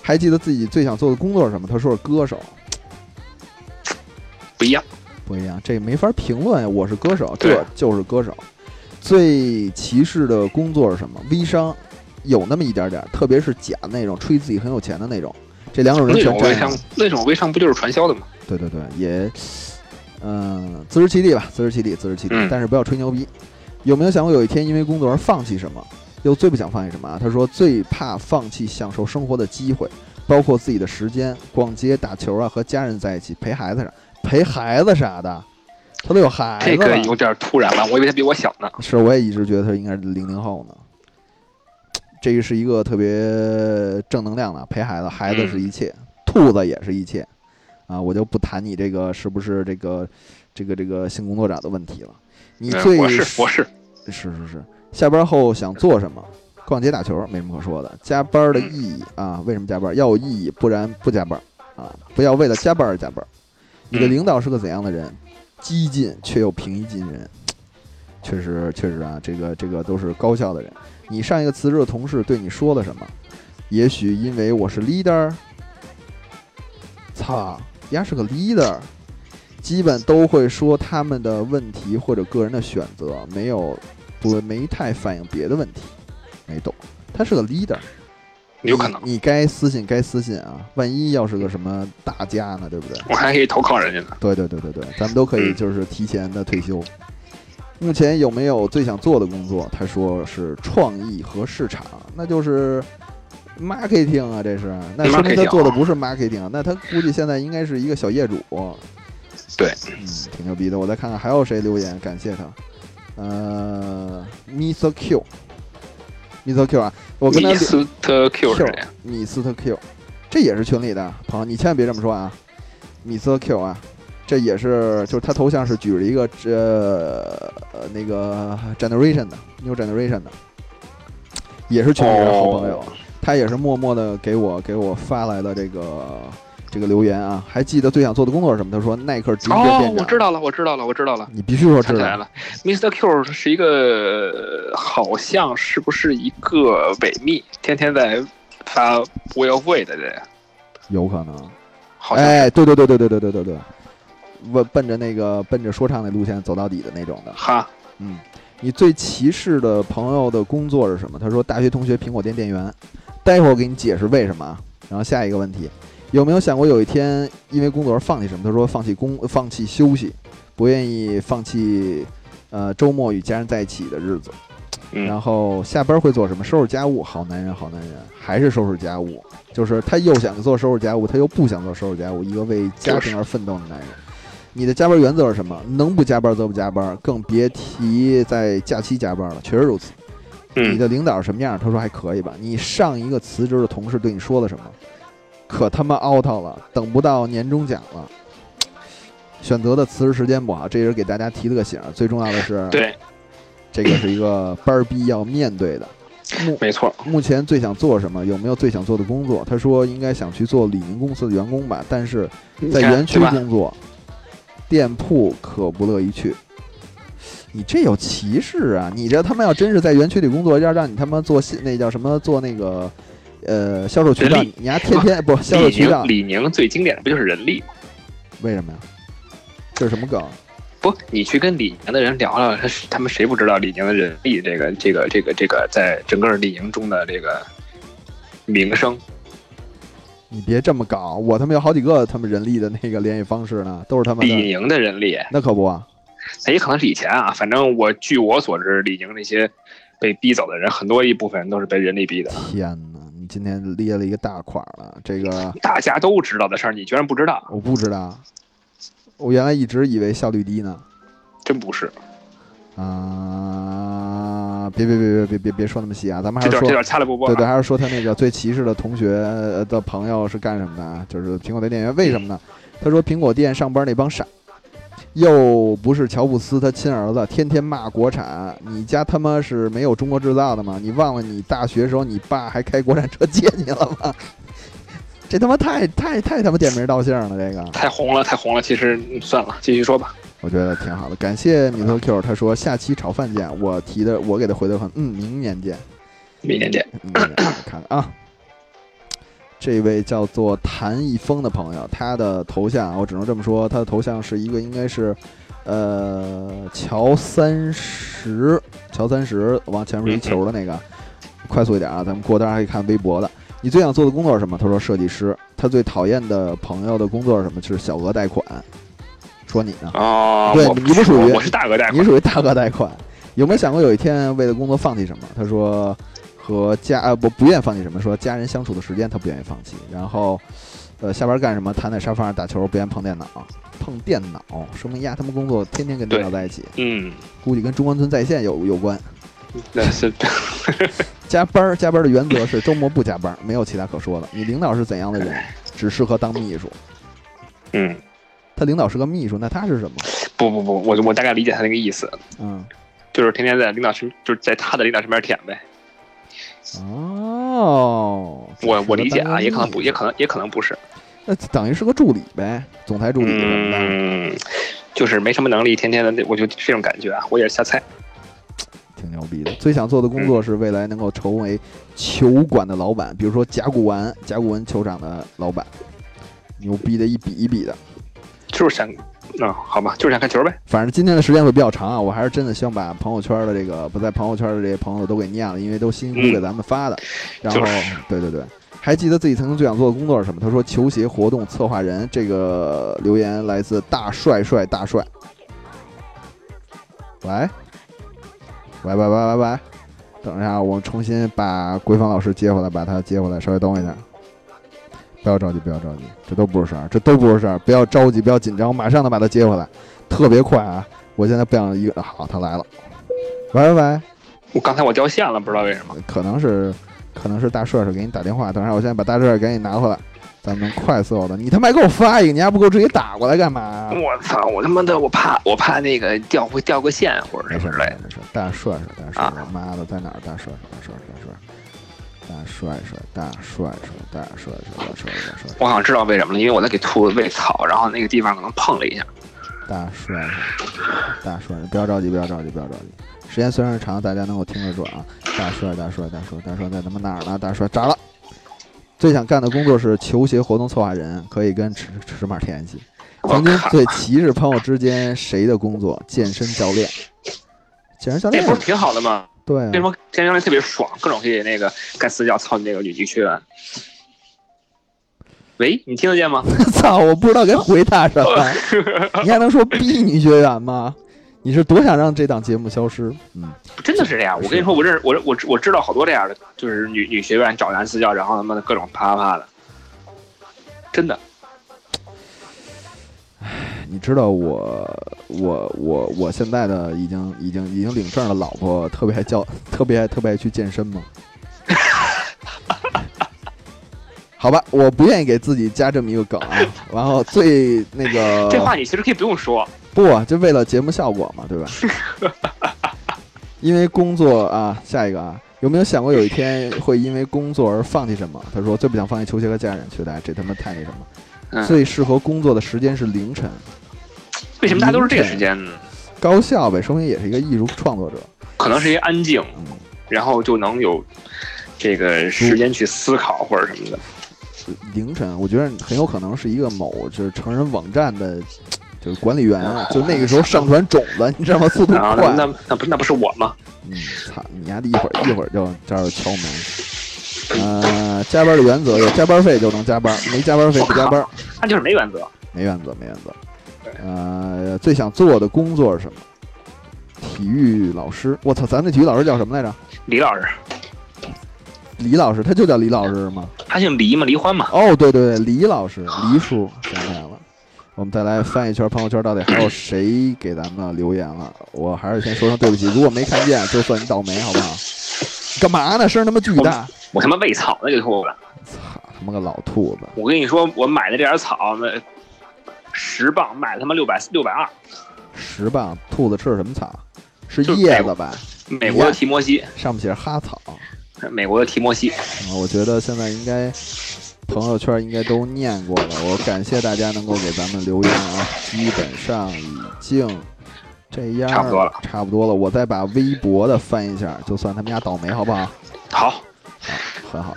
还记得自己最想做的工作是什么？他说是歌手，
不一样。
不一样，这没法评论呀。我是歌手，
对
这就是歌手。最歧视的工作是什么？微商，有那么一点点，特别是假那种吹自己很有钱的那种，这两种人
那
全
种微
占
商
上。，
那种微商不就是传销的吗？
对对对，也，嗯、自食其力吧，自食其力，自食其力，
嗯
但是不要吹牛逼。有没有想过有一天因为工作而放弃什么？又最不想放弃什么啊？他说最怕放弃享受生活的机会，包括自己的时间、逛街、打球啊，和家人在一起陪孩子啥，陪孩子啥的，他都有孩子
这
了。
个有点突然了，我以为他比我小呢。
是，我也一直觉得他应该是零零后呢。这个是一个特别正能量的，陪孩子，孩子是一
嗯
切，兔子也是一切，啊，我就不谈你这个是不是这个这个这个性工作者的问题了。你
嗯
最、
我是我是，
是是是，下班后想做什么？逛街打球没什么可说的。加班的
嗯
意义啊，为什么加班？要有意义，不然不加班啊！不要为了加班而加班。你的
嗯
领导是个怎样的人？激进却又平易近人，确实确实啊，这个这个都是高效的人。你上一个辞职的同事对你说了什么？也许因为我是 leader，操，丫是个 leader，基本都会说他们的问题或者个人的选择，没有不没太反映别的问题，没懂。他是个 leader，
有可能。
你你该私信该私信啊，万一要是个什么大家呢，对不对？
我还可以投靠人家呢。
对对对对对，咱们都
嗯
可以就是提前的退休。目前有没有最想做的工作？他说是创意和市场，那就是 marketing 啊，这是。那说明他
Marketing 啊
做的不是 marketing，啊那他估计现在应该是一个小业主。
对，
嗯，挺牛逼的。我再看看还有谁留言，感谢他。呃，Mr. Q，Mr. Q 啊，我跟他
米
聊
斯特 Q 是
Q，
谁呀？
米斯特 Q，这也是群里的朋友，你千万别这么说啊，米斯特 Q 啊，这也是就是他头像是举着一个这呃那个 generation 的 new generation 的，也是群里的好朋友，他也是默默的给我给我发来的这个这个留言啊，还记得最想做的工作是什么？他说耐克职业
哦
店，
我
长，
知道了，我知道了，我知道了。
你必须说
想
知
起来
道，
了，Mr. Q 是一个，呃好像是不是一个伪密，天天在发无忧会的人，
有可能。
好像
哎，对对对对对对对对对，我奔着那个奔着说唱那路线走到底的那种的。
哈，
嗯，你最歧视的朋友的工作是什么？他说大学同学苹果店店员，待会儿我给你解释为什么啊。然后下一个问题，有没有想过有一天因为工作而放弃什么？他说放弃工，放弃休息，不愿意放弃呃周末与家人在一起的日子。
嗯
然后下班会做什么？收拾家务，好男人，好男人，还是收拾家务。就是他又想做收拾家务，他又不想做收拾家务，一个为家庭而奋斗的男人。你的加班原则是什么？能不加班则不加班，更别提在假期加班了。确实如此。
嗯
你的领导是什么样？他说还可以吧。你上一个辞职的同事对你说了什么？可他妈 out 了，等不到年终奖了。选择的辞职时间不好，这也是给大家提了个醒儿。最重要的是，
对，
这个是一个班儿逼要面对的。目
没错，
目前最想做什么？有没有最想做的工作？他说应该想去做李宁公司的员工吧，但是在
你看
园区
嗯啊对吧
工作，店铺可不乐意去。你这有歧视啊！你这他妈要真是在园区里工作，要让你他妈做那叫什么做那个呃销售渠道
人力，
你丫 天天不销售
李
渠道
宁，李宁最经典的不就是人力吗？
为什么呀？这是什么梗？
不，你去跟李宁的人聊聊，他他们谁不知道李宁的人力这个这个这个这个在整个李宁中的这个名声？
你别这么搞！我他妈有好几个他们人力的那个联系方式呢，都是他妈
李
的。
宁的人力，
那可不啊，
那也可能是以前啊，反正我据我所知，李宁那些被逼走的人，很多一部分都是被人力逼的。
天哪，你今天列了一个大款了，这个
大家都知道的事儿，你居然不知道，
我不知道，我原来一直以为效率低呢。
真不是。
啊，别别别别别别别说那么细啊，咱们
这
还
段
是说
这，段掐了不播、
对对，
啊。
还是说他那个最歧视的同学呃的朋友是干什么的啊？就是苹果的店员，为什么呢？他说苹果店上班那帮傻。又不是乔布斯他亲儿子，天天骂国产，你家他妈是没有中国制造的吗？你忘了你大学时候你爸还开国产车接你了吗？ 这他妈太太太他妈点名道姓了，这个。
太红了，太红了。其实嗯算了，继续说吧。
我觉得挺好的，感谢米特 Q，他说下期炒饭见，我提的我给他回的很，嗯，明年见，
明年见。
嗯，明年见我看看啊。这位叫做谭一峰的朋友，他的头像啊我只能这么说，他的头像是一个应该是，呃，乔三十，乔三十往前面一球的那个，快速一点啊，咱们过，当然还可以看微博的。你最想做的工作是什么？他说设计师。他最讨厌的朋友的工作是什么？就是小额贷款。说你呢？
哦，
对
我
你不属于
我我是大额贷
你
款。
属于大额贷款，有没有想过有一天为了工作放弃什么？他说和家呃不不愿放弃什么，说家人相处的时间他不愿意放弃。然后，呃下班干什么？瘫在沙发上打球，不愿碰电脑，碰电脑说明呀他们工作天天跟电脑在一起，
嗯，
估计跟中关村在线有有关。
那是
加班儿加班儿的原则是周末不加班儿，没有其他可说的。你领导是怎样的人，只适合当秘书。
嗯，
他领导是个秘书，那他是什么？
不不不，我我大概理解他那个意思，
嗯，
就是天天在领导身，就是在他的领导身边舔呗。
哦，
我我理解
当个
啊，也可能
秘
不，
书
也可能也可能不是。
那等于是个助理呗，总裁助理什么的，
嗯，就是没什么能力，天天的那，我就这种感觉啊，我也是瞎猜。
挺牛逼的。最想做的工作是未来能够成为球馆的老板，比如说甲骨文甲骨文球场的老板，牛逼的一笔一笔的。
就是想，嗯，好吧，就是想看球呗。
反正今天的时间会比较长啊，我还是真的希望把朋友圈的这个不在朋友圈的这些朋友都给念了，因为都辛苦给咱们发的。 然后
就是，
对对对，还记得自己曾经最想做的工作是什么？他说球鞋活动策划人，这个留言来自大帅帅大帅。喂，喂喂喂喂喂，等一下，我们重新把桂芳老师接回来，把他接回来，稍微等我一下。不要着急，不要着急，这都不是事儿，这都不是事儿，不要着急，不要紧张，我马上能把他接回来，特别快啊！我现在不想一个，好，他来了，喂喂喂。
我刚才我掉线了，不知道为什么。
可能是可能是大帅是给你打电话，等一下我现在把大帅赶紧拿回来。咱们快速的，你他妈给我发一个，你还不给我直接打过来干嘛呀？
我操！我他妈的，我怕我怕那个掉会掉个线或者
没
什
事儿
么之
没
类
事
的
儿。没事儿，大帅帅大帅帅，妈的，在哪儿？大帅帅大帅帅大帅帅大帅帅大帅帅大帅帅大帅帅
我好像知道为什么了，因为我在给兔子喂草，然后那个地方可能碰了一下。
大帅帅大帅帅，不要着急，不要着急，不要着急。时间虽然是长，大家能够听得准啊。大帅大帅大帅大帅在他妈哪儿呢？大帅炸了！最想干的工作是球鞋活动策划人，可以跟尺尺码联系。曾经最歧视朋友之间谁的工作？健身教练。健身教
那
练
不是挺好的吗？
对啊
为什么天天特别爽，各种可以那个干私教操你那个女级学员？喂，你听得见吗？
操！我不知道该回答什么， 你还能说逼女学员吗？你是多想让这档节目消失？嗯，
真的是这样。我跟你说，我认识我认我知我知道好多这样的，就是女女学员找男私教，然后他妈的各种啪啪啪的，真的。
你知道我我我我现在的已经已经已经领证的老婆特别爱叫，特别爱特别爱去健身吗？好吧，我不愿意给自己加这么一个梗啊。然后最那个
这话你其实可以不用说，
不，就为了节目效果嘛，对吧？ 因为工作啊，下一个啊，有没有想过有一天会因为工作而放弃什么？他说最不想放弃球鞋和家人，觉得这他妈太那什么。
嗯
最适合工作的时间是凌晨，
为什么大家都是这个时间呢？
高效呗，说明也是一个艺术创作者。
可能是因为安静，
嗯，
然后就能有这个时间去思考或者什么的。
凌晨，我觉得很有可能是一个某就是成人网站的，就是管理员啊，就那个时候上传种子，你知道吗？速度
然后
快。
那那那嗯不那不是我吗？
嗯，操你丫的一会儿一会儿就这儿就敲门。呃，加班的原则有加班费就能加班，没加班费不加班，
他就是没原则。
没原则没原则。呃，最想做的工作是什么？体育老师，我操，咱那体育老师叫什么来着？
李老师，
李老师，他就叫李老师是吗？
他姓黎嘛，黎欢嘛。
哦，对对对，李老师，
啊
黎叔，想起来了。我们再来翻一圈朋友圈，到底还有谁给咱们留言了？我还是先说声对不起，如果没看见，就算你倒霉，好不好？干嘛呢？声儿他妈巨大！
我他妈喂草那个兔子，
操他妈个老兔子！
我跟你说，我买的这点草，那十磅卖了他妈六百六百二。
十磅兔子吃的什么草？是
就是
叶子吧？
美国的提摩西，
上面写着哈草。
美国的提摩西，
啊，我觉得现在应该朋友圈应该都念过了。我感谢大家能够给咱们留言啊，基本上已经这样
差不多了，
差不多了。我再把微博的翻一下，就算他们家倒霉，好不好？
好，
很好。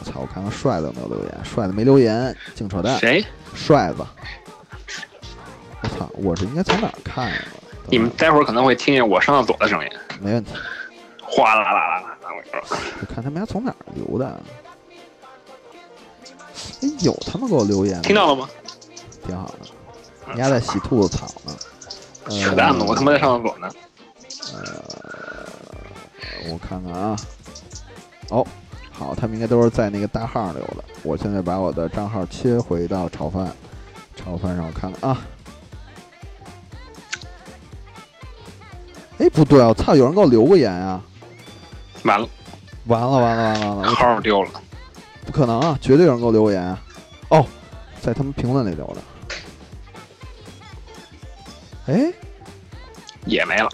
我操，我看看帅子有没有留言，帅子没留言，净扯淡。
谁？
帅子，我操，我是应该从哪儿看呀？
你
嗯
们待会儿可能会听见我上厕所的声音，
没问题。
哗啦啦啦啦啦，我跟你说，
我看他们家从哪儿留的啊。哎，有他们给我留言，
听到了吗？
挺好的。人家在洗兔子草呢。呃
扯淡呢，我他妈在上厕所呢。
我看看啊。哦，好，他们应该都是在那个大号留的。我现在把我的账号切回到炒饭，炒饭上我看看啊。哎，不对啊！我操，有人给我留过言啊！
完了，
完了完了完了完了！我
号丢了，
不可能啊，绝对有人给我留过言啊！哦，在他们评论里留的。哎，
也没了。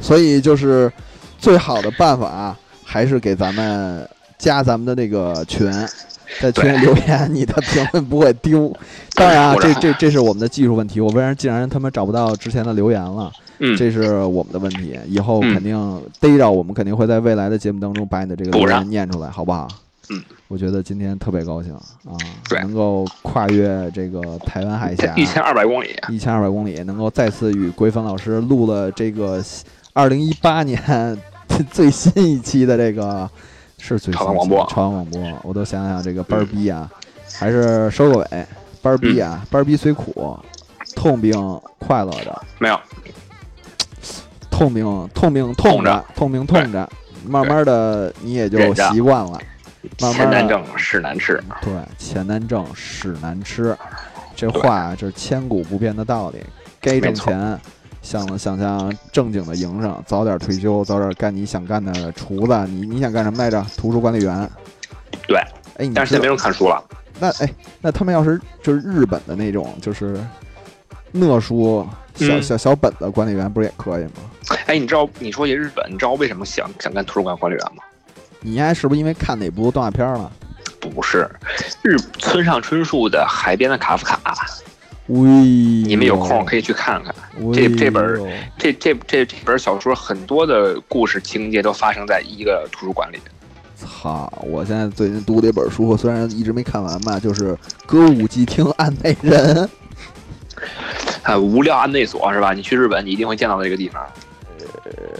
所以就是最好的办法、啊、还是给咱们加咱们的那个群，在群里
对
留言，你的评论不会 丢。当然啊，
我
这
来
这这是我们的技术问题，我为啥竟然他们找不到之前的留言了？
嗯
这是我们的问题，以后
嗯
肯定逮着我们，肯定会在未来的节目当中把你的这个留
补
言
上
念出来，好不好？
嗯，
我觉得今天特别高兴啊，
对
能够跨越这个台湾海峡，
一千二百公里，
一千二百公里，能够再次与桂芬老师录了这个二零一八年 最新一期的这个是最新一期
朝阳广播嗯
朝阳广播，我都想想这个班儿逼啊，还是收个尾，班儿逼啊，班儿逼虽苦，痛并快乐着，
没有，
痛并痛并痛着，痛并痛着，慢慢的你也就
忍着
习惯了，慢嗯
钱
慢
难
的
挣，事难吃。
对，钱难挣，屎难吃，这话这是千古不变的道理。该挣
没错
钱，想想想正经的营生，早点退休，早点干你想干的厨子。你你想干什么来着？图书管理员。
对，
哎，你
但是
知
现在
道
没人看书了。
那哎，那他们要是就是日本的那种，就是那书小
嗯
小小本子管理员，不是也可以吗？
哎，你知道你说起日本，你知道为什么想想干图书馆管理员吗？
你丫是不是因为看哪部动画片了？
不是，日村上春树的《海边的卡夫卡》，
喂，
你
你
们有空可以去看看。
这
这这本
哎
儿这这这这本小说很多的故事情节都发生在一个图书馆里。
操！我现在最近读的一本书，我虽然一直没看完吧，就是《歌舞伎町案内人》。
啊，无聊安内所是吧？你去日本，你一定会见到这个地方。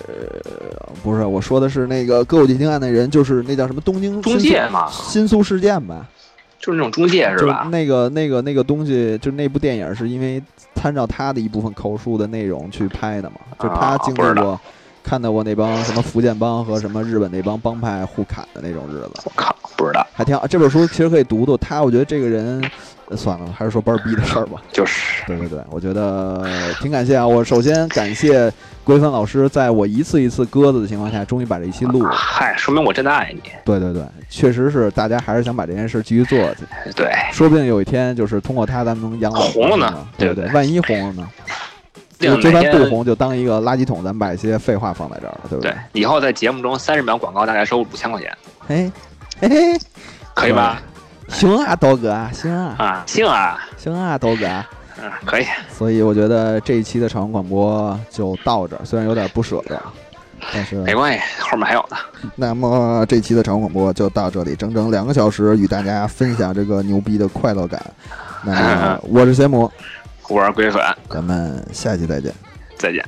不是，我说的是那个《歌舞伎町案内人》，就是那叫什么东京
中
新宿
介嘛，
新宿事件吧？
就是那种中介是
就
吧？
那个那个那个东西，就那部电影是因为参照他的一部分口述的内容去拍的嘛，就他
啊
经
不知
历
道
过。看到过那帮什么福建帮和什么日本那帮帮派互砍的那种日子，
我靠，不知道，
还挺好。这本书其实可以读读他，我觉得这个人，呃算了，还是说班儿逼的事儿吧。
就是
对对对，我觉得挺感谢啊！我首先感谢规范老师，在我一次一次鸽子的情况下，终于把这一期录
嗯
了。
嗨，说明我真的爱你。
对对对，确实是大家还是想把这件事继续做下去，
对，
说不定有一天就是通过它咱们能养老
哎红了呢
对
对
对？万一红了呢？就
另
就
哪
算不
天
红，就当一个垃圾桶，咱们把一些废话放在这儿了，对不
对？，以后在节目中三十秒广告大概收五千块钱，
嘿，嘿嘿，
可以吧？
哎行啊，刀哥啊，行啊，
啊，行啊，
行啊，刀哥啊。
嗯，可以，
所以我觉得这一期的朝阳广播就到这儿，虽然有点不舍得，啊但是
没关系，后面还有呢。
那么这期的长广播就到这里，整整两个小时与大家分享这个牛逼的快乐感。那么我是贤姆，
我是龟粉，
咱们下期再见。
再见。